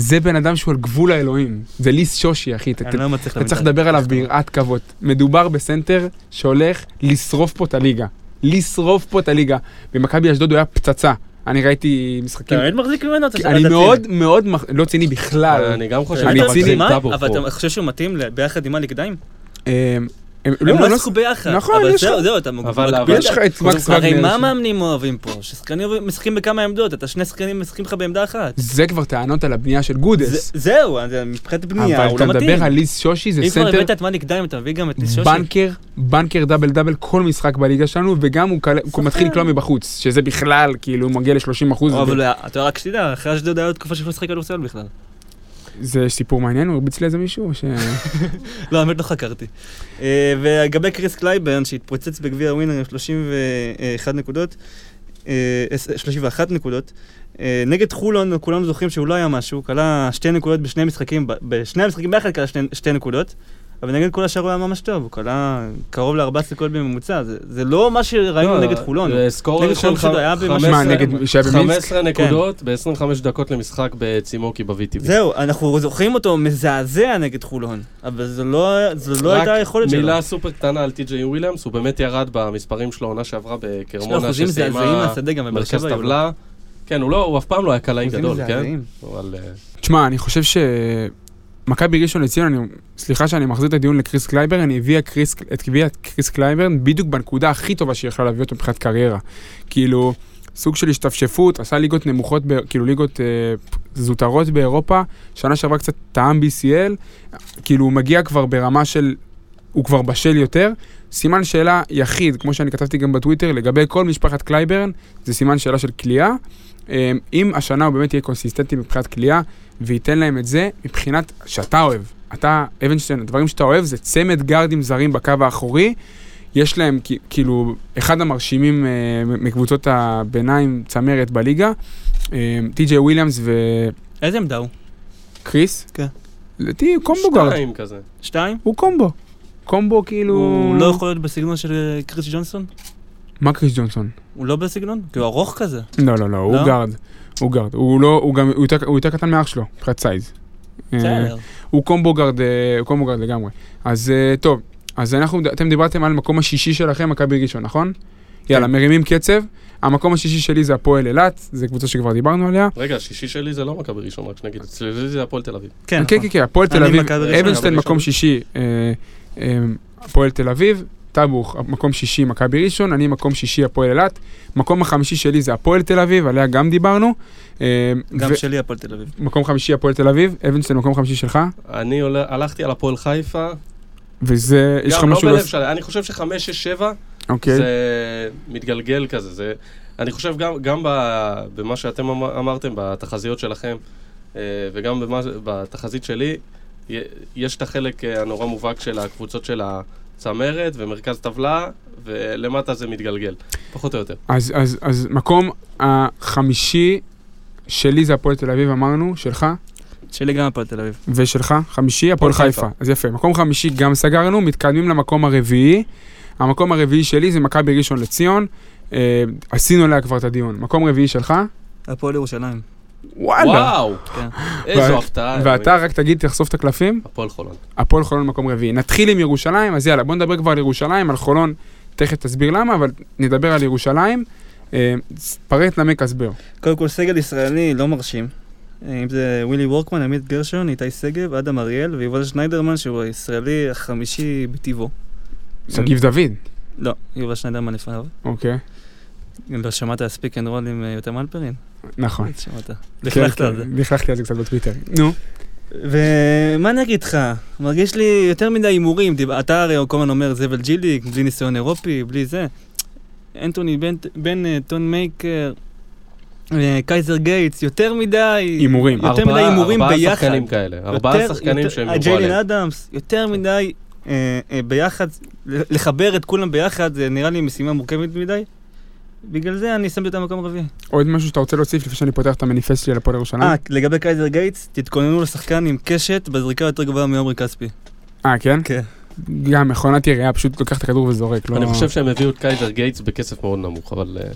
Speaker 1: זה בן אדם שהוא על גבול האלוהים. זה ליס שושי, אחי. אתה-
Speaker 4: אני לא מצליח
Speaker 1: אתה
Speaker 4: להבין.
Speaker 1: צריך
Speaker 4: את זה.
Speaker 1: לדבר עליו ביראת כבוד. מדובר בסנטר שהולך לשרוף פה את הליגה. לשרוף פה את הליגה. במכבי אשדוד הוא היה פצצה. אני ראיתי
Speaker 4: אתה
Speaker 1: משחקים.
Speaker 4: באמת מחזיק ממנו? אתה- אתה
Speaker 1: אני
Speaker 4: ציני.
Speaker 1: מאוד מאוד מח- לא ציני בכלל.
Speaker 3: אה, אני גם חושב
Speaker 1: אני
Speaker 4: אתה
Speaker 1: ציני.
Speaker 4: ציני,
Speaker 3: מגזים
Speaker 4: מה?
Speaker 3: טאבוך
Speaker 4: אבל
Speaker 3: פה.
Speaker 4: אתה חושב שהוא מתאים ל- ביחד עם מליק דיים?
Speaker 1: הם- הם
Speaker 4: הם
Speaker 1: לא,
Speaker 4: לא
Speaker 1: לא-
Speaker 4: ישחקו ביחד.
Speaker 1: נכון,
Speaker 4: אבל
Speaker 1: יש לך-
Speaker 4: זהו, זהו, אתה מגביל.
Speaker 3: אבל- אבל-
Speaker 1: יש לך את מקס
Speaker 4: הרי
Speaker 1: וגנר.
Speaker 4: מה
Speaker 1: ש-
Speaker 4: מאמנים אוהבים פה? ששחקנים משחקים בכמה עמדות, אתה שני שחקנים משחקים לך בעמדה אחת.
Speaker 1: זה כבר טענות על הבנייה של גודס.
Speaker 4: זה- זהו, אז מבחינת בנייה,
Speaker 1: אבל
Speaker 4: הוא
Speaker 1: אתה
Speaker 4: לא מתאים.
Speaker 1: מדבר על ליס שושי, זה
Speaker 4: אם כבר
Speaker 1: סנטר
Speaker 4: הבאת את מניק דיים, אתה מביא גם את ניסושי.
Speaker 1: בנקר, בנקר דאבל דאבל כל משחק בליגה שלנו, וגם הוא, קל- הוא מתחיל לקלוע מבחוץ, שזה בכלל, כאילו, הוא מגיע ל-30 אחוז,
Speaker 4: אבל אתה רק שתדע, אחרי אשדוד היה עוד תקופה שיכול לשחק כדורסל בכלל.
Speaker 1: זה סיפור מעניין, הוא הרביץ לאיזה מישהו, ש...
Speaker 4: לא, האמת לא חקרתי. אה, ולגבי קריס קלייברן, שהתפוצץ בגביע ווינר עם 31 נקודות, אה, 31 נקודות, אה, נגד חולון, כולנו זוכרים שהוא לא היה משהו, כלה שתי נקודות בשני משחקים, ב- בשני המשחקים ביחד כלה שתי- שתי נקודות, אבל נגד כל השאר הוא היה ממש טוב, הוא כלה קרוב ל-14 נקודות בממוצע, זה- זה לא מה שראינו
Speaker 3: לא,
Speaker 4: נגד חולון.
Speaker 3: זה סקורר
Speaker 4: נגד
Speaker 3: של
Speaker 4: חולון פשוט היה
Speaker 3: חמש-
Speaker 4: במשהו-
Speaker 1: מה,
Speaker 4: עשרה-
Speaker 1: נגד, שהיה במינסק?
Speaker 3: 15 נקודות ב-25 דקות למשחק בצימוקי ב-VTV.
Speaker 4: זהו, אנחנו זוכרים אותו מזעזע נגד חולון, אבל זו לא- זו לא
Speaker 3: רק
Speaker 4: הייתה היכולת שלו.
Speaker 3: מילה סופר קטנה על טי.ג'יי וויליאמס, הוא באמת ירד במספרים שלו עונה שעברה
Speaker 4: יש לו
Speaker 3: בקרמונה,
Speaker 4: אחוזים זעזעים
Speaker 3: שסיימה
Speaker 4: מהשדה גם בבאר
Speaker 3: מרכז
Speaker 4: שבע. היו לו.
Speaker 3: טבלה. כן, הוא לא, הוא אף פעם לא היה קלעי
Speaker 4: אחוזים
Speaker 3: גדול, כן?
Speaker 4: מזעזעים.
Speaker 3: אבל... אה,
Speaker 1: תשמע, אני חושב ש... מכבי ראשון לציון, אני... סליחה שאני מחזיר את הדיון לקריס קלייברן, היא הביאה קריס... את גביע קריס קלייברן בדיוק בנקודה הכי טובה שהיא יכלה להביא אותו מבחינת קריירה. כאילו, סוג של השתפשפות, עשה ליגות נמוכות, ב... כאילו ליגות אה, זוטרות באירופה, שנה שעברה קצת טעם BCL, כאילו הוא מגיע כבר ברמה של... הוא כבר בשל יותר. סימן שאלה יחיד, כמו שאני כתבתי גם בטוויטר, לגבי כל משפחת קלייברן, זה סימן שאלה של כליאה. אה, אם השנה הוא באמת יהיה קונסיסטנטי מבחינת כליאה, וייתן להם את זה מבחינת שאתה אוהב. אתה, אבנשטיין, הדברים שאתה אוהב זה צמד גארדים זרים בקו האחורי. יש להם כ- כאילו אחד המרשימים אה, מ- מקבוצות הביניים צמרת בליגה, אה, טי.ג'יי וויליאמס
Speaker 4: איזה עמדה הוא?
Speaker 1: וקריס.
Speaker 4: כן.
Speaker 1: לדעתי הוא קומבו גארד,
Speaker 3: שתיים כזה.
Speaker 4: שתיים?
Speaker 1: הוא קומבו. קומבו כאילו...
Speaker 4: הוא לא יכול להיות בסגנון של אה, קריס ג'ונסון?
Speaker 1: מה קריס ג'ונסון?
Speaker 4: הוא לא בסגנון? כי הוא ארוך כזה.
Speaker 1: לא, לא, לא, הוא
Speaker 4: לא?
Speaker 1: גארד. הוא גארד. הוא לא, הוא גם, הוא יותר, הוא יותר קטן מאח שלו, מבחינת סייז. אה,
Speaker 4: בסדר.
Speaker 1: הוא קומבוגרד, אה, הוא קומבוגרד לגמרי. אז אה, טוב, אז אנחנו, אתם דיברתם על המקום השישי שלכם, מכבי ראשון, נכון?
Speaker 4: כן.
Speaker 1: יאללה, מרימים קצב. המקום השישי שלי זה הפועל אילת, זו קבוצה שכבר דיברנו עליה.
Speaker 3: רגע, השישי שלי זה לא מכבי ראשון, רק שנגיד. אצלי זה הפועל תל אביב.
Speaker 4: כן,
Speaker 1: כן, כן,
Speaker 4: נכון.
Speaker 1: כן, הפועל תל
Speaker 4: אני
Speaker 1: אביב,
Speaker 4: מכבי ראשון,
Speaker 1: אבנשטיין
Speaker 3: מכבי
Speaker 1: מקום
Speaker 3: ראשון.
Speaker 1: שישי, אה, אה, הפועל תל אביב, טאבוך, מקום שישי מכבי ראשון, אני מקום שישי הפועל אילת. מקום החמישי שלי זה הפועל תל אביב, עליה גם דיברנו. אה,
Speaker 4: גם
Speaker 1: ו-
Speaker 4: שלי הפועל תל אביב.
Speaker 1: מקום חמישי הפועל תל אביב, אבנשטיין מקום חמישי שלך,
Speaker 3: אני עולה- הלכתי על הפועל חיפה.
Speaker 1: וזה, יש לך
Speaker 3: גם לא
Speaker 1: משהו...
Speaker 3: בלב
Speaker 1: להוס-
Speaker 3: שלה, אני חושב שחמש, שש, שבע,
Speaker 1: אוקיי.
Speaker 3: זה מתגלגל כזה. זה... אני חושב גם, גם ב- במה שאתם אמר- אמרתם, בתחזיות שלכם, אה, וגם במה, בתחזית שלי, י- יש את החלק אה, הנורא מובהק של הקבוצות של הצמרת ומרכז טבלה, ולמטה זה מתגלגל, פחות או יותר.
Speaker 1: אז, אז, אז מקום החמישי שלי זה הפועל תל אביב, אמרנו, שלך,
Speaker 4: שלי גם הפועל תל אביב.
Speaker 1: ושלך, חמישי, הפועל
Speaker 3: הפועל
Speaker 1: חיפה.
Speaker 3: חיפה.
Speaker 1: אז יפה, מקום חמישי גם סגרנו, מתקדמים למקום הרביעי. המקום הרביעי שלי זה מכבי ראשון לציון, אה, עשינו עליה כבר את הדיון. מקום רביעי שלך,
Speaker 4: הפועל ירושלים.
Speaker 1: וואלה.
Speaker 3: וואו,
Speaker 4: כן.
Speaker 3: איזו
Speaker 1: ואת-
Speaker 3: הפתעה.
Speaker 1: ואתה רק תגיד, תחשוף את הקלפים,
Speaker 3: הפועל חולון.
Speaker 1: הפועל חולון מקום רביעי. נתחיל עם ירושלים, אז יאללה, בוא נדבר כבר על ירושלים, על חולון, תכף תסביר למה, אבל נדבר על ירושלים. אה, פרט נמק הסבר.
Speaker 4: קודם כל, סגל ישראלי לא מרשים. אה, אם זה ווילי וורקמן, עמית גרשון, איתי שגב, אדם אריאל ויובל שניידרמן, שהוא הישראלי החמישי בטבעו.
Speaker 1: שגיב דוד,
Speaker 4: לא, יובל שניידרמן לפניו.
Speaker 1: אוקיי,
Speaker 4: לא שמעת הספיק אנד רול עם אה, יותם אלפרין?
Speaker 1: נכון.
Speaker 4: שמעת. לכלכת
Speaker 1: כן,
Speaker 4: על זה.
Speaker 1: כן, לכלכתי על זה קצת בטוויטר. נו,
Speaker 4: ומה אני אגיד לך? מרגיש לי יותר מדי הימורים. דיב- אתה הרי כל הזמן אומר זבל ג'יליק, בלי ניסיון אירופי, בלי זה. אנטוני בנט- בנט, טון מייקר, אה, קייזר גייטס, יותר מדי.
Speaker 1: הימורים.
Speaker 3: אה.
Speaker 4: יותר מדי
Speaker 3: ארבעה-
Speaker 4: הימורים ביחד.
Speaker 3: ארבעה שחקנים כאלה,
Speaker 4: יותר-
Speaker 3: ארבעה שחקנים
Speaker 4: יותר-
Speaker 3: שהם
Speaker 4: אה,
Speaker 3: יאמרו
Speaker 4: ג'יילן
Speaker 3: עליהם.
Speaker 4: אדמס, יותר
Speaker 1: כן.
Speaker 4: מדי אה, אה, ביחד, ל- לחבר את כולם ביחד, זה נראה לי משימה מורכבת מדי. בגלל זה אני שמתי אותם במקום רביעי.
Speaker 1: עוד משהו שאתה רוצה להוסיף לפני שאני פותח את המניפסט שלי על הפועל ירושלים?
Speaker 4: אה, לגבי קייזר גייטס, תתכוננו לשחקן עם קשת בזריקה יותר גבוהה מעומרי כספי.
Speaker 1: אה, כן?
Speaker 4: כן.
Speaker 1: גם מכונת ירייה, פשוט לוקח את הכדור וזורק. לא-
Speaker 3: אני חושב שהם הביאו את קייזר גייטס בכסף מאוד נמוך, אבל אה,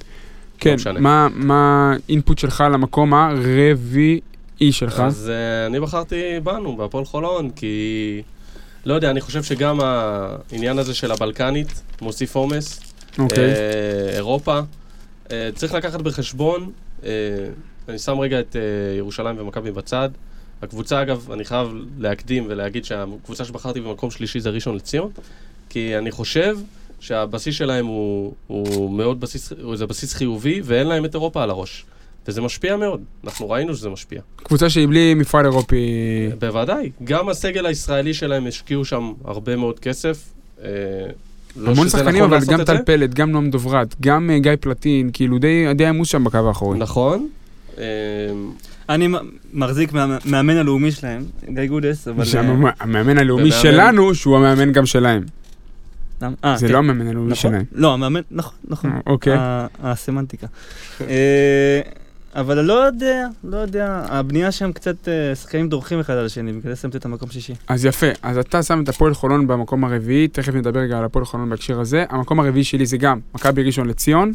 Speaker 1: כן,
Speaker 3: לא משנה.
Speaker 1: מה- מה האינפוט שלך למקום הרביעי שלך?
Speaker 3: אז אה, אני בחרתי בנו, בהפועל חולון, כי... לא יודע, אני חושב שגם העניין הזה של הבלקנית מוסיף עומס.
Speaker 1: אוקיי.
Speaker 3: אה, אירופה. אה, צריך לקחת בחשבון, אה, אני שם רגע את אה, ירושלים ומכבי בצד. הקבוצה, אגב, אני חייב להקדים ולהגיד שהקבוצה שבחרתי במקום שלישי זה ראשון לציון, כי אני חושב שהבסיס שלהם הוא, הוא מאוד בסיס, הוא- זה בסיס חיובי, ואין להם את אירופה על הראש. וזה משפיע מאוד, אנחנו ראינו שזה משפיע.
Speaker 1: קבוצה שהיא בלי מפעל אירופי.
Speaker 3: בוודאי, גם הסגל הישראלי שלהם השקיעו שם הרבה מאוד כסף. אה, לא
Speaker 1: המון
Speaker 3: שזה
Speaker 1: שחקנים,
Speaker 3: נכון
Speaker 1: אבל
Speaker 3: לעשות
Speaker 1: גם
Speaker 3: את זה.
Speaker 1: טל פלד, גם נועם דוברת, גם אה, גיא פלטין, כאילו די די עמוס שם בקו האחורי.
Speaker 3: נכון. אה,
Speaker 4: אני מ- מחזיק מהמאמן הלאומי שלהם, גיא גודס, אבל...
Speaker 1: לא
Speaker 4: אה,
Speaker 1: שהמאמן הלאומי
Speaker 3: ומאמן-
Speaker 1: שלנו, שהוא המאמן גם שלהם.
Speaker 4: למה? אה,
Speaker 1: זה
Speaker 4: כן.
Speaker 1: לא המאמן הלאומי
Speaker 4: נכון?
Speaker 1: שלהם.
Speaker 4: לא, המאמן, נכון, נכון.
Speaker 1: אה, אוקיי.
Speaker 4: ה- הסמנטיקה. אה, אבל לא יודע, לא יודע, הבנייה שם קצת, אה, שחקנים דורכים אחד על השני, בגלל זה שמתי את המקום שישי.
Speaker 1: אז יפה, אז אתה שם את הפועל חולון במקום הרביעי, תכף נדבר רגע על הפועל חולון בהקשר הזה. המקום הרביעי שלי זה גם מכבי ראשון לציון,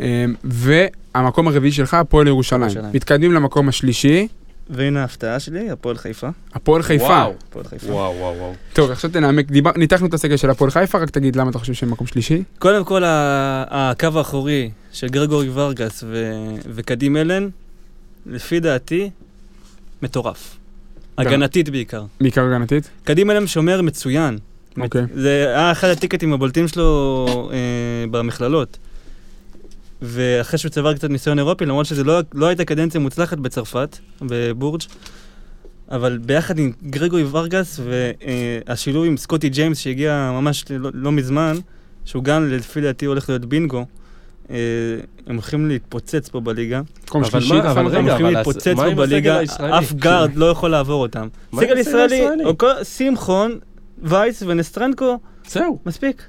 Speaker 1: אה, והמקום הרביעי שלך, הפועל ירושלים.
Speaker 4: ירושלים.
Speaker 1: מתקדמים למקום השלישי,
Speaker 4: והנה ההפתעה שלי, הפועל חיפה.
Speaker 1: הפועל חיפה.
Speaker 3: אה, וואו,
Speaker 4: הפועל חיפה.
Speaker 3: וואו, וואו, וואו.
Speaker 1: טוב, עכשיו תנעמק, דיבר- ניתחנו את הסגל של הפועל חיפה, רק תגיד למה אתה חושב שהם מקום שלישי.
Speaker 4: קודם כל, ה- הקו האחורי של גרגורי ורגס ו- וקדים אלן, לפי דעתי, מטורף.
Speaker 1: גם.
Speaker 4: הגנתית בעיקר.
Speaker 1: בעיקר הגנתית.
Speaker 4: קדים אלן שומר מצוין.
Speaker 1: אוקיי.
Speaker 4: זה היה אחד הטיקטים הבולטים שלו אה, במכללות. ואחרי שהוא צבר קצת ניסיון אירופי, למרות שזו לא, לא הייתה קדנציה מוצלחת בצרפת, בבורג', אבל ביחד עם גרגורי ורגס והשילוב עם סקוטי ג'יימס שהגיע ממש לא, לא מזמן, שהוא גם לפי דעתי הולך להיות בינגו, אה, הם הולכים להתפוצץ פה בליגה.
Speaker 1: מקום
Speaker 3: אבל
Speaker 1: שלישי,
Speaker 3: מה, אבל
Speaker 1: התחלנו
Speaker 3: רגע,
Speaker 4: הם
Speaker 1: גם.
Speaker 4: הולכים
Speaker 3: אבל אז-
Speaker 4: להתפוצץ
Speaker 3: מה
Speaker 4: פה
Speaker 3: עם הסגל
Speaker 4: בליגה,
Speaker 3: הישראלי?
Speaker 4: אף גארד לא יכול לעבור אותם.
Speaker 3: מה עם
Speaker 4: סגל
Speaker 3: הסגל
Speaker 4: ישראלי,
Speaker 3: הישראלי?
Speaker 4: או כל- שמחון, וייס ונסטרנקו,
Speaker 3: זהו,
Speaker 4: מספיק,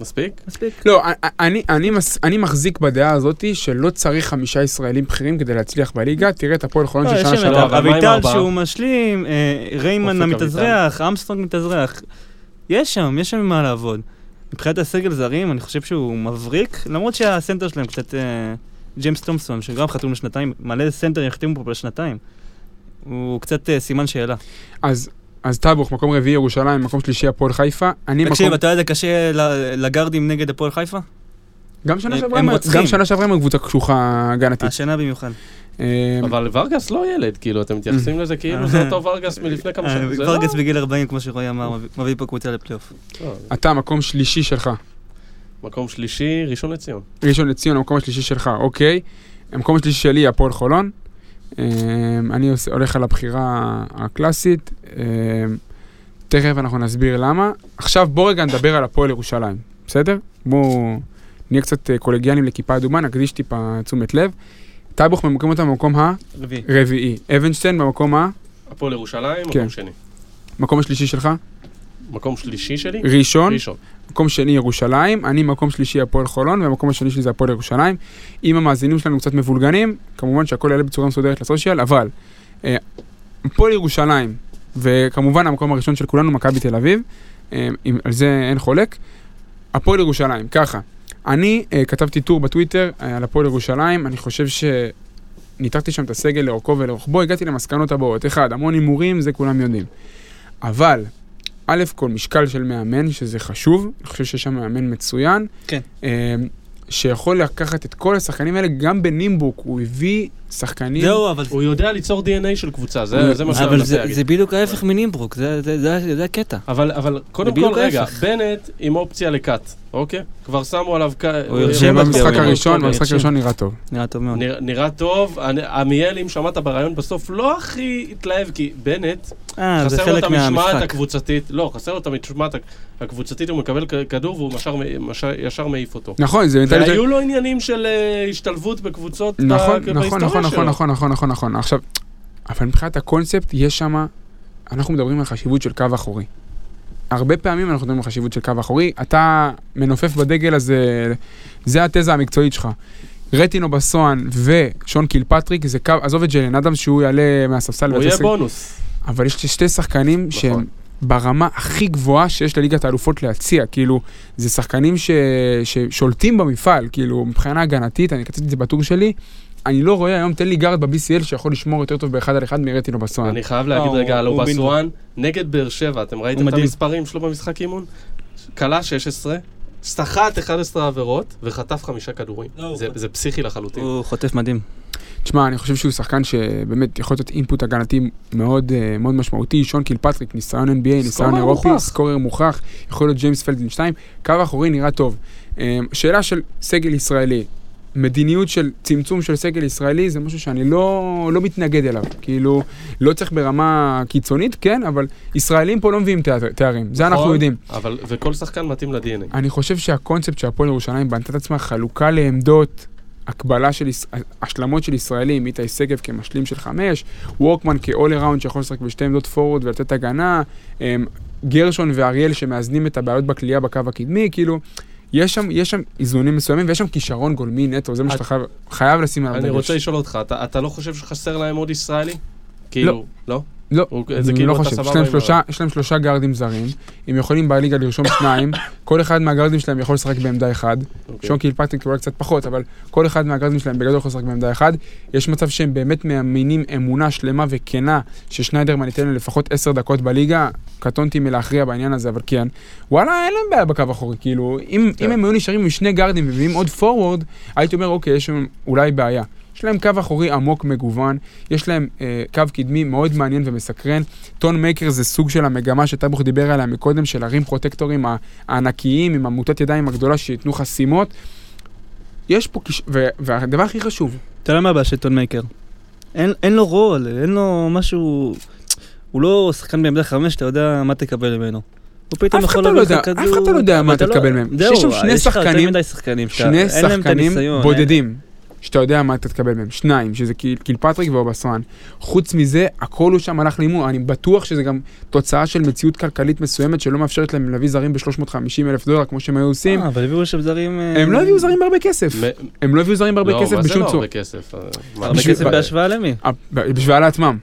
Speaker 3: מספיק.
Speaker 4: מספיק.
Speaker 1: לא, אני, אני, מס- אני מחזיק בדעה הזאת שלא צריך חמישה ישראלים בכירים כדי להצליח בליגה. תראה את הפועל חולון
Speaker 4: לא,
Speaker 1: של
Speaker 4: יש
Speaker 1: שנה
Speaker 4: שם
Speaker 3: לא,
Speaker 1: שעברה.
Speaker 4: את
Speaker 3: אבל מה עם
Speaker 4: אביטל
Speaker 3: ארבעה?
Speaker 4: שהוא משלים, אה, ריימן
Speaker 3: אופק
Speaker 4: המתאזרח, אמסטרונג מתאזרח. יש שם, יש שם מה לעבוד. מבחינת הסגל זרים, אני חושב שהוא מבריק, למרות שהסנטר שלהם קצת... אה, ג'יימס תומפסון, שגם חתום לשנתיים, מלא סנטרים החתימו פה לשנתיים. הוא קצת אה, סימן שאלה.
Speaker 1: אז, אז טאבוך, מקום רביעי ירושלים, מקום שלישי הפועל חיפה. אני
Speaker 4: תקשיב,
Speaker 1: מקום...
Speaker 4: אתה יודע קשה ל- לגארדים נגד הפועל חיפה?
Speaker 1: גם שנה
Speaker 4: הם-
Speaker 1: שעברה
Speaker 4: הם
Speaker 1: הם-
Speaker 4: רוצחים.
Speaker 1: גם שנה שעברה הם קבוצה קשוחה הגנתית.
Speaker 4: השנה במיוחד.
Speaker 1: אה,
Speaker 3: אבל ורגס לא ילד, כאילו, אתם מתייחסים לזה כאילו זה אותו ורגס מלפני כמה שנים.
Speaker 5: אה,
Speaker 3: זה לא-
Speaker 4: ורגס אה, בגיל 40, כמו שרועי אמר, מביא- מביא פה קבוצה לפלייאוף.
Speaker 3: לא,
Speaker 1: אתה, מקום שלישי שלך.
Speaker 3: מקום שלישי, ראשון לציון.
Speaker 1: ראשון לציון, המקום השלישי שלך, אוקיי. המקום השלישי שלי, הפועל חולון. אה, אני עוש- הולך על הבחירה הקלאסית. אה, תכף אנחנו נסביר למה. עכשיו בוא רגע נדבר על הפועל ירושלים, בסדר? בואו נהיה קצת אה, קולגיאנים לכיפה אדומה, נקדיש טיפה תשומת לב. טייבוך ממוקם אותם במקום
Speaker 4: רביעי.
Speaker 1: הרביעי. אבנשטיין במקום ה...
Speaker 3: הפועל ירושלים,
Speaker 1: כן.
Speaker 3: מקום שני.
Speaker 1: מקום השלישי שלך?
Speaker 3: מקום שלישי שלי?
Speaker 1: ראשון.
Speaker 3: ראשון.
Speaker 1: מקום שני ירושלים, אני מקום שלישי הפועל חולון, והמקום השני שלי זה הפועל ירושלים. אם המאזינים שלנו קצת מבולגנים, כמובן שהכל יעלה בצורה מסודרת לסושיאל, אבל אה, הפועל ירושלים, וכמובן המקום הראשון של כולנו, מכבי תל אביב, אה, עם, על זה אין חולק. הפועל ירושלים, ככה, אני אה, כתבתי טור בטוויטר אה, על הפועל ירושלים, אני חושב ש... ניתחתי שם את הסגל לאורכו ולרוחבו, הגעתי למסקנות הבאות. אחד, המון הימורים, זה כולם יודעים. אבל, א', כל משקל של מאמן, שזה חשוב, אני חושב שיש שם מאמן מצוין.
Speaker 4: כן.
Speaker 1: אה, שיכול לקחת את כל השחקנים האלה, גם בנימבוק, הוא הביא שחקנים...
Speaker 4: זהו, אבל...
Speaker 3: הוא יודע ליצור DNA של קבוצה, זה זה מה שאני
Speaker 5: אבל
Speaker 3: מנסה
Speaker 5: זה
Speaker 3: להגיד.
Speaker 5: זה בדיוק ההפך מנימברוק, זה- זה- זה זה הקטע.
Speaker 3: אבל, אבל קודם
Speaker 5: בדיוק
Speaker 3: כל, רגע,
Speaker 5: ההפך.
Speaker 3: בנט עם אופציה לקאט, אוקיי? כבר שמו עליו קאט.
Speaker 5: הרשים
Speaker 1: זה
Speaker 5: הוא
Speaker 1: במשחק
Speaker 5: הוא
Speaker 1: הראשון,
Speaker 5: הוא
Speaker 1: במשחק
Speaker 5: הרשים.
Speaker 1: הראשון נראה טוב.
Speaker 5: נראה טוב מאוד.
Speaker 3: נרא- נראה טוב, אני- עמיאל, אם שמעת בריאיון בסוף, לא הכי התלהב, כי בנט,
Speaker 5: אה, זה
Speaker 3: חסר לו
Speaker 5: חלק
Speaker 3: את המשמעת
Speaker 5: מהמשחק.
Speaker 3: הקבוצתית, לא, חסר לו את המשמעת הקבוצתית, הוא מקבל כ- כדור והוא משאר- משאר- ישר מעיף אותו.
Speaker 1: נכון, זה מנטליות...
Speaker 3: והיו לו עניינים של אה, השתלבות בקבוצות ב-
Speaker 1: נכון, נכון,
Speaker 3: בהיסטוריה
Speaker 1: נכון, נכון,
Speaker 3: שלו.
Speaker 1: נכון, נכון, נכון, נכון. עכשיו, אבל מבחינת הקונספט, יש שם, אנחנו מדברים על חשיבות של קו אחורי. הרבה פעמים אנחנו מדברים על חשיבות של קו אחורי, אתה מנופף בדגל הזה, זה התזה המקצועית שלך. רטינו בסואן ושון קילפטריק זה קו, עזוב את ג'לן אדם שהוא יעלה מהספסל,
Speaker 3: הוא
Speaker 1: ואתה
Speaker 3: יהיה
Speaker 1: ש-
Speaker 3: בונוס.
Speaker 1: אבל יש לי שתי שחקנים
Speaker 3: נכון.
Speaker 1: שהם ברמה הכי גבוהה שיש לליגת האלופות להציע, כאילו, זה שחקנים ש... ששולטים במפעל, כאילו, מבחינה הגנתית, אני כתבתי את זה בטור שלי, אני לא רואה היום, תן לי גארד ב-BCL שיכול לשמור יותר טוב באחד על אחד מרטינו בסואן.
Speaker 3: אני חייב להגיד
Speaker 4: אה, הוא-
Speaker 3: רגע על
Speaker 4: הוא
Speaker 3: אובסואן, נגד באר שבע, אתם ראיתם
Speaker 4: הוא
Speaker 3: את
Speaker 4: מדהים.
Speaker 3: המספרים שלו במשחק אימון? כלה 16, סחט 11 עבירות וחטף חמישה כדורים.
Speaker 4: לא, הוא
Speaker 3: זה-
Speaker 4: חטף.
Speaker 3: זה פסיכי לחלוטין.
Speaker 1: נכון,
Speaker 5: הוא חוטף מדהים.
Speaker 1: תשמע, אני חושב שהוא שחקן שבאמת יכול לתת אינפוט הגנתי מאוד, אה, מאוד משמעותי, שון קילפטריק, ניסיון NBA, ניסיון
Speaker 3: סקורר
Speaker 1: אירופי,
Speaker 3: מוכח.
Speaker 1: סקורר מוכח, יכול להיות ג'יימס פלדינשטיין, קו אחורי נראה טוב. אה, שאלה של סגל ישראלי, מדיניות של צמצום של סגל ישראלי זה משהו שאני לא, לא מתנגד אליו, כאילו, לא צריך ברמה קיצונית, כן, אבל ישראלים פה לא מביאים תאר- תארים, זה אנחנו
Speaker 3: נכון?
Speaker 1: יודעים. אה,
Speaker 3: אבל, וכל שחקן מתאים ל-DNA.
Speaker 1: אני חושב שהקונספט שהפועל ירושלים בנתה את עצמה חלוקה לעמדות, הקבלה של, יש- השלמות של ישראלים, איתי שגב כמשלים של חמש, וורקמן כ-all around שיכול לשחק בשתי עמדות פורוד ולתת הגנה, אמ, גרשון ואריאל שמאזנים את הבעיות בכלייה בקו הקדמי, כאילו, יש שם, יש שם איזונים מסוימים ויש שם כישרון גולמי נטו, זה מה
Speaker 3: את-
Speaker 1: שאתה חייב, חייב לשים עליו
Speaker 3: אני רוצה לשאול אותך, אתה אתה לא חושב שחסר להם עוד ישראלי? כאילו, לא?
Speaker 1: לא,
Speaker 3: הוא- זה
Speaker 1: אני לא
Speaker 3: כאילו אתה
Speaker 1: חושב,
Speaker 3: סבבה
Speaker 1: יש להם
Speaker 3: עם
Speaker 1: שלושה- יש להם שלושה גארדים זרים, הם יכולים בליגה לרשום
Speaker 3: [coughs]
Speaker 1: שניים, כל אחד מהגארדים שלהם יכול לשחק בעמדה אחד.
Speaker 3: אוקיי.
Speaker 1: שון קיל פטריק אולי קצת פחות, אבל כל אחד מהגרזים שלהם בגדול יכול לשחק בעמדה אחד. יש מצב שהם באמת מאמינים אמונה שלמה וכנה ששניידרמן ייתן לו לפחות עשר דקות בליגה. קטונתי מלהכריע בעניין הזה, אבל כן. וואלה, אין להם בעיה בקו אחורי. כאילו, אם,
Speaker 3: כן.
Speaker 1: אם הם היו נשארים עם שני גארדים ומביאים עוד פורוורד, הייתי אומר, אוקיי, יש שם אולי בעיה. יש להם קו אחורי עמוק מגוון, יש להם אה, קו קדמי מאוד מעניין ומסקרן. טון מייקר זה סוג של המגמה שטבוך דיבר עליה מקודם, של הרים פרוטקטורים ה- הענקיים עם עמותת ידיים הגדולה שייתנו חסימות. יש פה כיש... ו- והדבר הכי חשוב,
Speaker 4: אתה יודע מה הבעיה של טון מייקר? אין אין לו רול, אין לו משהו... הוא לא שחקן בעמדה חמש, אתה יודע מה תקבל ממנו. הוא פתאום
Speaker 1: אף אחד
Speaker 4: יכול
Speaker 1: לא
Speaker 4: להביא לך
Speaker 1: יודע-
Speaker 4: כדור...
Speaker 1: אף אחד לא יודע
Speaker 4: אבל
Speaker 1: מה
Speaker 4: אתה
Speaker 1: אתה
Speaker 4: לא-
Speaker 1: תקבל מהם.
Speaker 4: זהו,
Speaker 1: שיש שם שני
Speaker 4: יש לך יותר
Speaker 1: שחקנים-
Speaker 4: מדי שחקנים שאתה-
Speaker 1: שני
Speaker 4: אין להם את
Speaker 1: שחקנים
Speaker 4: הניסיון, אין-
Speaker 1: בודדים, שאתה יודע מה אתה תקבל מהם, שניים, שזה קיל קיל פטריק ואובסואן. חוץ מזה, הכל הוא שם הלך להימור, אני בטוח שזה גם תוצאה של מציאות כלכלית מסוימת שלא מאפשרת להם להביא זרים ב-350 אלף דולר, כמו שהם היו עושים.
Speaker 4: אה, אבל הביאו שם זרים... אה,
Speaker 1: הם לא הביאו זרים בהרבה כסף,
Speaker 3: מ-
Speaker 1: הם לא הביאו זרים בהרבה כסף
Speaker 3: לא, מה זה
Speaker 1: בשום
Speaker 3: לא
Speaker 1: צורה.
Speaker 3: הרבה כסף? אה, מה,
Speaker 4: הרבה
Speaker 1: בשביל-
Speaker 4: כסף בהשוואה למי?
Speaker 1: אה, ב- בהשוואה לעצמם.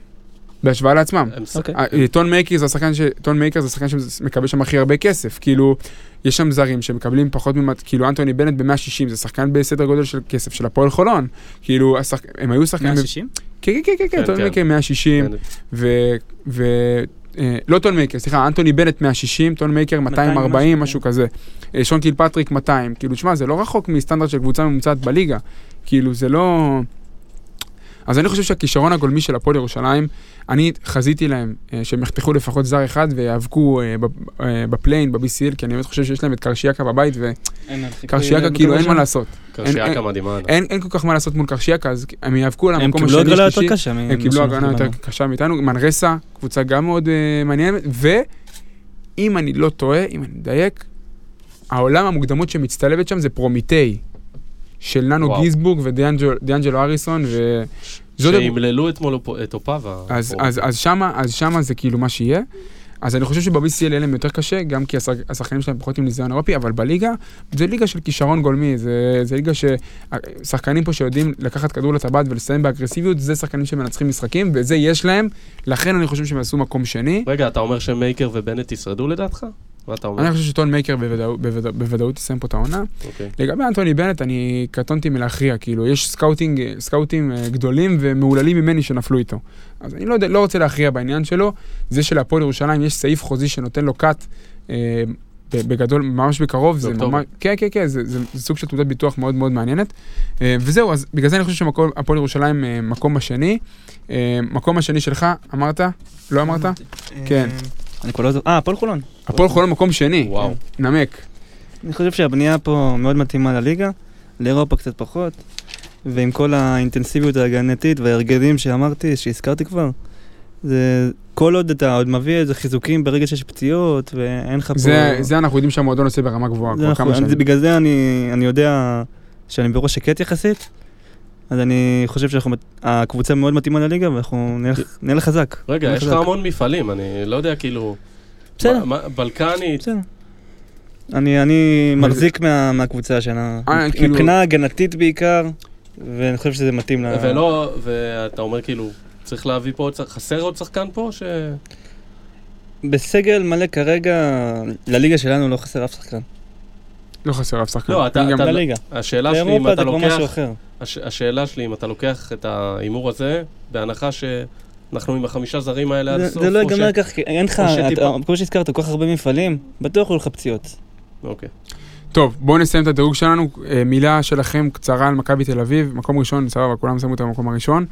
Speaker 1: בהשוואה לעצמם.
Speaker 3: הם ס-
Speaker 4: אוקיי.
Speaker 1: אה, טון מייקר זה השחקן ש... טון מייקר זה השחקן שמקבל שם הכי הרבה כסף. כאילו, יש שם זרים שמקבלים פחות ממה... כאילו, אנטוני בנט ב-160 זה שחקן בסדר גודל של כסף של הפועל חולון. כאילו, השח... הם היו שחקנים...
Speaker 4: 160?
Speaker 1: כן, כן, כן, כן,
Speaker 3: כן,
Speaker 1: טון
Speaker 3: כן.
Speaker 1: מייקר 160,
Speaker 3: כן.
Speaker 1: ו... ו... אה, לא טון מייקר, סליחה, אנטוני בנט 160, טון מייקר 240,
Speaker 4: 240,
Speaker 1: משהו כזה. אה, שון קיל פטריק 200. כאילו, תשמע, זה לא רחוק מסטנדרט של קבוצה ממוצעת בליגה. כאילו, זה לא... אז אני חושב שהכישרון הגולמי של הפועל ירושלים, אני חזיתי להם אה, שהם יחתכו לפחות זר אחד ויאבקו אה, ב- אה, בפליין, ב-BCL, כי אני באמת חושב שיש להם את קרשיאקה בבית, וקרשיאקה כאילו אין מה לעשות.
Speaker 3: קרשיאקה
Speaker 1: אין- אה,
Speaker 3: מדהימה.
Speaker 1: אין אין כל כך מה לעשות מול קרשיאקה, אז הם יאבקו על
Speaker 4: הם
Speaker 1: המקום השני,
Speaker 4: קיבלו הגרלה יותר
Speaker 1: השלישי.
Speaker 4: קשה.
Speaker 1: הם קיבלו הגנה יותר קשה מאיתנו, מנרסה, קבוצה גם מאוד אה, מעניינת, ואם אני לא טועה, אם אני מדייק, העולם המוקדמות שמצטלבת שם זה פרומיטי, של ננו
Speaker 3: וואו.
Speaker 1: גיזבורג ודיאנג'לו אריסון, ו... זאת-
Speaker 3: שימללו אתמול אופ- את אופאבה.
Speaker 1: אז,
Speaker 3: או-
Speaker 1: אז, אז, שמה, אז שמה זה כאילו מה שיהיה. אז אני חושב שב-BCL יהיה להם יותר קשה, גם כי השח- השחקנים שלהם פחות עם ניסיון אירופי, אבל בליגה, זה ליגה של כישרון גולמי, זה, זה ליגה ששחקנים פה שיודעים לקחת כדור לטבעת ולסיים באגרסיביות, זה שחקנים שמנצחים משחקים, וזה יש להם, לכן אני חושב שהם יעשו מקום שני.
Speaker 3: רגע, אתה אומר שמייקר ובנט ישרדו לדעתך? מה אתה אומר?
Speaker 1: אני חושב שטון מייקר בוודאו- בוודאו- בוודאות יסיים פה את העונה.
Speaker 3: אוקיי.
Speaker 1: לגבי אנטוני בנט, אני קטונתי מלהכריע, כאילו, יש סקאוטינג, סקאוטים אה, גדולים ומהוללים ממני שנפלו איתו. אז אני לא, יודע- לא רוצה להכריע בעניין שלו. זה שלהפועל ירושלים יש סעיף חוזי שנותן לו cut, אה, ב- בגדול, ממש בקרוב, זה
Speaker 3: באוקטובר.
Speaker 1: ממש... כן, כן, כן, זה, זה, זה סוג של תעודת ביטוח מאוד מאוד מעניינת. אה, וזהו, אז בגלל זה אני חושב שהפועל ירושלים אה, מקום השני. אה, מקום השני שלך, אמרת? לא אמרת? כן.
Speaker 4: אני כבר לא זוכר. אה, הפועל חולון.
Speaker 1: הפועל חולון מקום שני.
Speaker 3: וואו.
Speaker 1: נמק.
Speaker 4: אני חושב שהבנייה פה מאוד מתאימה לליגה, לאירופה קצת פחות, ועם כל האינטנסיביות ההגנתית וההרגלים שאמרתי, שהזכרתי כבר, זה כל עוד אתה עוד מביא איזה חיזוקים ברגע שיש פציעות, ואין לך פה...
Speaker 1: זה, זה אנחנו יודעים שהמועדון עושה ברמה גבוהה
Speaker 4: זה
Speaker 1: כבר
Speaker 4: נכון,
Speaker 1: כמה
Speaker 4: אני-
Speaker 1: שנים.
Speaker 4: זה בגלל זה אני, אני יודע שאני בראש שקט יחסית, אז אני חושב שהקבוצה מאוד מתאימה לליגה ואנחנו נלך- נלך חזק.
Speaker 3: רגע,
Speaker 4: נלך
Speaker 3: יש לך
Speaker 4: חזק.
Speaker 3: המון מפעלים, אני לא יודע, כאילו...
Speaker 4: בסדר,
Speaker 3: מה- מה- בלקנית,
Speaker 4: בסדר. אני, אני מחזיק מה, מהקבוצה השנה,
Speaker 1: אה,
Speaker 4: מבחינה
Speaker 1: כאילו-
Speaker 4: הגנתית בעיקר, ואני חושב שזה מתאים ל...
Speaker 3: ולא, ואתה אומר כאילו, צריך להביא פה, עוד שח- חסר עוד שחקן פה? ש...
Speaker 4: בסגל מלא כרגע, לליגה שלנו לא חסר אף שחקן.
Speaker 1: לא חסר אף שחקן.
Speaker 3: לא, אתה-
Speaker 1: אני גם-
Speaker 3: אתה-
Speaker 4: לליגה.
Speaker 3: השאלה שלי אם
Speaker 4: באירופה
Speaker 3: אתה
Speaker 4: זה כבר משהו
Speaker 3: לוקח...
Speaker 4: אחר.
Speaker 3: הש... השאלה שלי אם אתה לוקח את ההימור הזה, בהנחה שאנחנו עם החמישה זרים האלה עד
Speaker 4: זה-
Speaker 3: הסוף.
Speaker 4: זה לא
Speaker 3: או ש-
Speaker 4: ייגמר כך, כי אין לך,
Speaker 3: או שטיפה-
Speaker 4: אתה- כמו שהזכרת, כל כך הרבה מפעלים, בטוח יהיו לך פציעות.
Speaker 3: אוקיי.
Speaker 1: טוב, בואו נסיים את הדירוג שלנו. אה, מילה שלכם קצרה על מכבי תל אביב. מקום ראשון, סבבה, כולם שמו את המקום הראשון.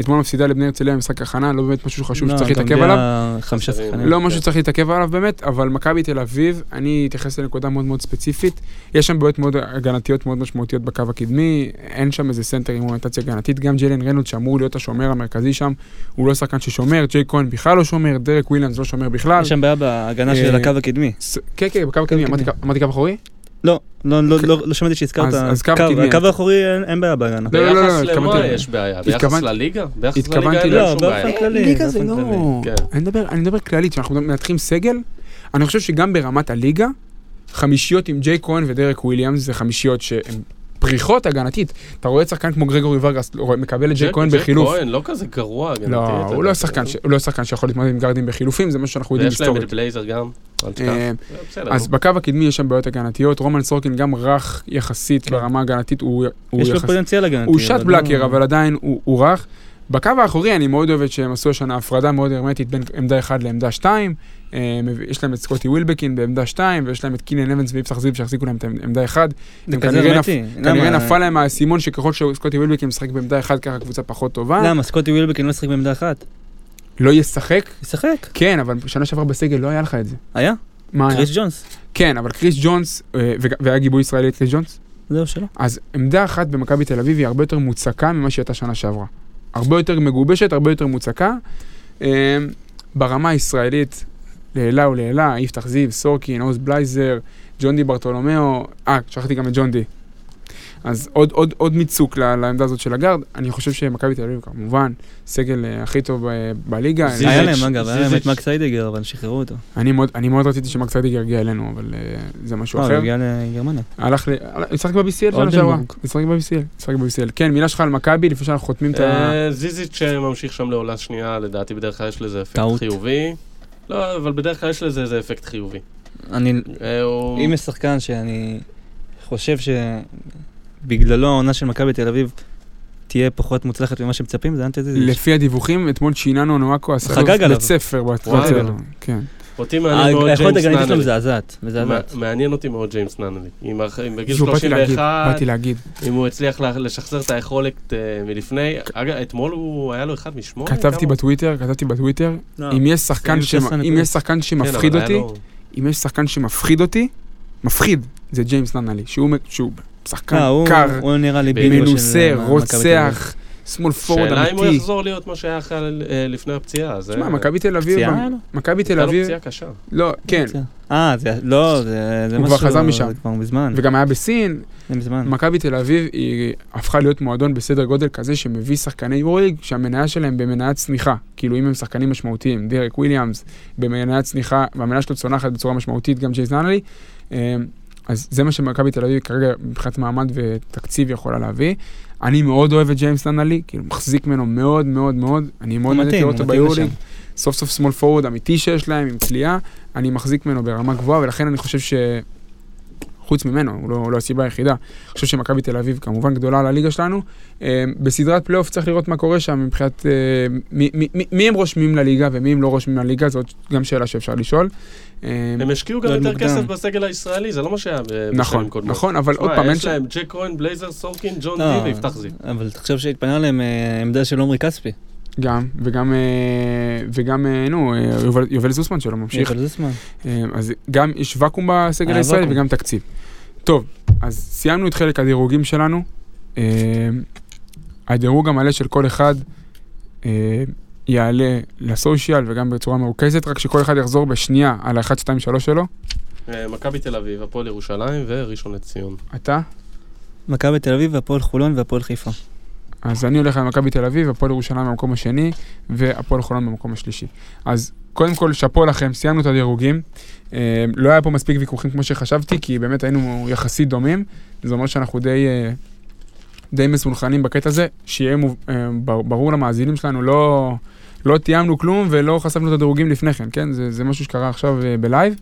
Speaker 1: אתמול מפסידה לבני הרצליה במשחק הכנה, לא באמת משהו חשוב
Speaker 4: לא,
Speaker 1: שצריך
Speaker 4: גם
Speaker 1: להתעכב
Speaker 4: בלי
Speaker 1: עליו.
Speaker 4: החמישה
Speaker 3: חסרים.
Speaker 4: שחקנים.
Speaker 1: לא משהו שצריך להתעכב עליו באמת, אבל מכבי תל אביב, אני אתייחס לנקודה מאוד מאוד ספציפית. יש שם בעיות מאוד הגנתיות מאוד משמעותיות בקו הקדמי, אין שם איזה סנטר עם אוריינטציה הגנתית. גם ג'לן רנולד שאמור להיות השומר המרכזי שם, הוא לא שחקן ששומר, ג'יי כהן בכלל לא שומר, דרק ווילאמס לא שומר בכלל.
Speaker 4: יש שם בעיה בהגנה
Speaker 1: אה,
Speaker 4: של הקו הקדמי.
Speaker 1: ס- כן, כן, בקו הקדמי, אמרתי קו- אמרתי קו אחורי?
Speaker 4: לא, לא- לא לא- לא שמעתי שהזכרת.
Speaker 1: אז- אז קו
Speaker 4: קו-
Speaker 1: קדמי.
Speaker 4: הקו האחורי אין- אין בעיה בהגנה.
Speaker 1: לא, לא, לא,
Speaker 3: ביחס
Speaker 1: התכוונתי
Speaker 3: למה
Speaker 1: ל-
Speaker 3: יש בעיה? ביחס
Speaker 1: התכוונתי-
Speaker 3: לליגה? ביחס
Speaker 1: התכוונתי
Speaker 3: לליגה אין
Speaker 1: ל-
Speaker 3: להם שום
Speaker 4: לא,
Speaker 3: בעיה.
Speaker 4: באופן כללי.
Speaker 1: ליגה זה
Speaker 4: באופן
Speaker 1: לא...
Speaker 4: כללי.
Speaker 3: כן.
Speaker 1: אני מדבר, אני מדבר כללית, כשאנחנו מנתחים סגל, אני חושב שגם ברמת הליגה, חמישיות עם ג'יי כהן ודרק וויליאמס זה חמישיות שהן פריחות הגנתית. אתה רואה שחקן כמו גרגורי ורגס לא, רואה- מקבל את ג'יי כהן בחילוף.
Speaker 3: ג'ק כהן לא כזה גרוע.
Speaker 1: לא,
Speaker 3: הגנתית, אתה
Speaker 1: הוא
Speaker 3: יודע.
Speaker 1: לא שחקן ש- הוא לא שחקן שיכול להתמודד עם גארדים בחילופים, זה מה שאנחנו יודעים
Speaker 3: ויש להם את לא.
Speaker 1: היסטורית.
Speaker 3: בלייזר גם, אל תשכח.
Speaker 1: אה,
Speaker 3: בסדר, אוקיי.
Speaker 1: אז בקו הקדמי יש שם בעיות הגנתיות, רומן סורקין גם רך
Speaker 3: כן.
Speaker 1: יחסית ברמה הגנתית, הוא הוא
Speaker 4: יש לו
Speaker 1: יחסית-
Speaker 4: פוטנציאל הגנתי.
Speaker 1: הוא שט
Speaker 4: לא-
Speaker 1: בלאקר, אבל עדיין הוא הוא רך. בקו האחורי אני מאוד אוהב את שהם עשו השנה הפרדה מאוד הרמטית בין עמדה 1 לעמדה 2. יש להם את סקוטי ווילבקין בעמדה 2, ויש להם את קינן אבנס ויפתח זיו שהחזיקו להם את העמדה 1.
Speaker 4: זה
Speaker 1: הם
Speaker 4: כזה
Speaker 1: כנראה
Speaker 4: הרמטי.
Speaker 1: כנראה
Speaker 4: למה-
Speaker 1: נפל להם האסימון שככל שסקוטי ווילבקין משחק בעמדה 1 ככה הקבוצה פחות טובה.
Speaker 4: למה, סקוטי ווילבקין לא ישחק בעמדה אחת?
Speaker 1: לא ישחק?
Speaker 4: ישחק.
Speaker 1: כן, אבל שנה שעברה בסגל לא היה לך את זה.
Speaker 4: היה?
Speaker 1: מה היה?
Speaker 4: קריס ג'ונס.
Speaker 1: כן, אבל קריס ג'ונס, אה, וג- והיה גיבוי ישראלי לקריס ג'ונס,
Speaker 4: זהו, שלא.
Speaker 1: אז עמדה אחת במכבי תל אביב היא הרבה יותר מוצקה ממה שהייתה שנה שעברה. הרבה יותר מגובשת, הרבה יותר מוצקה. אמ, ברמה הישראלית, לעילה ולעילה, יפתח זיו, סורקין, עוז בלייזר, ג'ון די ברטולומיאו, אה, שכחתי גם את ג'ון די. אז עוד, עוד, עוד מיצוק ל- לעמדה הזאת של הגארד. אני חושב שמכבי תל אביב, כמובן, סגל אה, הכי טוב אה, בליגה.
Speaker 3: זיזיץ'.
Speaker 4: היה להם, אגב, היה להם את
Speaker 3: זיזיץ'.
Speaker 4: מקס היידגר, אבל שחררו אותו.
Speaker 1: אני מאוד, אני מאוד רציתי שמקס אדיגר יגיע אלינו, אבל אה, זה משהו
Speaker 4: אה,
Speaker 1: אחר.
Speaker 4: הוא הגיע לגרמניה.
Speaker 1: הלך ל... הלך- הוא ישחק ב-BCL שנה
Speaker 4: אולדנבורג.
Speaker 1: שעברה. הוא ישחק ב-BCL, הוא ישחק ב-BCL. כן, מילה שלך על מכבי לפני שאנחנו חותמים את ה...
Speaker 3: אה, זיזיץ' ממשיך שם לעולה שנייה, לדעתי בדרך כלל יש לזה אפקט
Speaker 4: טעות.
Speaker 3: חיובי. לא, אבל בדרך כלל יש לזה איזה אפקט חיובי.
Speaker 4: אני,
Speaker 1: לא-
Speaker 3: אה, הוא-
Speaker 4: אם יש שחקן שאני חושב שבגללו העונה של מכבי תל אביב תהיה פחות מוצלחת ממה שמצפים, זה אנטי זיזיץ'.
Speaker 1: לפי הדיווחים, אתמול שיננו נואקו עשה
Speaker 4: חגג
Speaker 1: לו
Speaker 4: עליו.
Speaker 1: בית ספר
Speaker 3: וואי.
Speaker 1: בצלו. כן.
Speaker 3: אותי מעניין מאוד
Speaker 4: אה, היכולת
Speaker 3: ג'יימס
Speaker 4: הגנתית שלו
Speaker 3: נאנלי.
Speaker 4: מזעזעת, מזעזעת.
Speaker 3: מע- מעניין אותי מאוד ג'יימס נאנלי. אם אח- אם בגיל
Speaker 1: זהו, באתי להגיד,
Speaker 3: 31,
Speaker 1: באתי להגיד.
Speaker 3: אם הוא הצליח לה- לשחזר את היכולת אה, מלפני, אגב, אתמול הוא, היה לו אחד משמונה?
Speaker 1: כתבתי
Speaker 3: כמה? אה,
Speaker 1: בטוויטר, כתבתי בטוויטר,
Speaker 4: לא.
Speaker 1: אם יש שחקן
Speaker 4: זה
Speaker 1: שמ-
Speaker 4: תשע
Speaker 1: אם
Speaker 4: נקודות.
Speaker 1: יש שחקן
Speaker 3: כן,
Speaker 1: שמפחיד
Speaker 3: אבל היה
Speaker 1: אותי,
Speaker 3: לו-
Speaker 1: אם יש שחקן שמפחיד אותי, מפחיד, זה ג'יימס ננלי, שהוא מ- שהוא
Speaker 4: אה,
Speaker 1: שחקן
Speaker 4: הוא-
Speaker 1: קר,
Speaker 4: הוא נראה לי בינגו של אה,
Speaker 1: מנוסה,
Speaker 4: מכבי תל
Speaker 3: אה,
Speaker 4: אביב.
Speaker 1: רוצח, שמאל פורוד
Speaker 3: שאלה אם הוא
Speaker 1: אמיתי.
Speaker 3: יחזור להיות מה שהיה אחרי- אה, לפני הפציעה. זה-
Speaker 1: תשמע, מכבי תל אביב,
Speaker 4: פציעה היה לו?
Speaker 1: מכבי תל
Speaker 3: הייתה לו
Speaker 1: אביב,
Speaker 3: פציעה קשה.
Speaker 1: לא, כן,
Speaker 4: אה, זה, לא, זה, זה
Speaker 1: הוא
Speaker 4: משהו...
Speaker 1: כבר חזר משם.
Speaker 4: זה כבר מזמן,
Speaker 1: וגם היה בסין,
Speaker 4: זה מזמן.
Speaker 1: מכבי תל אביב היא הפכה להיות מועדון בסדר גודל כזה שמביא שחקני יורוליג שהמניה שלהם במניית צניחה. כאילו אם הם שחקנים משמעותיים, דרק וויליאמס במניית צניחה, והמניה שלו צונחת בצורה משמעותית, גם ג'ייז ננלי. אמ, אז זה מה שמכבי תל אביב כרגע מבחינת מעמד ותקציב יכולה להביא. אני מאוד אוהב את ג'יימס ננלי, כאילו מחזיק ממנו מאוד מאוד מאוד, אני מאוד
Speaker 4: הוא
Speaker 1: נהניתי
Speaker 4: מתאים,
Speaker 1: לראות אותו
Speaker 4: הוא מתאים
Speaker 1: ביורוליג. סוף סוף שמאל פורוד אמיתי שיש להם, עם כליאה, אני מחזיק ממנו ברמה גבוהה, ולכן אני חושב ש... חוץ ממנו, הוא לא, הוא לא הסיבה היחידה. אני חושב שמכבי תל אביב כמובן גדולה על הליגה שלנו. אה, בסדרת פלייאוף צריך לראות מה קורה שם מבחינת אה, מי, מי, מי, מי הם רושמים לליגה ומי הם לא רושמים לליגה, זאת גם שאלה שאפשר לשאול. אה,
Speaker 3: הם השקיעו גם
Speaker 5: מאוד
Speaker 3: יותר
Speaker 5: מוקדם.
Speaker 3: כסף בסגל הישראלי, זה לא מה שהיה ב- בשנים
Speaker 1: נכון,
Speaker 3: קודמות.
Speaker 1: נכון, אבל עוד
Speaker 3: שמע,
Speaker 1: פעם, אין
Speaker 3: יש
Speaker 1: שם...
Speaker 3: להם ג'ק כהן, בלייזר, סורקין, ג'ון
Speaker 5: אה.
Speaker 3: די ויפתח זיו.
Speaker 5: אבל תחשוב שהתפנה להם אה, עמדה של עומרי כספי.
Speaker 1: גם, וגם, אה, וגם, אה, נו, אה, יובל- יובל זוסמן שלו ממשיך.
Speaker 5: מיכאל זוסמן.
Speaker 1: אה, אז גם יש ואקום בסגל
Speaker 5: היה
Speaker 1: הישראלי
Speaker 5: ואקום.
Speaker 1: וגם תקציב. טוב, אז סיימנו את חלק הדירוגים שלנו. אה, הדירוג המלא של כל אחד אה, יעלה לסושיאל וגם בצורה מרוכזת, רק שכל אחד יחזור בשנייה על ה-1, 2, 3 שלו.
Speaker 3: אה, מכבי תל אביב, הפועל ירושלים וראשון לציון.
Speaker 1: אתה?
Speaker 5: מכבי תל אביב, הפועל חולון והפועל חיפה.
Speaker 1: אז אני הולך למכבי תל אביב, הפועל ירושלים במקום השני, והפועל חולון במקום השלישי. אז קודם כל, שאפו לכם, סיימנו את הדירוגים. אה, לא היה פה מספיק ויכוחים כמו שחשבתי, כי באמת היינו יחסית דומים. זה אומר שאנחנו די, אה, די מסונכנים בקטע הזה, שיהיה מוב- אה, בר- ברור למאזינים שלנו, לא, לא תיאמנו כלום ולא חשפנו את הדירוגים לפני כן, כן? זה, זה משהו שקרה עכשיו אה, בלייב.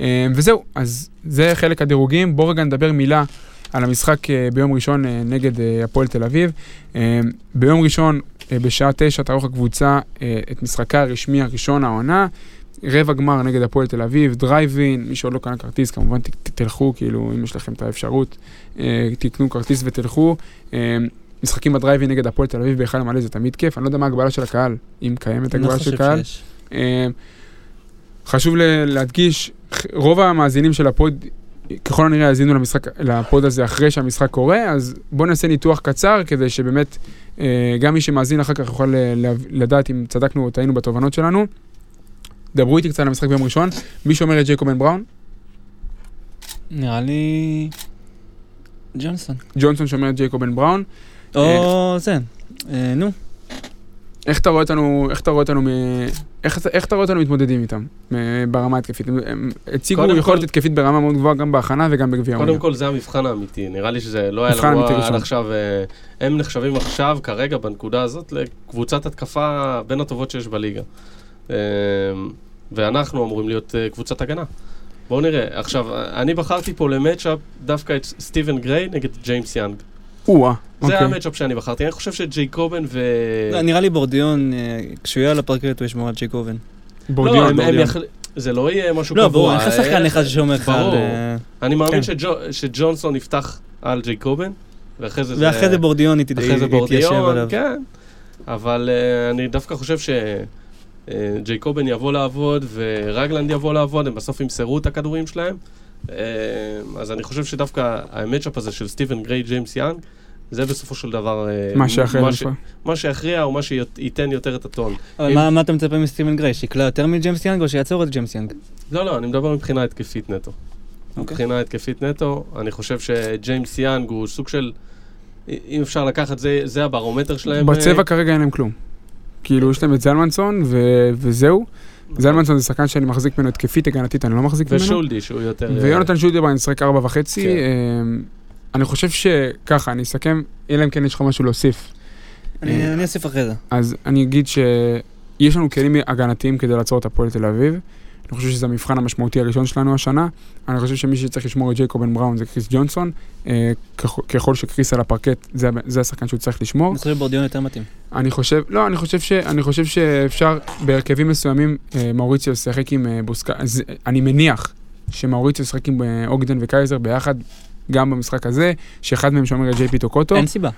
Speaker 1: אה, וזהו, אז זה חלק הדירוגים. בואו רגע נדבר מילה על המשחק אה, ביום ראשון אה, נגד אה, הפועל תל אביב. אה, ביום ראשון, אה, בשעה תשע, תערוך הקבוצה אה, את משחקה הרשמי הראשון העונה. רבע גמר נגד הפועל תל אביב, דרייבין, מי שעוד לא קנה כרטיס, כמובן ת, ת, תלכו, כאילו, אם יש לכם את האפשרות, אה, תקנו כרטיס ותלכו. אה, משחקים בדרייבין נגד הפועל תל אביב בהיכל המלא זה תמיד כיף, אני לא יודע מה ההגבלה של הקהל, אם קיימת
Speaker 5: אני לא
Speaker 1: הגבלה של
Speaker 5: חושב
Speaker 1: קהל.
Speaker 5: שיש.
Speaker 1: אה, חשוב ל- להדגיש, רוב המאזינים של הפוד, ככל הנראה האזינו למשחק, לפוד הזה אחרי שהמשחק קורה, אז בואו נעשה ניתוח קצר כדי שבאמת אה, גם מי שמאזין אחר כך יוכל ל- להב- לדעת אם צדקנו או טעינו בתובנות שלנו. דברו איתי קצת על המשחק ביום ראשון. מי שאומר את ג'ייקובן בראון,
Speaker 5: נראה לי... ג'ונסון.
Speaker 1: ג'ונסון שאומר את ג'ייקובן בראון.
Speaker 3: אה,
Speaker 5: או זה. אה, נו.
Speaker 1: איך אתה רואה אותנו, איך אתה רואה אותנו, מ... איך, איך אתה רואה אותנו מתמודדים איתם מ- ברמה התקפית? הם- הם הציגו
Speaker 3: קודם
Speaker 1: יכולת
Speaker 3: כל-
Speaker 1: התקפית ברמה מאוד גבוהה גם בהכנה וגם בגביע העולם.
Speaker 3: קודם כל זה המבחן האמיתי, נראה לי שזה לא היה
Speaker 1: מבחן
Speaker 3: לנו
Speaker 1: אמיתי
Speaker 3: עד
Speaker 1: ראשון.
Speaker 3: עכשיו, אה, הם נחשבים עכשיו, כרגע, בנקודה הזאת, לקבוצת התקפה בין הטובות שיש בליגה. אה, ואנחנו אמורים להיות אה, קבוצת הגנה. בואו נראה. עכשיו, אה, אני בחרתי פה למצ'אפ דווקא את סטיבן גריי נגד ג'יימס יאנג.
Speaker 1: או-אה,
Speaker 3: זה
Speaker 1: אוקיי.
Speaker 3: המצ'אפ שאני בחרתי, אני חושב שג'ייקובן ו...
Speaker 5: לא, נראה לי בורדיון, אה, כשהוא יהיה על הפרקט הוא ישמור על צ'יקובן.
Speaker 3: לא,
Speaker 1: בורדיון,
Speaker 3: הם- הם
Speaker 1: בורדיון.
Speaker 3: יחל... זה לא יהיה משהו
Speaker 5: לא,
Speaker 3: קבוע.
Speaker 5: ברור, אין לך שחקן
Speaker 3: אה,
Speaker 5: אחד ששומר לך על...
Speaker 3: ברור.
Speaker 5: אה,
Speaker 3: אני מאמין
Speaker 5: כן.
Speaker 3: שג'ו- שג'ונסון יפתח על ג'ייקובן, ואחרי זה...
Speaker 5: ואחרי זה בורדיון היא תת-
Speaker 3: אחרי זה
Speaker 5: היא תתיישב עליו.
Speaker 3: בורדיון, כן. אבל אה, אני דווקא חושב ש... אה, ג'ייקובן יבוא לעבוד ורגלנד יבוא לעבוד, הם בסוף ימסרו את הכדורים שלהם. אה, אז אני חושב שדווקא המצ'אפ הזה של סטיבן גריי, ג'יימס יאנג, זה בסופו של דבר... אה,
Speaker 1: מה שאחרי
Speaker 3: ש-
Speaker 1: זה.
Speaker 3: מה שיכריע או מה שייתן יותר את הטון.
Speaker 5: אבל מה- מה אתה מצפה מסטיבן גריי? שיקלע יותר מג'יימס יאנג או שיעצור את ג'יימס יאנג?
Speaker 3: לא, לא, אני מדבר מבחינה התקפית נטו.
Speaker 5: אוקיי.
Speaker 3: מבחינה התקפית נטו, אני חושב שג'יימס יאנג הוא סוג של... אם אפשר לקחת, זה, זה הברומטר שלהם. אה,
Speaker 1: בצבע כרגע אין להם כלום. כאילו, יש להם את זלמנסון, ו- וזהו.
Speaker 3: נכון.
Speaker 1: זלמנסון זה שחקן שאני מחזיק ממנו התקפית, הגנתית, אני לא מחזיק ממנו.
Speaker 3: ושולדי, שהוא יותר...
Speaker 1: ויונתן שולדברן ישחק ארבע וחצי.
Speaker 3: אה, כן.
Speaker 1: אמ, אני חושב שככה, אני אסכם, אלא אם כן יש לך משהו להוסיף.
Speaker 5: אני
Speaker 1: אה,
Speaker 5: אני אוסיף אחרי זה.
Speaker 1: אז אני אגיד שיש לנו כלים הגנתיים כדי לעצור את הפועל תל אביב. אני חושב שזה המבחן המשמעותי הראשון שלנו השנה. אני חושב שמי שצריך לשמור את ג'ייקובן בראון זה קריס ג'ונסון. אה, ככל- ככל שקריס על הפרקט, זה ה- זה השחקן שהוא צריך לשמור.
Speaker 5: אני חושב שבורדיון יותר מתאים.
Speaker 1: אני חושב, לא, אני חושב, ש, אני חושב שאפשר, בהרכבים מסוימים, אה, מאוריציו ישחק עם אה, בוסקה, אז אה, אני מניח שמאוריציו ישחק עם אה, אוגדן וקייזר ביחד, גם במשחק הזה, שאחד מהם שומר את ג'יי פי טוקוטו.
Speaker 5: אין סיבה.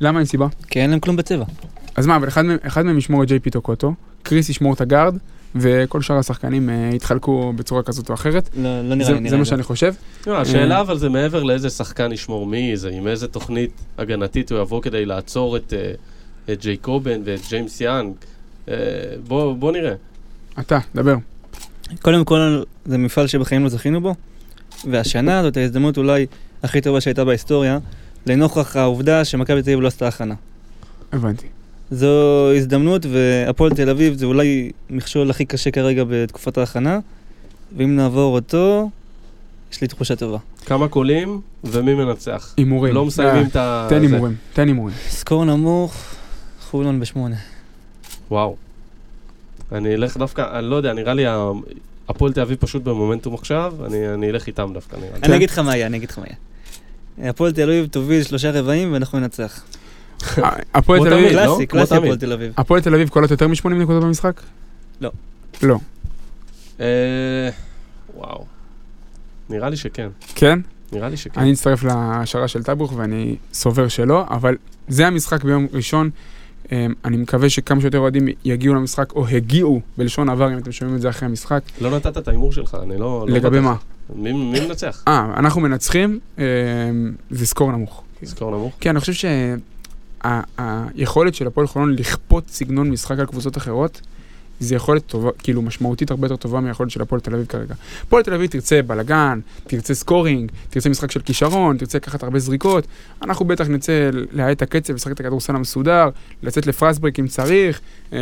Speaker 1: למה אין סיבה?
Speaker 5: כי אין להם כלום בצבע.
Speaker 1: אז מה, אבל אחד, מהם- אחד מהם ישמור את ג'יי פי טוקוטו, קריס ישמור את הגארד, וכל שאר השחקנים אה, יתחלקו בצורה כזאת או אחרת.
Speaker 5: לא לא נראה
Speaker 1: זה,
Speaker 5: לי, נראה
Speaker 1: זה
Speaker 5: לי.
Speaker 1: מה שאני חושב.
Speaker 3: לא,
Speaker 1: אה.
Speaker 3: השאלה אבל זה מעבר לאיזה שחקן ישמור מי זה, עם איזה תוכנית הגנתית הוא יבוא כדי לעצור את, אה, את ג'ייקובן ואת ג'יימס יאנג. אה, בוא, בוא נראה.
Speaker 1: אתה, דבר.
Speaker 5: קודם כל, זה מפעל שבחיים לא זכינו בו, והשנה זאת ההזדמנות אולי הכי טובה שהייתה בהיסטוריה, לנוכח העובדה שמכבי תל אביב לא עשתה הכנה.
Speaker 1: הבנתי.
Speaker 5: זו הזדמנות, והפועל תל אביב זה אולי מכשול הכי קשה כרגע בתקופת ההכנה, ואם נעבור אותו, יש לי תחושה טובה.
Speaker 3: כמה קולים ומי מנצח.
Speaker 1: הימורים.
Speaker 3: לא מסיימים
Speaker 1: אה,
Speaker 3: את ה...
Speaker 1: תן
Speaker 3: זה.
Speaker 1: הימורים,
Speaker 5: [laughs]
Speaker 1: תן הימורים. כן.
Speaker 5: סקור נמוך, חולון בשמונה.
Speaker 3: וואו. אני אלך דווקא, אני לא יודע, נראה לי ה- הפועל תל אביב פשוט במומנטום עכשיו, אני אני אלך איתם דווקא, נראה לי.
Speaker 5: אני אגיד לך מה יהיה, אני אגיד לך מה יהיה. הפועל תל אביב תוביל שלושה רבעים ואנחנו ננצח.
Speaker 1: אה, הפועל
Speaker 3: כמו
Speaker 1: תל אביב,
Speaker 3: תמיד. לא?
Speaker 5: קלאסי,
Speaker 3: כמו
Speaker 5: קלאסי
Speaker 3: תמיד.
Speaker 5: הפועל תל אביב.
Speaker 1: הפועל תל אביב קולט יותר מ-80 נקודות במשחק?
Speaker 5: לא.
Speaker 1: לא.
Speaker 3: אה, וואו. נראה לי שכן,
Speaker 1: כן?
Speaker 3: נראה לי שכן.
Speaker 1: אני אצטרף להשערה של טאבוך ואני סובר שלא, אבל זה המשחק ביום ראשון. אמ, אני מקווה שכמה שיותר אוהדים יגיעו למשחק, או הגיעו, בלשון עבר, אם אתם שומעים את זה אחרי המשחק.
Speaker 3: לא נתת את ההימור שלך, אני לא... לא
Speaker 1: לגבי
Speaker 3: בטוח.
Speaker 1: מה?
Speaker 3: מי מי מנצח?
Speaker 1: אה, אנחנו מנצחים, אמ, זה סקור נמוך.
Speaker 3: סקור נמוך.
Speaker 1: כן, אני חושב שהיכולת של הפועל חולון לכפות סגנון משחק על קבוצות אחרות, זה יכולת טובה, כאילו משמעותית הרבה יותר טובה מהיכולת של הפועל תל אביב כרגע. הפועל תל אביב תרצה בלאגן, תרצה סקורינג, תרצה משחק של כישרון, תרצה לקחת הרבה זריקות. אנחנו בטח נצא להאט את הקצב, לשחק את הכדורסל המסודר, לצאת לפרסברק אם צריך, אה,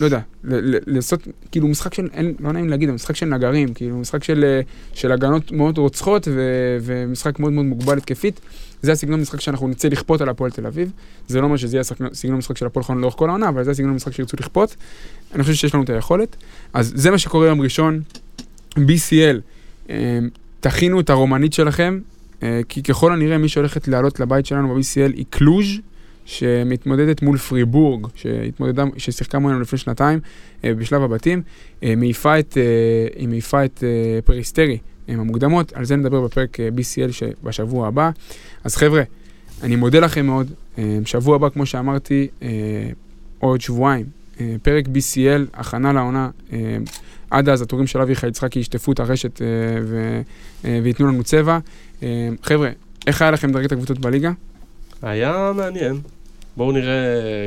Speaker 1: לא יודע, ל- ל- לעשות כאילו משחק של, אין, לא נעים להגיד, אבל משחק של נגרים, כאילו משחק של, אה, של הגנות מאוד רוצחות ו- ומשחק מאוד מאוד מוגבל התקפית. זה הסגנון משחק שאנחנו נצא לכפות על הפועל תל אביב. זה לא אומר שזה יהיה הסגנון- סגנון משחק של הפועל חולון לאורך כל העונה, אבל זה הסגנון משחק שירצו לכפות. אני חושב שיש לנו את היכולת. אז זה מה שקורה יום ראשון. BCL, אה, תכינו את הרומנית שלכם, אה, כי ככל הנראה מי שהולכת לעלות לבית שלנו ב-BCL היא קלוז' שמתמודדת מול פריבורג, שהתמודדה, ששיחקה מולנו לפני שנתיים אה, בשלב הבתים. אה, מעיפה את, אה, היא מעיפה את אה, פריסטרי עם המוקדמות, על זה נדבר בפרק אה, BCL שבשבוע הבא. אז חבר'ה, אני מודה לכם מאוד. אה, שבוע הבא, כמו שאמרתי, אה, עוד שבועיים, אה, פרק BCL, הכנה לעונה. אה, עד אז התורים של אביחי יצחקי ישטפו את הרשת אה, ו- אה, וייתנו לנו צבע. אה, חבר'ה, איך היה לכם לדרג את הקבוצות בליגה?
Speaker 3: היה מעניין. בואו נראה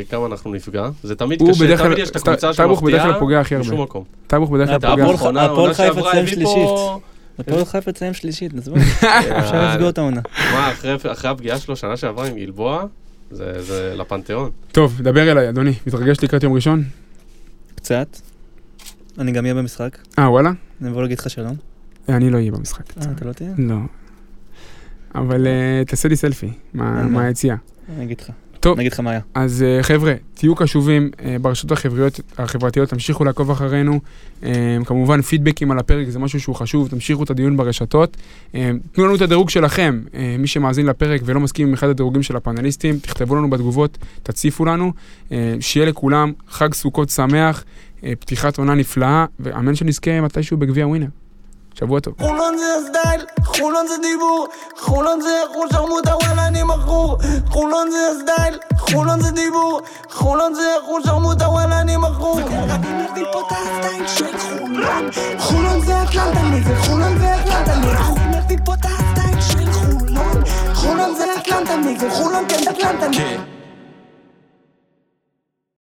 Speaker 3: כמה אנחנו נפגע. זה תמיד
Speaker 1: הוא
Speaker 3: קשה,
Speaker 1: בדרך
Speaker 3: תמיד
Speaker 1: כלל-
Speaker 3: יש את הקבוצה
Speaker 1: ט- טאבוך בדרך כלל פוגע
Speaker 3: שמפתיעה
Speaker 1: הכי הרבה.
Speaker 3: משום מקום.
Speaker 1: טאבוך בדרך כלל
Speaker 3: אה,
Speaker 5: אתה
Speaker 1: פוגע.
Speaker 5: הפועל-
Speaker 3: האחרונה,
Speaker 5: הפועל
Speaker 3: העונה
Speaker 5: חיפה
Speaker 3: שעברה
Speaker 5: תסיים
Speaker 3: הביא פה-
Speaker 5: הפועל חיפה תסיים שלישית, נעזבו.
Speaker 3: [laughs]
Speaker 5: אפשר
Speaker 3: אה,
Speaker 5: לסגור את העונה.
Speaker 3: מה, אחרי אחרי הפגיעה שלו שנה שעברה עם גלבוע, זה זה לפנתיאון.
Speaker 1: טוב, דבר אליי, אדוני. מתרגש לקראת יום ראשון?
Speaker 5: קצת. אני גם אהיה במשחק.
Speaker 1: אה, וואלה?
Speaker 5: אני אבוא להגיד לך שלום.
Speaker 1: אה, אני לא אהיה במשחק.
Speaker 5: אה, אתה לא תהיה?
Speaker 1: לא. אבל אה, תעשה לי סלפי מה-
Speaker 5: אין בעיה.
Speaker 1: מהיציאה.
Speaker 5: אני אגיד לך.
Speaker 1: טוב.
Speaker 5: אני אגיד לך מה היה.
Speaker 1: אז אה, חבר'ה, תהיו קשובים אה, ברשתות החבריות, החברתיות, תמשיכו לעקוב אחרינו. אה, כמובן, פידבקים על הפרק זה משהו שהוא חשוב, תמשיכו את הדיון ברשתות. אה, תנו לנו את הדירוג שלכם, אה, מי שמאזין לפרק ולא מסכים עם אחד הדירוגים של הפאנליסטים, תכתבו לנו בתגובות, תציפו לנו. אה, שיהיה לכולם חג סוכות שמח, אה, פתיחת עונה נפלאה, ואמן שנזכה מתישהו בגביע ווינר. שבוע טוב.
Speaker 2: חולון זה הסטייל, חולון זה דיבור, חולון זה איכות שרמוטה וואלה אני מכור, חולון זה הסטייל, חולון זה דיבור, חולון זה איכות שרמוטה וואלה אני מכור. אני מביא פה את הסטייל של חולון, חולון זה אטלנטני, וחולון זה אטלנטני, אני מביא פה את הסטייל של חולון, חולון זה אטלנטני, וחולון כן אטלנטני.